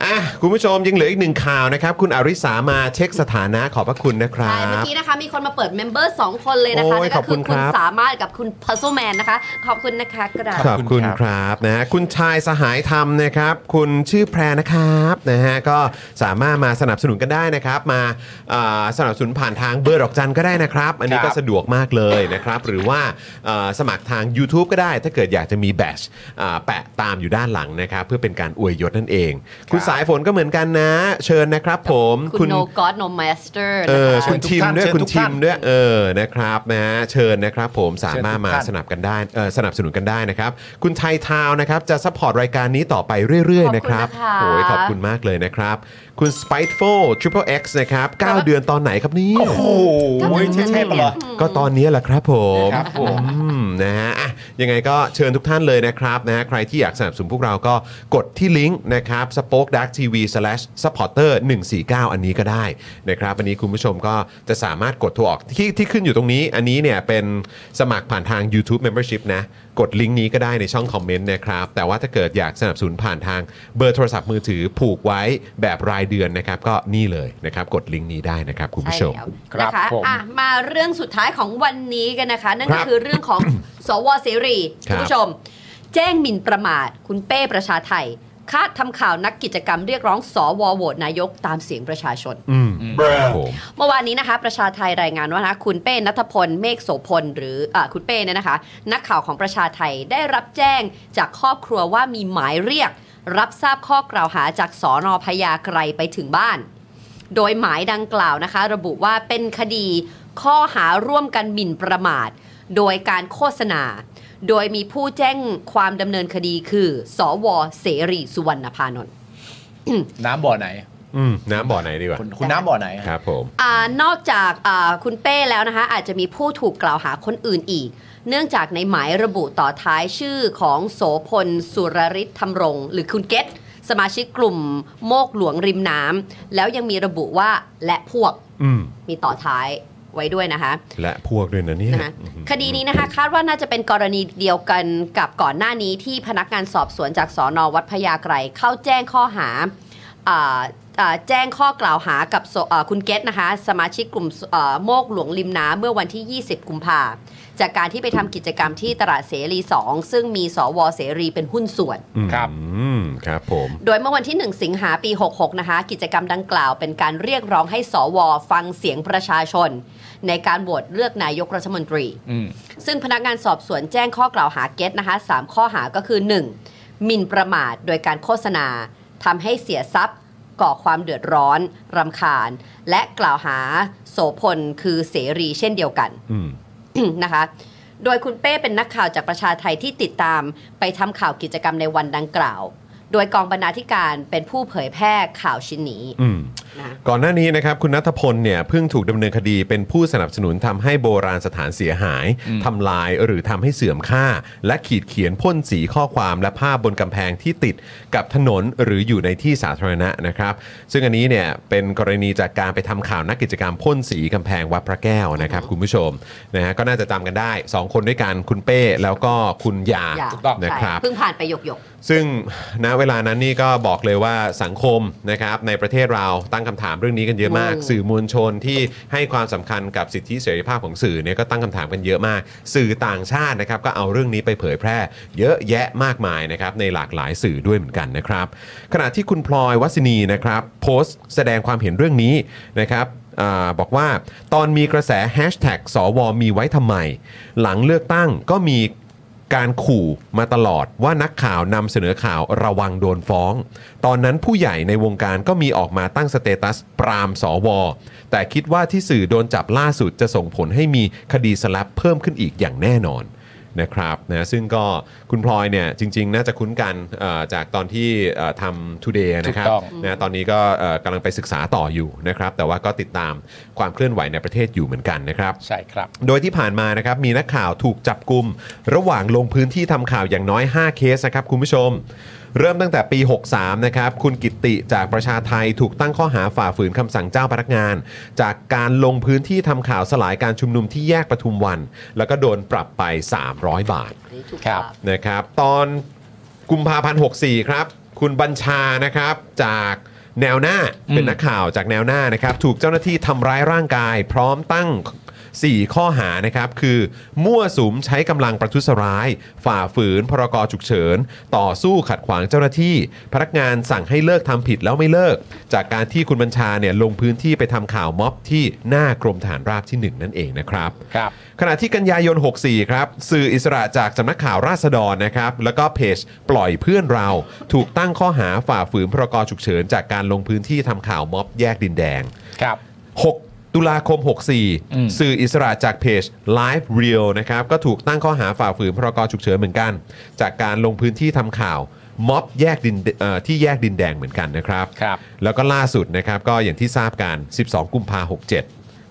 อ่ะคุณผู้ชมยังเหลืออีกหนึ่งข่าวนะครับ คุณอริสามาเช็คสถานะขอบพระคุณนะครั ใช่เมื่อบ กี้นะคะมีคนมาเปิดเมมเบอร์ 2 คนเลยนะคะ โอ้ย นั่น ขอ ก็ บคุ คื ณ อ ครั คุณ บ สามารถกับคุณพัซ z ซ e m แมนนะคะ ขอบคุณนะคะกระดาษ ขอบคุณครับนะฮะคุณชายสหายธรรมนะครับ คุณชื่อแพรนะครับนะฮะก็สามารถมาสนับสนุนกันได้นะครับ มาอ่าสนับสนุนผ่านทางเบอร์ดอกจันก็ได้นะครับ อันนี้ ค ก็ รับ สะดวกมากเลยนะครับ หรือว่าอ่าสมัครทาง YouTube ก็ได้ ถ้าเกิดอยากจะมีแบชอ่าแปะตามอยู่ด้านหลังนะครับ เพื่อเป็นการอวยยศนั่นเอง คุณสายฝนก็เหมือนกันนะ เชิญนะครับผม คุณโนกอ d โนมาสเตอร์ เอ นะ อ คะ คุณทีมด้วย เชิญ คุณ ทุก ที ท่าม น ด้วยเออนะครับนะฮะเชิญนะครับผมสามารถมา เชิญสทุกท่านนับกันได้เออสนับสนุนกันได้นะครับ คุณไทยทาวน์นะครับจะซัพพอร์ตรายการนี้ต่อไปเรื่อย ๆ นะครับ ขอบคุณนะคะ โอ้ยขอบคุณมากเลยนะครับ คุณ Spiteful Triple X นะครับ 9 เดือนตอนไหนครับเนี่ย โอ้โหเท่ๆไปเลย ก็ตอนนี้แหละครับผม ครับผม อืมนะฮะอ่ะยังไงก็เชิญทุกท่านเลยนะครับนะฮะใครที่อยากสนับสนุนพวกเราก็กดที่ลิงก์นะครับ spoke dark tv slash supporter 149 อันนี้ก็ได้นะครับ อันนี้คุณผู้ชมก็จะสามารถกดโทรออกที่ที่ขึ้นอยู่ตรงนี้ อันนี้เนี่ยเป็นสมัครผ่านทาง YouTube membership นะ กดลิงก์นี้ก็ได้ในช่องคอมเมนต์นะครับ แต่ว่าถ้าเกิดอยากสนับสนุนผ่านทางเบอร์โทรศัพท์มือถือผูกไว้แบบรายเดือนนะครับ ก็นี่เลยนะครับ กดลิงก์นี้ได้นะครับคุณผู้ชม ค ใช่ รั แล้วนะบคะ ผม อ่ะมาเรื่องสุดท้ายของวันนี้กันนะคะ นั่น ค ก็ รับ คือเรื่อง ของ สวเสรี ครั คุณบผู้ชม แจ้งหมิ่นประมาท คุณเป้ประชาไทยคาดทำข่าวนักกิจกรรมเรียกร้องสวโหวตนายกตามเสียงประชาชน อืมครับผม เมื่อวานนี้นะคะ ประชาไทยรายงานว่านะคะคุณเป้นัทพลเมฆโสพลหรืออาคุณเป้เนี่ยนะคะ นักข่าวของประชาไทยได้รับแจ้งจากครอบครัวว่ามีหมายเรียก รับทราบข้อกล่าวหาจากสอนพญาไกรไปถึงบ้าน โดยหมายดังกล่าวนะคะ ระบุว่าเป็นคดีข้อหาร่วมกันหมิ่นประมาท โดยการโฆษณา โดยมีผู้แจ้งความดำเนินคดีคือ สวเสรีสุวรรณพานนท์ น้ำบ่อไหน อืมน้ำบ่อไหนดีกว่า คุณคุณน้ำบ่อไหน ครับผม อานอกจากอ่าคุณเป้แล้วนะคะ อาจจะมีผู้ถูกกล่าวหาคนอื่นอีก เนื่องจากในหมายระบุต่อท้ายชื่อของโสพล สุรริศธรรมรงค์หรือคุณเกตสมาชิกกลุ่มโมกหลวงริมน้ำแล้วยังมีระบุว่าและพวก อืม มีต่อท้ายไว้ด้วยนะคะ และพวกด้วยนะเนี่ย นะคะคดีนี้นะคะคาดว่าน่าจะเป็นกรณีเดียวกันกับก่อนหน้านี้ที่พนักงานสอบสวนจากสอนวัดพญาไกรเข้าแจ้งข้อหาอ่าอ่าแจ้งข้อกล่าวหากับโซอ่าคุณเกตนะคะ สมาชิกกลุ่มอ่าโมกหลวงริมน้ำเมื่อวันที่ 20 กุมภาจากการที่ไปทำกิจกรรมที่ตลาดเสรี 2 ซึ่งมีสวเสรีเป็นหุ้นส่วน อืม ครับ อืมครับผม โดยเมื่อวันที่ 1 สิงหาปี 66 นะคะ กิจกรรมดังกล่าวเป็นการเรียกร้องให้สว ฟังเสียงประชาชน ในการโหวตเลือกนายกรัฐมนตรี อืม ซึ่งพนักงานสอบสวนแจ้งข้อกล่าวหาเกตนะคะสามข้อหาก็คือ 1. หมิ่นประมาทโดยการโฆษณาทำให้เสียทรัพย์ ก่อความเดือดร้อนรำคาญ และกล่าวหาโสพลคือเสรีเช่นเดียวกัน อืม นะคะ โดยคุณเป้เป็นนักข่าวจากประชาไทยที่ติดตามไปทำข่าวกิจกรรมในวันดังกล่าว โดยกองบรรณาธิการเป็นผู้เผยแพร่ข่าวชิ้นนี้ อืม นะ ก่อนหน้านี้นะครับคุณนัทพลเนี่ยเพิ่งถูกดำเนินคดีเป็นผู้สนับสนุนทำให้โบราณสถานเสียหายทำลายหรือทำให้เสื่อมค่า และขีดเขียนพ่นสีข้อความและภาพบนกำแพงที่ติดกับถนนหรืออยู่ในที่สาธารณะนะครับ ซึ่งอันนี้เนี่ยเป็นกรณีจากการไปทำข่าวนักกิจกรรมพ่นสีกำแพงวัดพระแก้วนะครับคุณผู้ชมนะฮะก็น่าจะจำกันได้สองคนด้วยกันคุณเป้แล้วก็คุณยา อย่า นะครับ ใช่เพิ่งผ่านไปหยกหยก ซึ่งณเวลานั้นนี่ก็บอกเลยว่าสังคมนะครับในประเทศเราตั้งคำถามเรื่องนี้กันเยอะมาก สื่อมวลชนที่ให้ความสำคัญกับสิทธิเสรีภาพของสื่อเนี่ยก็ตั้งคำถามกันเยอะมาก สื่อต่างชาตินะครับก็เอาเรื่องนี้ไปเผยแพร่ เยอะแยะมากมายนะครับในหลากหลายสื่อด้วยเหมือนกันนะครับขณะที่คุณพลอยวัศนีนะครับโพสต์แสดงความเห็นเรื่องนี้นะครับ อาบอกว่าตอนมีกระแสแฮชแท็กสวมีไว้ทำไม หลังเลือกตั้งก็มีการขู่มาตลอดว่านักข่าวนำเสนอข่าวระวังโดนฟ้อง ตอนนั้นผู้ใหญ่ในวงการก็มีออกมาตั้งสเตตัสปรามสว แต่คิดว่าที่สื่อโดนจับล่าสุดจะส่งผลให้มีคดีสลับเพิ่มขึ้นอีกอย่างแน่นอน นะครับนะซึ่งก็คุณพลอยเนี่ยจริง ๆ น่าจะคุ้นกันเอ่อจากตอนที่เอ่อทำ Today นะครับ ถูกต้อง นะตอนนี้ก็เอ่อกำลังไปศึกษาต่ออยู่นะครับ แต่ว่าก็ติดตามความเคลื่อนไหวในประเทศอยู่เหมือนกันนะครับ ใช่ครับ โดยที่ผ่านมานะครับมีนักข่าวถูกจับกลุ่มระหว่างลงพื้นที่ทำข่าวอย่างน้อย 5 เคสนะครับคุณผู้ชม เริ่มตั้งแต่ปี 63 นะครับ คุณกิตติจากประชาไทยถูกตั้งข้อหาฝ่าฝืนคำสั่งเจ้าพนักงาน จากการลงพื้นที่ทำข่าวสลายการชุมนุมที่แยกปทุมวัน แล้วก็โดนปรับไป 300 บาท ๆอันนี้ถูก ครับ ปะ นะครับตอนกุมภาพันธ์64 ครับ คุณบัญชานะครับจากแนวหน้าเป็นนักข่าวจากแนวหน้านะครับ ถูกเจ้าหน้าที่ทำร้ายร่างกาย พร้อมตั้ง 4 ข้อหานะครับ คือมั่วสุมใช้กำลังประทุษร้าย ฝ่าฝืนพรกฉุกเฉิน ต่อสู้ขัดขวางเจ้าหน้าที่ พนักงานสั่งให้เลิกทำผิดแล้วไม่เลิก จากการที่คุณบัญชาเนี่ยลงพื้นที่ไปทำข่าวม็อบที่หน้ากรมฐานราบที่หนึ่งนั่นเองนะครับ ครับ ขณะที่กันยายน 64 ครับ สื่ออิสระจากสำนักข่าวราษฎรนะครับ แล้วก็เพจปล่อยเพื่อนเรา ถูกตั้งข้อหาฝ่าฝืนพรกฉุกเฉิน จากการลงพื้นที่ทำข่าวม็อบแยกดินแดง ครับ 6 ตุลาคม อืม 64 สื่ออิสระจากเพจ Live Real นะครับ ก็ถูกตั้งข้อหาฝ่าฝืนพรกฉุกเฉินเหมือนกัน จากการลงพื้นที่ทำข่าว ม็อบแยกดินเอ่อที่แยกดินแดงเหมือนกันนะครับ ครับ แล้วก็ล่าสุดนะครับก็อย่างที่ทราบกัน 12 กุมภา67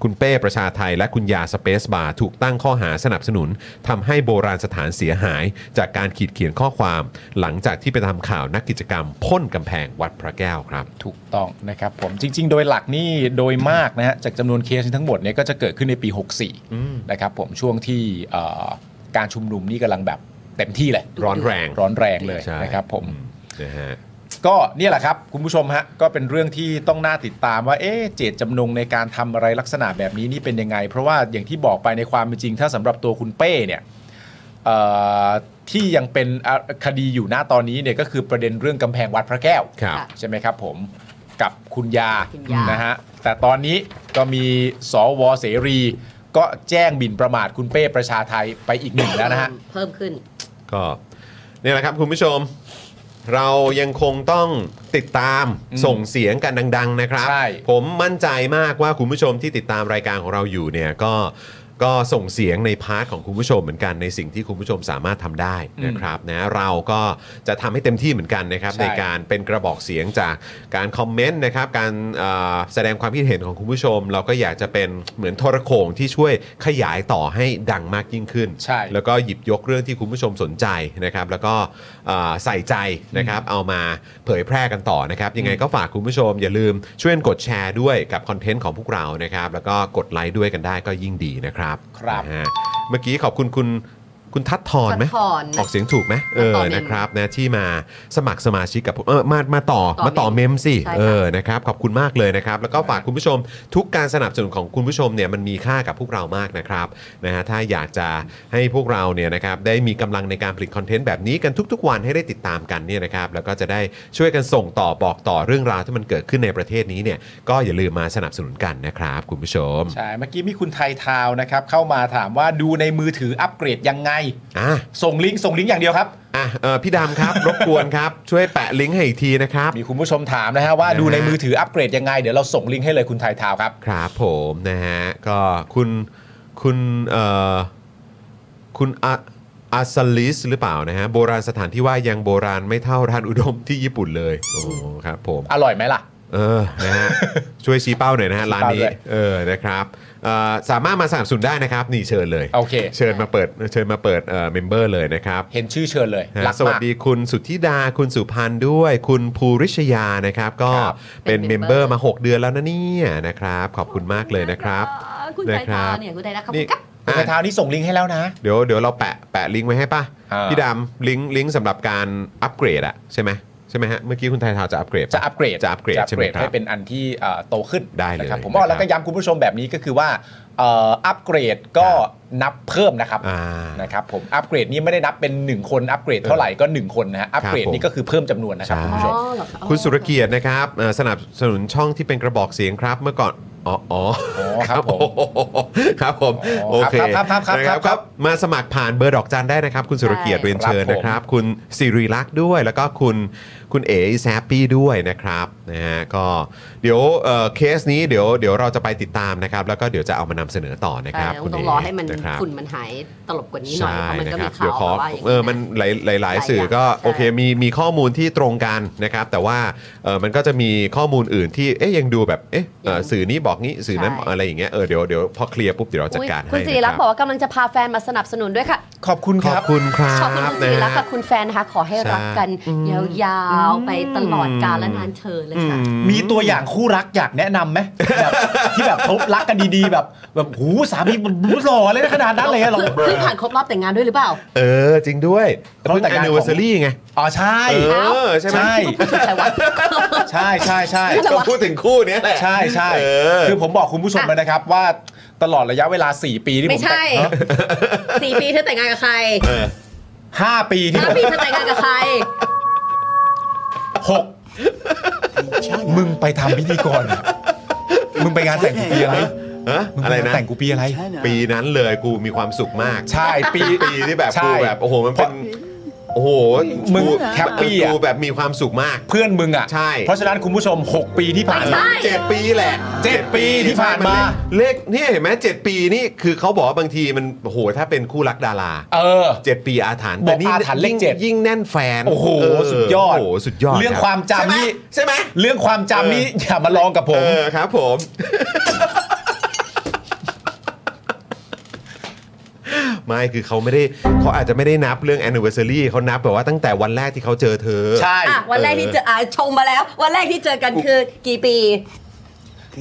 คุณเป้ประชาไทยและคุณยาสเปซบาร์ถูกตั้งข้อหาสนับสนุนทำให้โบราณสถานเสียหาย จากการขีดเขียนข้อความ หลังจากที่ไปทำข่าวนักกิจกรรมพ่นกำแพงวัดพระแก้วครับ ถูกต้องนะครับผมจริง ๆ โดยหลักนี่โดยมากนะฮะจากจำนวนเคสทั้งหมดเนี่ยก็จะเกิดขึ้นในปี 64นะครับผมช่วงที่เอ่อการชุมนุมนี่กำลังแบบเต็มที่เลย ร้อนแรง ร้อนแรงเลย ใช่ นะครับผม นะฮะ ก็เนี่ยแหละครับ คุณผู้ชมฮะก็เป็นเรื่องที่ต้องน่าติดตามว่าเอ๊ะเจตจำนงในการทำอะไรลักษณะแบบนี้นี่เป็นยังไง เพราะว่าอย่างที่บอกไปในความเป็นจริง ถ้าสำหรับตัวคุณเป้เนี่ยเอ่อที่ยังเป็นอ่ะคดีอยู่หน้าตอนนี้เนี่ยก็คือประเด็นเรื่องกำแพงวัดพระแก้ว ครับ ใช่ไหมครับผมกับคุณยา คุณยาน นะฮะแต่ตอนนี้ก็มีสวเสรี ก็แจ้งบินประมาทคุณเป้ประชาไทยไปอีกหนึ่งแล้วนะฮะ เพิ่มขึ้น ก็เนี่ยแหละครับคุณผู้ชม เรายังคงต้องติดตาม อืม ส่งเสียงกันดัง ๆ นะครับ ใช่ ผมมั่นใจมากว่าคุณผู้ชมที่ติดตามรายการของเราอยู่เนี่ยก็ก็ส่งเสียงในพาร์ทของคุณผู้ชมเหมือนกันในสิ่งที่คุณผู้ชมสามารถทำได้นะครับนะเราก็จะทำให้เต็มที่เหมือนกันนะครับ ใช่ ในการเป็นกระบอกเสียงจากการคอมเมนต์นะครับการเอ่อแสดงความคิดเห็นของคุณผู้ชม เราก็อยากจะเป็นเหมือนโทรโขงที่ช่วยขยายต่อให้ดังมากยิ่งขึ้น ใช่ แล้วก็หยิบยกเรื่องที่คุณผู้ชมสนใจนะครับ แล้วก็เอ่อใส่ใจนะครับ เอามาเผยแพร่กันต่อนะครับ ยังไงก็ฝากคุณผู้ชมอย่าลืมช่วยกดแชร์ด้วยกับคอนเทนต์ของพวกเรานะครับ แล้วก็กดไลค์ด้วยกันได้ก็ยิ่งดีนะครับ ครับ นะฮะเมื่อกี้ขอบคุณคุณคุณทัดทอนไหม ทัดทร ออกเสียงถูกไหมเออ ทัดทรเมม นะครับนะที่มาสมัครสมาชิกกับผมเออมามาต่อมาต่อ ต่อ เม เมม มสิ ใช่ค่ะ เออ เออนะครับขอบคุณมากเลยนะครับ แล้วก็ฝากคุณผู้ชมทุกการสนับสนุนของคุณผู้ชมเนี่ยมันมีค่ากับพวกเรามากนะครับนะฮะถ้าอยากจะให้พวกเราเนี่ยนะครับได้มีกำลังในการผลิตคอนเทนต์แบบนี้กันทุก ๆ วันให้ได้ติดตามกันเนี่ยนะครับแล้วก็จะได้ช่วยกันส่งต่อบอกต่อเรื่องราวที่มันเกิดขึ้นในประเทศนี้เนี่ยก็อย่าลืมมาสนับสนุนกันนะครับ คุณผู้ชม ใช่เมื่อกี้มีคุณไทยทาวน์นะครับเข้ามาถามว่าดูในมือถืออัปเกรดยังไง อ่ะ ส่งลิงก์ส่งลิงก์อย่างเดียวครับ อ่ะเอ่อพี่ดำครับ รบกวนครับช่วยแปะลิงก์ให้อีกทีนะครับ มีคุณผู้ชมถามนะฮะว่า นะฮะ ดูในมือถืออัปเกรดยังไง เดี๋ยวเราส่งลิงก์ให้เลยคุณไทยทาวน์ครับ ครับผมนะฮะก็คุณคุณเอ่อคุณอะอาซาลิสหรือเปล่านะฮะโบราณสถานที่ว่ายังโบราณไม่เท่าร้านอุดมที่ญี่ปุ่นเลยโอ้ครับผม อร่อยไหมล่ะ เออนะฮะ ช่วยชี้เป้าหน่อยนะฮะร้าน ชี้ นี้ เป้าด้วย เออนะครับเอ่อสามารถมาสนับสนุนได้นะครับ นี่เชิญเลย โอเค เชิญมาเปิดเชิญมาเปิดเอ่อเมมเบอร์เลยนะครับ เห็นชื่อเชิญเลย นะ รัก สวัส มาก ดีคุณสุทธิดาคุณสุพันธ์ด้วย คุณภูริชยานะครับ ก็ ครับ เป็น เป็นเมเมม ม เบ เบ อ อร์ ร์มา 6 เดือนแล้วนะเนี่ยนะครับ ขอบคุณมากเลยนะครับ คุณไทยทาวน์เนี่ยคุณไทยทาวน์ขอบคุ นี่ ณครับ คุณไทย อ่ะ ทาวน์นี่ส่งลิงก์ให้แล้วนะ เดี๋ยวเดี๋ยวเราแปะแปะลิงก์ไว้ให้ป่ะ อ่า พี่ดำลิงก์ลิงก์สำหรับการอัปเกรดอะใช่ไหมใช่ไหมฮะเมื่อกี้คุณไทยทาวน์จะอัปเกรด จะอัปเกรด จะอัปเกรดใช่ไหมครับ ให้เป็นอันที่เอ่อโตขึ้น ได้เลย นะครับผม นะครับ อ้อแล้วก็ย้ำคุณผู้ชมแบบนี้ก็คือว่าเอ่ออัปเกรดก็นับเพิ่มนะครับ อ่า นะครับผมอัปเกรดนี่ไม่ได้นับเป็น 1 คนอัปเกรดเท่าไหร่ก็ 1 คนนะฮะอัปเกรคดรับผม นี่ก็คือเพิ่มจำนวนนะครับคุณผู้ชม อ๋อเหรอะ คุณสุรเกียรตินะครับเอ่อสนับสนุนช่องที่เป็นกระบอกเสียงครับเมื่อก่อนอ๋อ อ๋อ อ๋อครับผม ครับผม อ๋ โอ อ เค ครับครับครับ นะครับ ครับ ครับมาสมัครผ่านเบอร์ดอกจันได้นะครับ คุณสุรเกียรติ ใช่ เรียนเชิญ ครับผม นะครับ คุณสิริลักษณ์ด้วย แล้วก็คุณคุณเอ๋แซปปี้ด้วยนะครับนะฮะก็เดี๋ยวเอ่อเคสนี้เดี๋ยวเดี๋ยวเราจะไปติดตามนะครับ แล้วก็เดี๋ยวจะเอามานำเสนอต่อนะค ใช่ รับ ต้ คุณ อง เอ๋ รอให้มัน นะครับ ฝุ่นมันหายตลบกว่านี้หน่อยเพราะมันก็มีข่าเดี๋ยว วขอ แบบว่าอย่าง เออมันหลายหลายๆสื่อก็ หลายอย่าง โอเค ใช่ มีมีข้อมูลที่ตรงกันนะครับ แต่ว่าเออมันก็จะมีข้อมูลอื่นที่เอ๊ยยังดูแบบเอ๊ะเอ่อสื่อนี้บอกงี้สื่อนั้นบอกอะไรอย่างเงี้ยเออเดี๋ยวเดี๋ยวพอเคลียร์ปุ๊บเดี๋ยวเราจัด อุ๊ย การให้ คุณสิริรักษ์บนะค อก รัว่าบกำลังจะพาแฟนมาสนับสนุนด้วยค่ะ ขอบคุณ ข ค อบ รับ คุณครั ขอบคุณ บ คุณสิริรักษ์ นะ กับคุณแฟนนะคะ ขอให้รักกันยาวๆไปตลอดกาลและนานเธอเลยค่ะ มีตัวอย่างคู่รักอยากแนะนำไหมแบบที่แบบเขารักกันดีๆ แบบแบบหูสามีมันหล่อเลยนะขนาดนั้นเลยอะเรา เพิ่งผ่านครบรอบแต่งงานด้วยหรือเปล่า เออจริงด้วย เพราะ เพิ่ง แต่แองงานน นิวเซอรี่ไง อ๋อใช่ เออใช่ไหม ใช่ ใครวะ ใช่ใช่ใช่ ก็พูดถึงคู่เนี้ยแหละ ใช่ใช่ เออ คือผมบอกคุณผู้ชมไปนะครับว่าตลอดระยะเวลา 4 ปีที่ผ ไม่ ม ใช่ แต่ง สี่ปีเธอแต่งงานกับใคร ห้าปีที่ ห้า ผม ปีเธอแต่งงานกับใคร หกมึงไปทำพิธีกรอะมึงไปงานแต่งกูปีอะไร ฮะ มึงป อะไร งา นะ แต่งกูปีอะไร China ปีนั้นเลยกูมีความสุขมาก ใช่ปี ปีที่แบบ ใช่ กูแบบโอ้โหมันเป็น เพ โอ้โห มึง ดู แฮปปี้อะ ดูแบบมีความสุขมาก เพื่อนมึงอ่ะ ใช่ เพราะฉะนั้นคุณผู้ชม 6 ปีที่ผ่าน ไม่ใช่ มา เจ็ดปีแหละ เจ็ดปีที่ผ่านมา เลขเนี่ยเห็นไหมเจ็ดปีนี่คือเขาบอกว่าบางทีมันโอ้โหถ้าเป็นคู่รักดารา เออ เจ็ดปีอาถรรพ์ บอก แต่นี่ อาถรรพ์เลข ยิ่ง เจ็ด ยิ่งแน่นแฟน โอ้โห เ สุดยอด โอ้โหสุดยอด เรื่องความ ใช่ไห จำนี่ ใช่ไหม เรื่องความจำนี่อย่ามาลองกับผ เอ ม อครับผม ไม่คือเขาไม่ได้เขาอาจจะไม่ได้นับเรื่อง anniversary เขานับแบบว่าตั้งแต่วันแรกที่เขาเจอเธอ ใช่ อ่ะวันแรกที่เจออ่ะชงมาแล้ว วันแรกที่เจอกันคือกี่ปี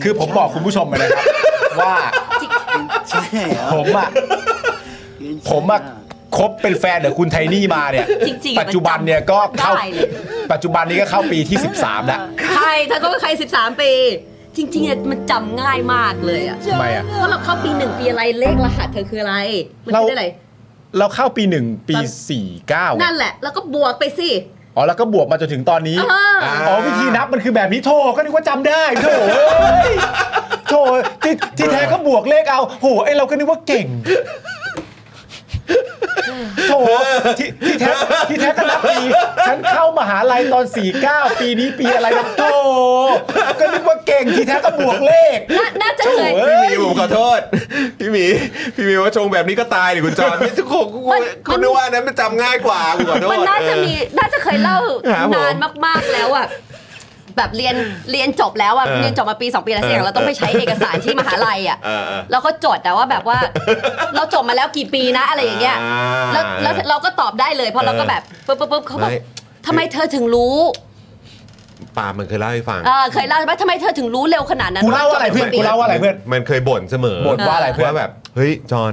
คือผมบอกคุณผู้ชมไปนะครับ ว่า ใช่เหรอ ผมอ่ะ ผมอ่ะคบเป็นแฟนเดี๋ยวคุณไทนี่มาเนี่ย จริงๆอะ ปัจจุบันเนี่ยก็เข้า ได้เลย ปัจจุบันนี้ก็เข้าปีที่ 13แล้ว ใครถ้าก็ใคร 13 ปี จริงๆอะมันจำง่ายมากเลยอ่ะ ทำไมอะ เพราะเราเข้าปีหนึ่งปีอะไรเลขรหัสเธอคืออะไร มัน เรา คืออะไร เราเข้าปี 1 ปี ตอน 49 นั่นแหละ แล้วก็บวกไปสิ อ๋อแล้วก็บวกมาจนถึงตอนนี้ อ่า อ๋อวิธีนับมันคือแบบนี้โทก็นึกว่าจำได้โถเอ้ยโถที่ที่แท้ก็บวกเลขเอาโหไอเราก็นึกว่าเก่งโถที่ที่แท้ที่แท้ก็นับปีฉันเข้ามหาลัยตอน 49 ปีนี้ปีอะไรนะโถก็นึกว่าเก่งที่แท้ก็บวกเลข น่าน่าจะเคย โถ่เอ้ย พี่หมีผมขอโทษ พี่หมีพี่หมีว่าชงแบบนี้ก็ตายดิคุณจอนพี่ทุกคนกู มัน เขานึกว่าอันนั้นมันจำง่ายกว่ากูขอโทษ มันน่าจะมีน่าจะเคยเล่า ครับผม นานมากๆแล้วอ่ะแบบเรียนเรียนจบแล้วอ่ะ เออ เรียนจบมาปีสองปีแล้วเสียงเราต้องไปใช้เอกสารที่มหาลัยอ่ะ เออเออ แล้วก็จดแต่ว่าแบบว่า เราจบมาแล้วกี่ปีนะอะไรอย่างเงี้ย อ่า แล้วแล้วเราก็ตอบได้เลยเพราะเราก็แบบปุ๊บปุ๊บปุ๊บเขาบอก ไม่ ทำไมเธอถึงรู้ ปาล์มมันเคยเล่าให้ฟัง เออเคยเล่าใช่ไหมทำไมเธอถึงรู้เร็วขนาดนั้น กูเล่าอะไรเพื่อจนบมกี่กูปี เล่าว่าอะไรเพื่อน มันเคยบ่นเสมอ บ่นว่าอะไรเพื่อน ว่าแบบเฮ้ยจอน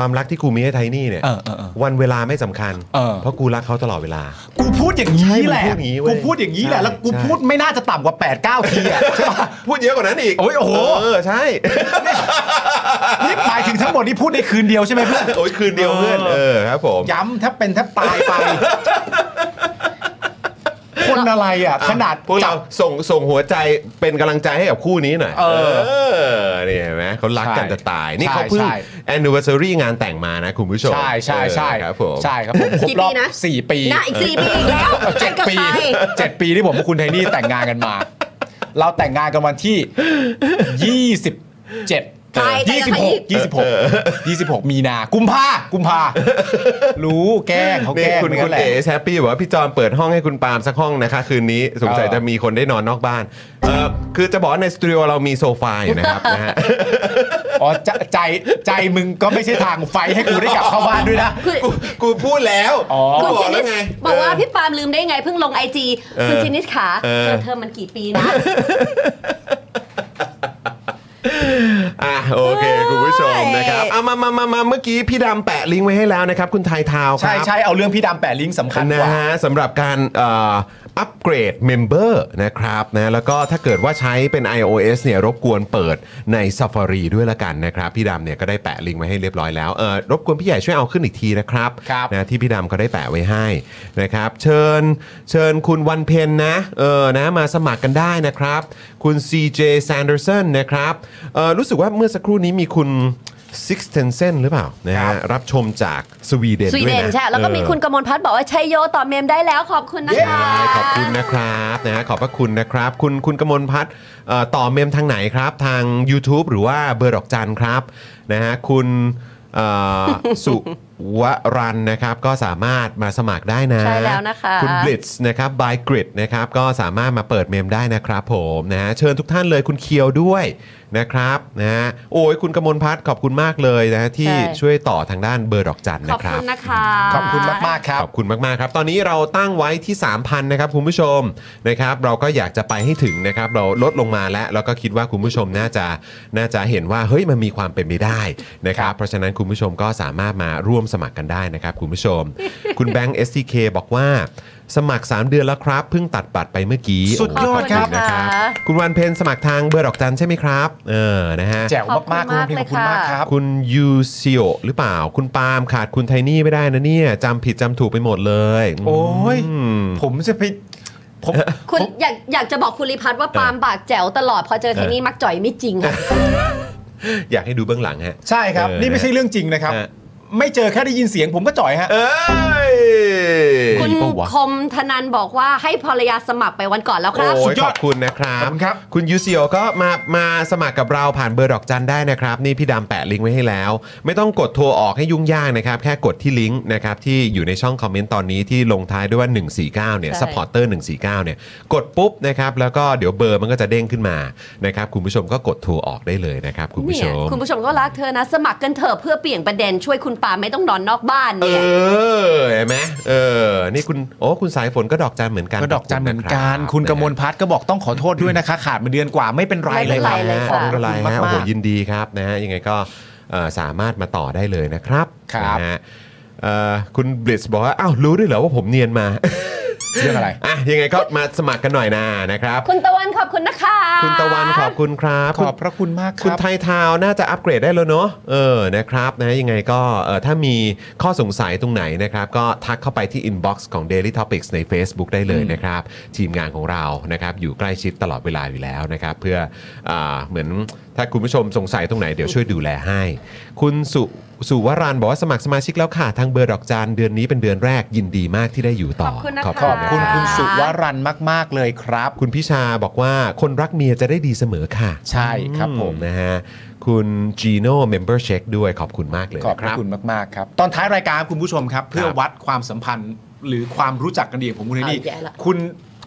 ความรักที่กูมีให้ไทนี่เนี่ย เออเออเออ วันเวลาไม่สำคัญ เออ เพราะกูรักเขาตลอดเวลา กูพูดอย่างนี้แหละ ใช่มันพูดอย่างนี้เว้ย กูพูดอย่างนี้แหละ ใช่ แล้วกู ใช่ พูดไม่น่าจะต่ำกว่า 8 9 ทีอ่ะใช่ปะ พูดเยอะกว่านั้นอีก โอ้ยโอ้โห เออใช่ นี่หมายถึงทั้งหมดนี่พูดในคืนเดียวใช่ไหมเพื่อน โอ้ยคืนเดียวเพื่อน เออ เออครับผม ย้ำแทบเป็นแทบตายไป คนอะไรอ่ะ ขนาด พวก จั เรา บ ส่งส่งหัวใจเป็นกำลังใจให้กับคู่นี้หน่อย เออ อนี่เห็นไหมเขารักกัน ใช่ จะตาย นี่ ใช่ เขาเพิ่ง ใช่ anniversary งานแต่งมานะคุณผู้ชม ใช่ใช่ใช่ เออครับผม ใช่ครับผมครบรอบ กี่ปีนะ สี่ปี น่าอีกสี่ปีอีกแล้ว เจ็ด กับ ปี ใคร เจ็ดปีที่ผมกับคุณไทนี่แต่งงานกันมา เราแต่งงานกันวันที่ยี่สิบเจ็ด ใครแต่ ยี่ ง สิบ กับ ห ใคร กยี่สิบหกยี่สิบหกมีนา กุมภากุมภารู้แกล้งเขาแก นี่ ล้ง คุณ มัน คุ ก็ ณ แหละ เอ๋แฮปปี้บอกว่าพี่จอมเปิดห้องให้คุณปาล์มสักห้องนะคะ คืนนี้สงสัย เออ จะมีคนได้นอนนอกบ้านเออคือจะบอกว่าในสตูดิโอเรามีโซฟาอยู่ นะครับ นะฮะ อ๋อใจใจใจมึงก็ไม่ใช่ทางไฟให้กูได้กลับเข้าบ้านด้วยนะ คือ กูกูพูดแล้ว อ๋อ กู คุณ บอ ชินิกแล้ว ส ไง บอกว่าพี่ปาล์มลืมได้ไงเพิ่งลงไอจี เออ คุณชินิสขา เออ เธอเธอมันกี่ปีนะ อ่ะโอเค คุณผู้ชมนะครับเอามามามามาเมื่อกี้พี่ดำแปะลิงก์ไว้ให้แล้วนะครับ คุณไทยทาวน์ค ใช่ รับ ใช่เอาเรื่องพี่ดำแปะลิงก์สำคัญ นะ กว่า ฮะสำหรับการเอ่ออัปเกรดเมมเบอร์นะครับนะแล้วก็ถ้าเกิดว่าใช้เป็น iOS เนี่ยรบกวนเปิดใน Safari ด้วยละกันนะครับ พี่ดำเนี่ยก็ได้แปะลิงก์ไว้ให้เรียบร้อยแล้วเออรบกวนพี่ใหญ่ช่วยเอาขึ้นอีกทีนะครับ ครับ นะที่พี่ดำเขาได้แปะไว้ให้นะครับ เชิญเชิญคุณวันเพนนะเออนะมาสมัครกันได้นะครับ คุณ CJ Sanderson นะครับเออรู้สึกว่าเมื่อสักครู่นี้มีคุณ Six t e n s e n หรือเปล่านะฮะรับชมจากสวีเดน สวี ด้วย เดน นะ ใช่ แล้วก็ เออ มีคุณกมลพัฒน์บอกว่าชัยโยต่อเมมได้แล้วขอบคุณนะ ใช่ คะ ขอบคุณนะครับนะฮะขอบพระคุณนะครับ คุณคุณกมลพัฒน์เอ่อต่อเมมทางไหนครับ ทาง YouTube หรือว่าเบอร์ดอกจันครับนะฮะคุณเอ่อ สุวรันนะครับ ก็สามารถมาสมัครได้นะ ใช่แล้วนะคะ คุณ Blitz นะครับ by Grid นะครับ ก็สามารถมาเปิดเมมได้นะครับผมนะฮะเชิญทุกท่านเลยคุณเคียวด้วยนะครับนะฮะโอ้ยคุณกมลพัฒน์ขอบคุณมากเลยนะฮะที่ ใช่ ช่วยต่อทางด้านเบอร์ดอกจัขนนะ อบ ครั คุ บ ณนะคะ ขอบคุณมาก ๆ ครับ ขอบคุณมาก ๆ ครับ ตอนนี้เราตั้งไว้ที่ 3,000 นะครับ คุณผู้ชมนะครับ เราก็อยากจะไปให้ถึงนะครับ เราลดลงมาแล้วแล้วก็คิดว่าคุณผู้ชมน่าจะน่าจะเห็นว่าเฮ้ยมันมีความเป็นไปได้นะครับ เพราะฉะนั้นคุณผู้ชมก็สามารถมาร่วมสมัครกันได้นะครับ คุณผู้ช ม คุณแบงค์ STK บอกว่า สมัคร 3 เดือนแล้วครับเพิ่งตัดบัตรไปเมื่อกี้ สุดยอดครับ โโหขอณนะครับ คุณวันเพนสมัครทางเบอร์ดอกจันใช่ไหมครับ เออนะฮะ แจ๋วมากๆคุณพี่ขอบคุณมากครับ คุณยูซิโอหรือเปล่า คุณปาล์มขาดคุณไทนี่ไม่ได้นะเนี่ยจำผิดจำถูกไปหมดเลย โอ้ย ม ผมจะไปผม คุณอยากอยากจะบอกคุณริพัฒน์ว่าปาล์มปากแจ๋วตลอดพอเจอเทนนี่มักจ่อยไม่จริงค่ะ อยากให้ดูเบื้องหลังฮะ ใช่ครับ เออ นี่ไม่ใช่เรื่องจริงนะครับ ฮะ ไม่เจอแค่ได้ยินเสียงผมก็จ่อยฮะ เอ้ย คุณ ปะวะ คมธนันบอกว่าให้ภรรยาสมัครไปวันก่อนแล้วครับ โอ้ย สุดย ข อ อ ด บคุณนะครับ ขอบคุณครับ คุณยูซีโอก็มามาสมัครกับเราผ่านเบอร์ดอกจันได้นะครับ นี่พี่ดำแปะลิงก์ไว้ให้แล้ว ไม่ต้องกดโทรออกให้ยุ่งยากนะครับ แค่กดที่ลิงก์นะครับที่อยู่ในช่องคอมเมนต์ตอนนี้ที่ลงท้ายด้วยว่า 149 เนี่ย ใช่ สปอร์เตอร์149 เนี่ย กดปุ๊บนะครับ แล้วก็เดี๋ยวเบอร์มันก็จะเด้งขึ้นมานะครับ คุณผู้ชมก็กดโทรออกได้เลยนะครับคุณผู้ช เนี่ย ม คุณผู้ชมก็รักเธอนะ สมัครกันเถอะเพื่อเปลี่ยนประเด็นช่วยคุณปาไม่ต้องนอนนอกบ้าน เอ เนี่ย อเห็นไหมเออ นี่คุณโอ้คุณสายฝนก็ดอกจันเหมือนกัน ก็ดอกจันเหมือนกัน ขอบ คุณก นะ ม รับ ลพัฒน์ก็บอกต้องขอโทษด้วยนะคะ ขาดมาเดือนกว่าไม่เป็นไร ไม่ เลเป็ยน ค ไร รับ เลย ข ค่ะ อบ ไม่เป็น คุ ไร ณ ฮะโอ้โห มาก ยินดีครับนะฮะยังไงก็เอ่อสามารถมาต่อได้เลยนะครับ ครับ นะฮะเอ่อคุณบลิสบอกว่าอ้าวรู้ด้วยเหรอว่าผมเนียนมา ๆเรื่องอะไร อ่ะยังไงก็มาสมัครกันหน่อยนะนะครับ คุณตะวันขอบคุณนะคะ คุณตะวันขอบคุณครับ ขอบพระคุณมากค คุณ รับ ไทยทาวน์น่าจะอัปเกรดได้แล้วเนาะเออนะครับนะยังไงก็เออถ้ามีข้อสงสัยตรงไหนนะครับ ก็ทักเข้าไปที่ inbox ของ Daily Topics ใน Facebook ได้เลยนะครับ ทีมงานของเรานะครับอยู่ใกล้ชิดตลอดเวลาอยู่แล้วนะครับ เพื่ออาเหมือนถ้าคุณผู้ชมสงสัยตรงไหนเดี๋ยวช่วยดูแลให้ คุณสุสุวรันต์บอกว่าสมัครสมาชิกแล้วค่ะทางเบอร์ดอกจานเดือนนี้เป็นเดือนแรกยินดีมากที่ได้อยู่ต่อ ขอบคุณนะ ขอบ คะ คุณ ขอบ นะ คุณ รับ คุณสุวรันต์มาก ๆ เลยครับ คุณพิชาบอกว่าคนรักเมียจะได้ดีเสมอค่ะ ใช่ครับผม นะฮะคุณจีโน่เมมเบอร์เช็คด้วยขอบคุณมากเลย ขอบ นะ พ ค ระ รับ คุณมาก ๆ ครับ ตอนท้ายรายการคุณผู้ชมครับ เพื่อวัดความสัมพันธ์หรือความรู้จักกันดีของผมคุณไทนี่ เอาแย่ละ คุณ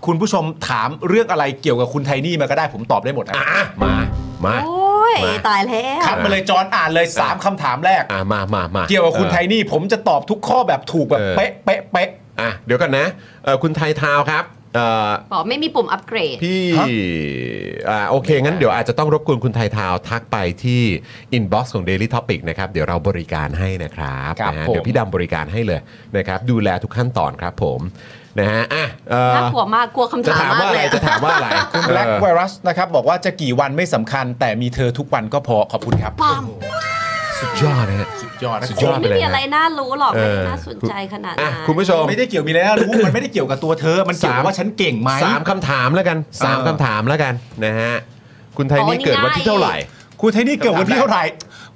คุณผู้ชมถามเรื่องอะไรเกี่ยวกับคุณไทนี่มาก็ได้ผมตอบได้หมดนะ มา มา โอ้ย มา ตายแล้ว คัดมาเลยจอนอ่านเลยสามคำถามแรก อ่ะมามามา เกี่ยวกับคุณไทนี่ผมจะตอบทุกข้อแบบถูกแบบเป๊ะเป๊ะเป๊ะ อ่ะเดี๋ยวกันนะเอ่อคุณไทยทาวน์ครับเอ่อ บอกไม่มีปุ่มอัปเกรด พี่ ฮะ อ่าโอเค งั้นเดี๋ยวอาจจะต้องรบกวนคุณไทยทาวน์ทักไปที่ inbox ของ Daily Topic นะครับ เดี๋ยวเราบริการให้นะครับ ครับ นะฮะ ผม เดี๋ยวพี่ดำบริการให้เลยนะครับ ดูแลทุกขั้นตอนครับผมนะฮะอ่ะเอ่อ น่ากลัวมากกลัวคำ จะถาถามม มาก ว่าอะ เล ไร ย จะถามว่าอะไร คุณแบล็ก เออ ไวรัสนะครับบอกว่าจะกี่วันไม่สำคัญ แต่มีเธอทุกวันก็พอขอบคุณครับ ปอม สุดยอดนะฮะ สุดยอดนะ สุด คุ ย ณ ด ไม่มีอะไรน่ารู้หรอก เอ ไม่ อ ได้น่าสนใจขนาด อ่ะ นั้น คุณผู้ชม ไม่ได้เกี่ยวมีอะไรนะรู้มันไม่ได้เกี่ยวกับตัวเธอ มันเกี่ยวกับว่าฉันเก่งไหม สามคำถามแล้วกันสาม เออ คำถามแล้วกันนะฮะคุณไทยนี่เกิดวันที่เท่าไหร่ คุณไทนี่เกิดวันที่เท่าไหร่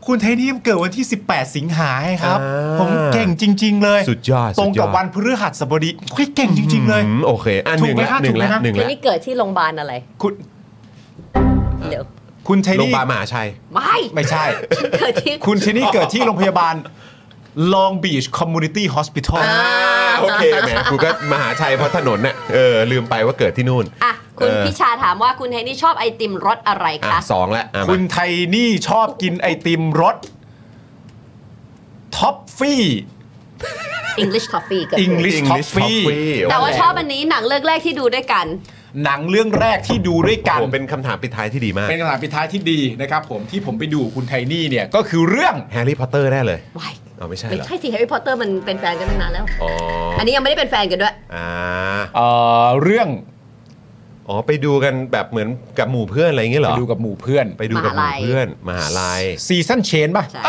คุณไทนี่เกิดวันที่ 18 สิงหาให้ครับ อ่า ผมเก่งจริง ๆ เลย สุดยอด ตรงสุกับดยอด วันพฤหัสบดีเฮ้ยเก่งจริง ๆ เลย อืมโอเคอันหนึ่งละ ถูกไหมคะ หนึ่งละ ถูกไหมคะ หนึ่ง เธอ ละ นี่เกิดที่โรงพยาบาลอะไร คุณ เดี๋ยว คุณไท โรงพ นี่ ยาบาลมหาชัย ไม่ ไม่ใช่ เกิดที่ คุณไทนี่เกิดที่โรงพยาบาล Long Beach Community Hospital อ่า โอเคแหมกูก็มหาชัยเพราะถนนน่ะเออลืมไปว่าเกิดที่นู่น อ่ะคุณ เออ พิชาถามว่าคุณไทนี่ชอบไอติมรสอะไร อ่ะ คะ สองละอ่ะมา คุณไทนี่ชอบกินไอติมรสท็อฟฟี่ English Toffee เกิด English ลิช Toffee แต่ว่าชอบอันนี้หนังเรื่องแรกที่ดูด้วยกัน หนังเรื่องแรกที่ดูด้วยกัน โอ้โหเป็นคำถามปิดท้ายที่ดีมาก เป็นคำถามปิดท้ายที่ดีนะครับผมที่ผมไปดูคุณไทนี่เนี่ยก็คือเรื่อง แฮร์รี่พอตเตอร์แน่เลย ว้าย เอาไม่ใช่ ไม่ เหรอ ใช่สิแฮร์รี่พอตเตอร์มันเป็นแฟนกันตั้งนานแล้ว อ๋อ อันนี้ยังไม่ได้เป็นแฟนกันด้วย อ่า เอ่อเรื่อง อ๋อไปดูกันแบบเหมือนกับหมู่เพื่อนอะไรอย่างเงี้ยเหร ไป อ ดูกับหมู่เพื่อน ไปดูกับหมู่เพื่อนมหาลัย ซีซันเชนป่ะ ใช่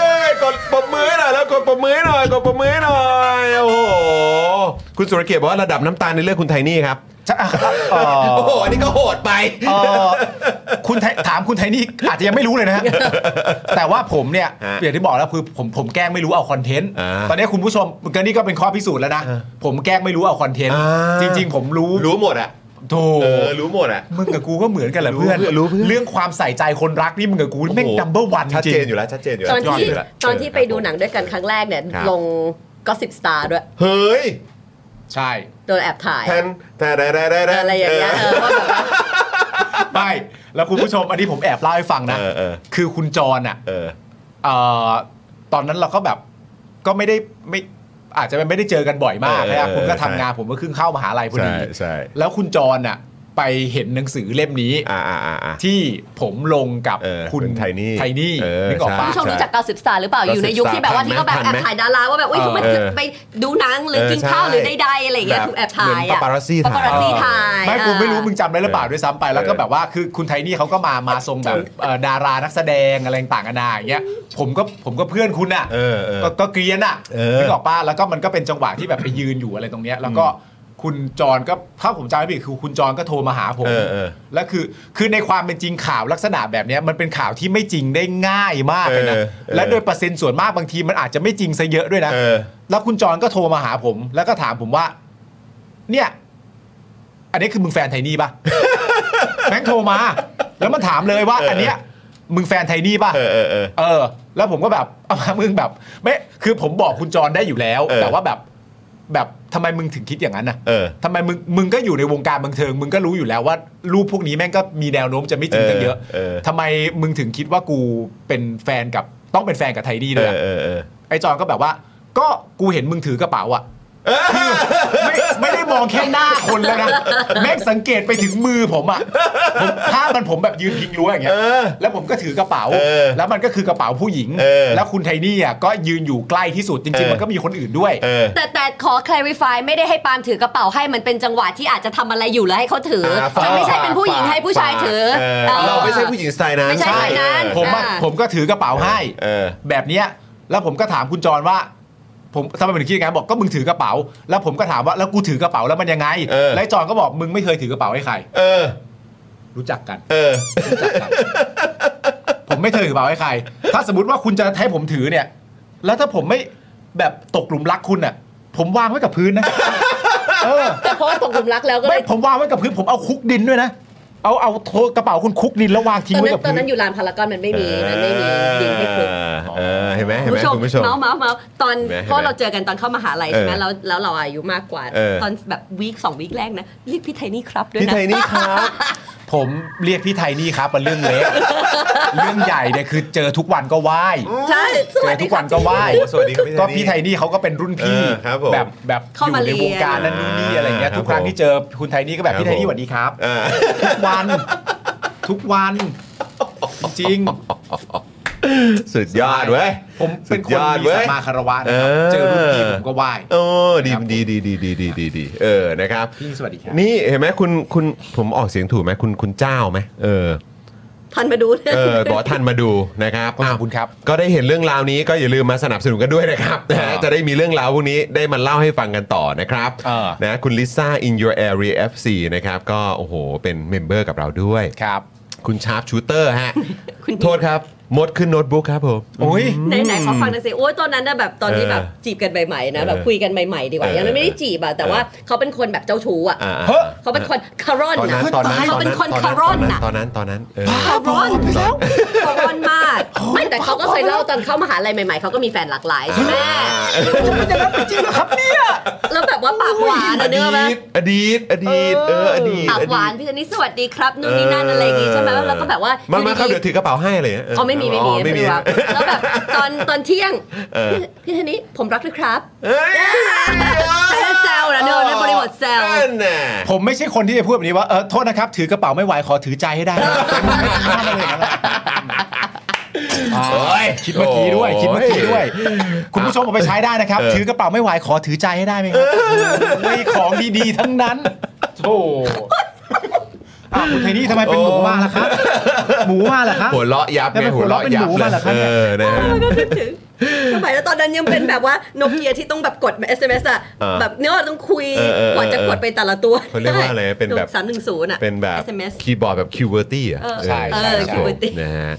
เอ้ยกดปมมือให้หน่อยแล้วกดปมมือให้หน่อยกดปมมือให้หน่อยโอ้โหคุณสุรเกียรติบอกว่าระดับน้ำตาลในเรื่องคุณไทนี่ครับ จะอ่ะเอ่อ โอ้โหอันนี้ก็โหดไป เอ่อคุณไทถามคุณไทนี่อาจจะยังไม่รู้เลย นะฮะ แต่ว่าผมเนี่ย ฮะ อย่างที่บอกแล้วคือผมผมแกล้งไม่รู้เอาคอนเทนต์ อ่า ตอนนี้คุณผู้ชมก็นี่ก็เป็นข้อพิสูจน์แล้วนะ อ่า ผมแกล้งไม่รู้เอาคอนเทนต์ อ่า จริง ๆ ผมรู้ รู้หมดอ่ะ โธ่ เออรู้หมดอ่ะ มึงกับกูก็เหมือนกันแหละเพื่อน รู้เพื่อนรู้เพื่อน เรื่องความใส่ใจคนรักนี่มึงกับกูนี่แม่ง โโห ดัมเบิลวันจ ชัด ริ เจน ง อยู่แล้วชัดเจนอยู่ ต แล้ว อนที่ ชัดเจยู่แล้ว ตอนที่ เ ไปดูหนังด้วยกันครั้งแรกเนี่ย ครับ ลงก็สิบสตาร์ด้วย เฮ้ย ใช่ โดนแอบถ่าย แทนแต่แต่แต่แต่ อะไรอย่างเงี้ยเออว่าแบบว่า ไม่แล้วคุณผู้ชมอันนี้ผมแอบเล่าให้ฟังนะ เออเออ คือคุณจรอ่ะ เออ เอ่อตอนนั้นเราก็แบบก็ไม่ได้ไม่อาจจะไม่ได้เจอกันบ่อยมาก เออ นะครับ เออ ผมก็ ใช่ ทำงานผมก็ขึ้นเข้ามหาลัยพอ ใช่ ดี ใช่ แล้วคุณจรอ่ะไปเห็นหนังสือเล่มนี้ อ่าอ่าอ่าอ่า ที่ผมลงกับ เออ คุณ คุณไทนี่ ไทนี่ เออ นึกออก คุณ ปะ ผู้ชม ใช่ รู้จักกาสิบสตาร์หรือเปล่า 90 อยู่ในยุคที่แบบว่าที่ก็แบบ ทันไหม แอบถ่ายดาราว่าแบบอุ้ย เออ มันจะไปดูหนังหรือกิน เออใช่ ข้าวหรือใดๆอะไรอย่างเงี้ย แบบ ถูกแอบถ่าย เหมือน อ่ะ paparazzi ถ่าย paparazzi ถ่าย ไม่กูไม่รู้ อ่ะ มึงจำได้หรือเปล่าด้วยซ้ำไปแล้วก็แบบว่าคือคุณไทนี่เขาก็มามาทรงแบบเอ่อดารานักแสดงอะไรต่างกันานาอย่างเงี้ยผมก็ผมก็เพื่อนคุณอ่ะ เออเออ ก็ก็เกรียนอ่ะ เออ นึกออกป้าแล้วก็มันก็เป็นจังหวะที่แบบไปยืนอยู่อะไรตรงเนี้ยแล้วก็ คุณจรก็ถ้าผมจำไม่ผิดคือคุณจรก็โทรมาหาผม เออเออ และคือคือในความเป็นจริงข่าวลักษณะแบบเนี้ยมันเป็นข่าวที่ไม่จริงได้ง่ายมากเลยนะ เออเออ และโดยเปอร์เซ็นต์ส่วนมากบางทีมันอาจจะไม่จริงซะเยอะด้วยนะ เออ แล้วคุณจรก็โทรมาหาผม แล้วก็ถามผมว่า เนี่ย อันนี้คือมึงแฟนไทนี่ปะ แม่งโทรมา แล้วมันถามเลยว่า เออ อันเนี้ย มึงแฟนไทนี่ปะ เออเออเออ เออ แล้วผมก็แบบเอามามึงแบบ ไม่คือผมบอกคุณจรได้อยู่แล้ว เออ แต่ว่าแบบ แบบทำไมมึงถึงคิดอย่างนั้นน่ะ เออ ทำไมมึงมึงก็อยู่ในวงการบันเทิง มึงก็รู้อยู่แล้วว่า รูปพวกนี้แม่งก็มีแนวโน้มจะไม่จริงกันเยอะ เออเออ ทำไมมึงถึงคิดว่ากูเป็นแฟนกับต้องเป็นแฟนกับไทนี่ด้วยอะ เออเออ ไอ้จอนก็แบบว่า ก็กูเห็นมึงถือกระเป๋าอะ ไม่ไม่ได้มองแค่หน้าคนแล้วนะแม่งสังเกตไปถึงมือผมอะผมภาพมันผมแบบยืนพิงรั้วอย่างเงี้ยแล้วผมก็ถือกระเป๋า เออ แล้วมันก็คือกระเป๋าผู้หญิง เออ แล้วคุณไทนี่อะก็ยืนอยู่ใกล้ที่สุดจ เอ ริง อ ๆ มันก็มีคนอื่นด้วย เออ แต่แต่ขอ clarify ไม่ได้ให้ปาล์มถือกระเป๋าให้มันเป็นจังหวะที่อาจจะทำอะไรอยู่แล้วให้เขาถือ อ่าฝาก มันไม่ใช่เป็นผู้หญิง ฝาก ให้ผู้ชายถือ เออ ออ เราไม่ใช่ผู้หญิงสไตล์นั้น ไม่ใช่สไตล์นั้น ผมอะ อ่า ผมก็ถือกระเป๋าให้ เออ แบบเนี้ยแล้วผมก็ถามคุณจรว่า ผมทำไมถึงคิดอย่างนั้นบอกก็มึงถือกระเป๋า แล้วผมก็ถามว่าแล้วกูถือกระเป๋าแล้วมันยังไง เออ แล้วไจอนก็บอกมึงไม่เคยถือกระเป๋าให้ใคร เออ รู้จักกัน เออ ผมไม่เคยถือกระเป๋าให้ใคร ถ้าสมมติว่าคุณจะให้ผมถือเนี่ย แล้วถ้าผมไม่แบบตกหลุมรักคุณอ่ะ ผมวางไว้กับพื้ นนะ เออ แต่เพราะว่าตกหลุมรักแล้วก็เล ไม่ ย ผมวางไว้กับพื้น ผมเอาคุกดินด้วยนะ เอาเอาโทรกระเป๋าคุณคุกดินแล้ววางทิ้ง ตอน ไว้ นั้น กับ ตอน พื้น นั้นอยู่ลานพารากอนมันไม่มีมันไม่มีดินให้คุก เออเห็นไหมเห็นไหมคุณผู้ชม เมาส์เมาส์เมาส์ตอน เห็นไหม เพราะเราเจอกันตอนเข้ามหาลัยใช่ไหม เออ แล้วแล้วเราอายุมากกว่า เออ ตอนแบบวีคสองวีคแรกนะเรียกพี่ไทนี่ครับด้วย พี่ นะ ไทยนี่ครับ ผมเรียกพี่ไทยนี่ครับเป็นเรื่อง เล็ก เรื่องใหญ่เนี่ยคือเจอทุกวันก็ไหว้ ใช่ส เจ วั อ ส ทุ ดี ก ค วั รับ นก็ไหว้ โอ้โหสวัสดีครับพี่ไทยนี่ ก็พี่ไทยนี่เขาก็เป็นรุ่นพี่ เออครับผม แบบแบบ เข้า อ มา ยู่ในวงการ เรียน นั้นนู่นนี่อะไรเงี้ย อ่า ทุกครั้งที่เจอคุณไทยนี่ก็แบบ ครับ พี่ไทยนี่ ผม สวัสดีครับ เออ ทุกวัน ทุกวัน จริง สุดยอดเว้ย ผมเป็น สุ ค ดย น อด มี เว้ย สัมมาคารวะนะครั เอบ อ เจอรุ่นพี่ผมก็ไหว้ โอ้ดีดีดีดีดีดีดีดีเออนะครับ พี่สวัสดีครับ นี่เห็นไหมคุณคุณผมออกเสียงถูกไหมคุณคุณเจ้าไหมเออ ทันมาดู เออขอท่านมาดูนะครับ ขอบคุณครับ ก็ได้เห็นเรื่องราวนี้ก็อย่าลืมมาสนับสนุนกันด้วยนะครับนะฮะจะได้มีเรื่องราวพวกนี้ได้มาเล่าให้ฟังกันต่อนะครับ เออ นะคุณลิซ่า in your area FC นะครับก็โอ้โหเป็นเมมเบอร์กับเราด้วย ครับ คุณชาร์ปชูเตอร์ฮะ โทษครับ มดขึ้นโน้ตบุ๊กครับผม โอ้ย ไหนไหนขอฟังหน่อยสิโอ้ยตอนนั้นนะแบบตอนที่ เออ แบบจีบกันใหม่ๆนะแบบ เออ คุยกันใหม่ๆดีกว่า เออ ยังไม่ได้จีบอะแต่ว่า เออ เขาเป็นคนแบบเจ้าชู้อะ อ่า เฮ้ย เขาเป็นคนคารอน ตอน นะ นั้นตอนนั้น เขาเป็นคนคารอนนะ ตอนนั้นตอนนั้นตอนนั้นเออ คารอนคารอนมากไม่แต่เขาก็เคยเล่าตอนเข้ามหาลัยใหม่ๆเขาก็มีแฟนหลากหลายใช่ไหมแล้วแบบว่าปากหวานอะเนื้อไหม อดีตอดีตเอออดีต ปากหวาน อดีต พี่ธนิสวัสดีครับนู่นนี่นั่นอะไรอย่างงี้ใช่ไหมแล้วก็แบบว่า มา อยู่ มา ๆ ครับเดี๋ยวถือกระเป๋าให้เลยเออ อ๋อไม่มีไม่มี อ๋อ ไม่มี ครับแล้วแบบตอนตอนเที่ยง เออ พี่พี่ธนิสผมรักด้วยครับ เอ้ย แต่แซวนะเดินในบริบทแซว นั่นน่ะ ผมไม่ใช่คนที่จะพูดแบบนี้ว่าเออโทษนะครับ ถือกระเป๋าไม่ไหวขอถือใจให้ได้นะเป็นไม่ได้ทำอะไรอย่างนั้นหรอก โอ้ย คิดเมื่อกี้ด้วย คิดเมื่อกี้ด้วย คุณผู้ชมเอาไปใช้ได้นะครับ เออ ถือกระเป๋าไม่ไหวขอถือใจให้ได้ไหมครับมีของดีๆทั้งนั้นโธ่อ้าวคุณไทนี่ทำไมเป็นหมูมาล่ะครับหมูมาล่ะครับ หัวเลาะยับไงหัวเลาะยับ หัวเราะเป็นหมูมาเหรอครับ เอ เนี่ย อนะฮะ มันก็คิดถึงสมัยแล้วตอนนั้นยังเป็นแบบว่าโนเกียที่ต้องแบบกด SMS อะ อ่า แบบเนื้อต้องคุย เออเออเออก ว่าจะกดไปแต่ละตัว เขาเรียกว่าอะไรเป็นแบบ สามหนึ่งศูนย์อะ เป็นแบบ SMS คีย์บอร์ดแบบคิวเวอร์ตี้อ่ะ เออ ใช่ใช่ เออ ครับผม QWERTY นะฮะ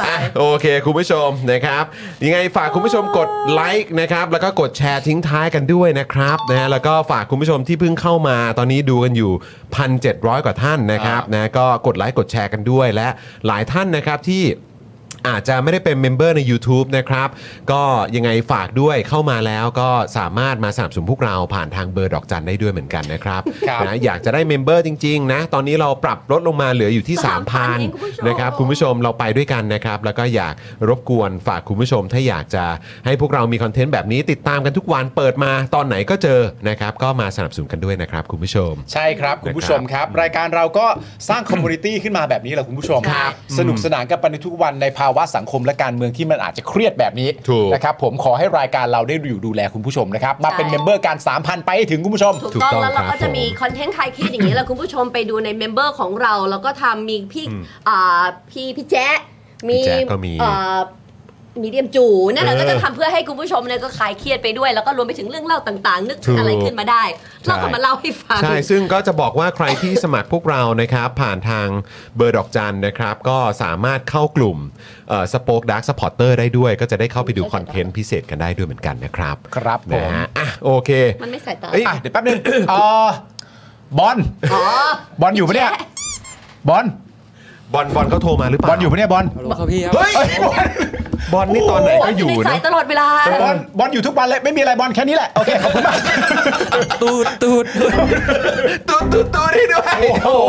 ตาย อ่ะโอเค คุณผู้ชมนะครับ ยังไงฝากคุณผู้ชมกดไลค์นะครับ แล้วก็กดแชร์ทิ้งท้ายกันด้วยนะครับนะฮะแล้วก็ฝากคุณผู้ชมที่เพิ่งเข้ามา ตอนนี้ดูกันอยู่ 1,700 กว่าท่านนะครับนะก็กดไลค์กดแชร์กันด้วยและหลายท่านนะครับที่ อาจจะไม่ได้เป็นเมมเบอร์ใน YouTube นะครับ ก็ยังไงฝากด้วยเข้ามาแล้วก็สามารถมาสนับสนุนพวกเราผ่านทางเบอร์ดอกจันได้ด้วยเหมือนกันนะครับ ครับ นะอยากจะได้เมมเบอร์จริงๆนะตอนนี้เราปรับลดลงมาเหลืออยู่ที่ 3,000 3,000นะครับคุณผู้ชมเราไปด้วยกันนะครับ แล้วก็อยากรบกวนฝากคุณผู้ชม ถ้าอยากจะให้พวกเรามีคอนเทนต์แบบนี้ติดตามกันทุกวันเปิดมาตอนไหนก็เจอนะครับก็มาสนับสนุนกันด้วยนะครับคุณผู้ชม ใช่ครับคุณผู้ชมครับ รายการเราก็สร้างคอมมูนิตี้ขึ้นมาแบบนี้แหละคุณผู้ชม ครับ สนุกสนานกันไปในทุกวันในภาวะสังคมและการเมืองที่มันอาจจะเครียดแบบนี้ ถูก นะครับผมขอให้รายการเราได้อยู่ดูแลคุณผู้ชมนะครับ มาเป็นเมมเบอร์การ 3,000 ไปให้ถึงคุณผู้ชม ถูก ถูก ต้อง ต้อง แล้วเรา ครั ก็ บ จะมี ผม คอนเทนต์คลายเครียดอย่างนี้แหละคุณผู้ชมไปดูในเมมเบอร์ของเรา แล้วก็ทำมีพี่อ่าพี่พี่แจ๊ะ พี่แจ๊ะก็มี เอ่อ มีเดียมจูนั่นเราก็จะทำเพื่อให้คุณผู้ชมเนี่ยก็คลายเครียดไปด้วย แล้วก็รวมไปถึงเรื่องเล่าต่างๆ นึก ถูก อะไรขึ้นมาได้ ใช่ เราก็มาเล่าให้ฟัง ใช่ ซึ่งก็จะบอกว่าใครที่สมัครพวกเรานะครับ ผ่านทางเบอร์ดอกจันนะครับ ก็สามารถเข้ากลุ่มสป็อคดักสปอร์เตอร์ได้ด้วย ก็จะได้เข้าไปดูคอนเทนต์พิเศษกันได้ด้วยเหมือนกันนะครับ ครับผ นะ ม ฮะอ่ะโอเค มันไม่สายตา เอ้ย อ่ะเดี๋ยวแป๊บนึงเอ่อบอล อ๋อบ อลอยู่ปะเนี่ยบอล บอลบอลเขาโทรมาหรือเป บ ล่า อลอยู่ปะเนี่ยบอล ครับพี่ครับ เฮ้ยบอล บอลนี่ตอนไหน บอลก็อ อยู่ ยู่ ในสา นะ ยตลอดเวลา บอลบอลอยู่ทุกวันเลยไม่มีอะไรบอลแค่นี้แหละโอเคขอบคุณมาก ตูดตูดตูด ตูดตูดตูดให้ด้วย โอ้โห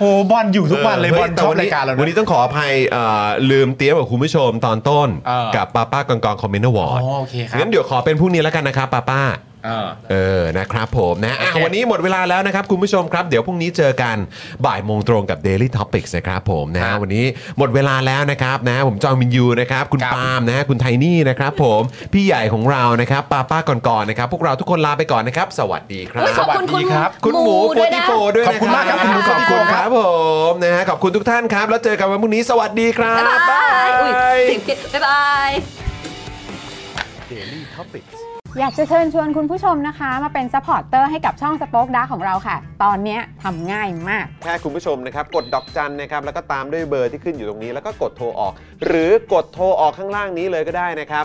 โอ้บอลอยู่ทุกวันเลยบอลชอบรายการวัเราน นะ นี้ต้องขออภัยเอ่อลืมเตี้ยกับคุณผู้ชมตอนต้น เออ กับป้าป้ากองกองคอมเมนต์วอร์ด อ๋อโอเคครับ งั้นเดี๋ยวขอเป็นพรุ่งนี้แล้วกันนะครับป้าป้า เออ เออ นะครับผมนะอ่ะ โอเค วันนี้หมดเวลาแล้วนะครับคุณผู้ชมครับ เดี๋ยวพรุ่งนี้เจอกันบ่ายโมงตรงกับ Daily Topics นะครับผมนะฮะวันนี้หมดเวลาแล้วนะครับนะผมจองมินยูนะครับ คุณปาล์มนะฮะคุณไทนี่นะครับผม พี่ใหญ่ของเรานะครับป้าป้าก่อนๆนะครับ พวกเราทุกคนลาไปก่อนนะครับ สวัสดีครับ อุ๊ยขอบคุณ สวัสดีครับ คุณหมูโฟ ด้วย ติ นะ โฟด้วยนะ ขอบคุณมากครับคุณหมู ขอบคุณ 44 ค ครั รับบ ผมนะฮะขอบคุณทุกท่านครับ แล้วเจอกันวันพรุ่งนี้สวัสดีครับ บ๊ายบายอุ๊ย บาย เสียงผิดบ๊ายบาย Daily Topics อยากจะเชิญชวนคุณผู้ชมนะคะ มาเป็นซัพพอร์ตเตอร์ให้กับช่องสป็อคดาของเราค่ะ ตอนเนี้ยทำง่ายมาก แค่คุณผู้ชมนะครับ กดดอกจันนะครับ แล้วก็ตามด้วยเบอร์ที่ขึ้นอยู่ตรงนี้ แล้วก็กดโทรออก หรือกดโทรออกข้างล่างนี้เลยก็ได้นะครับ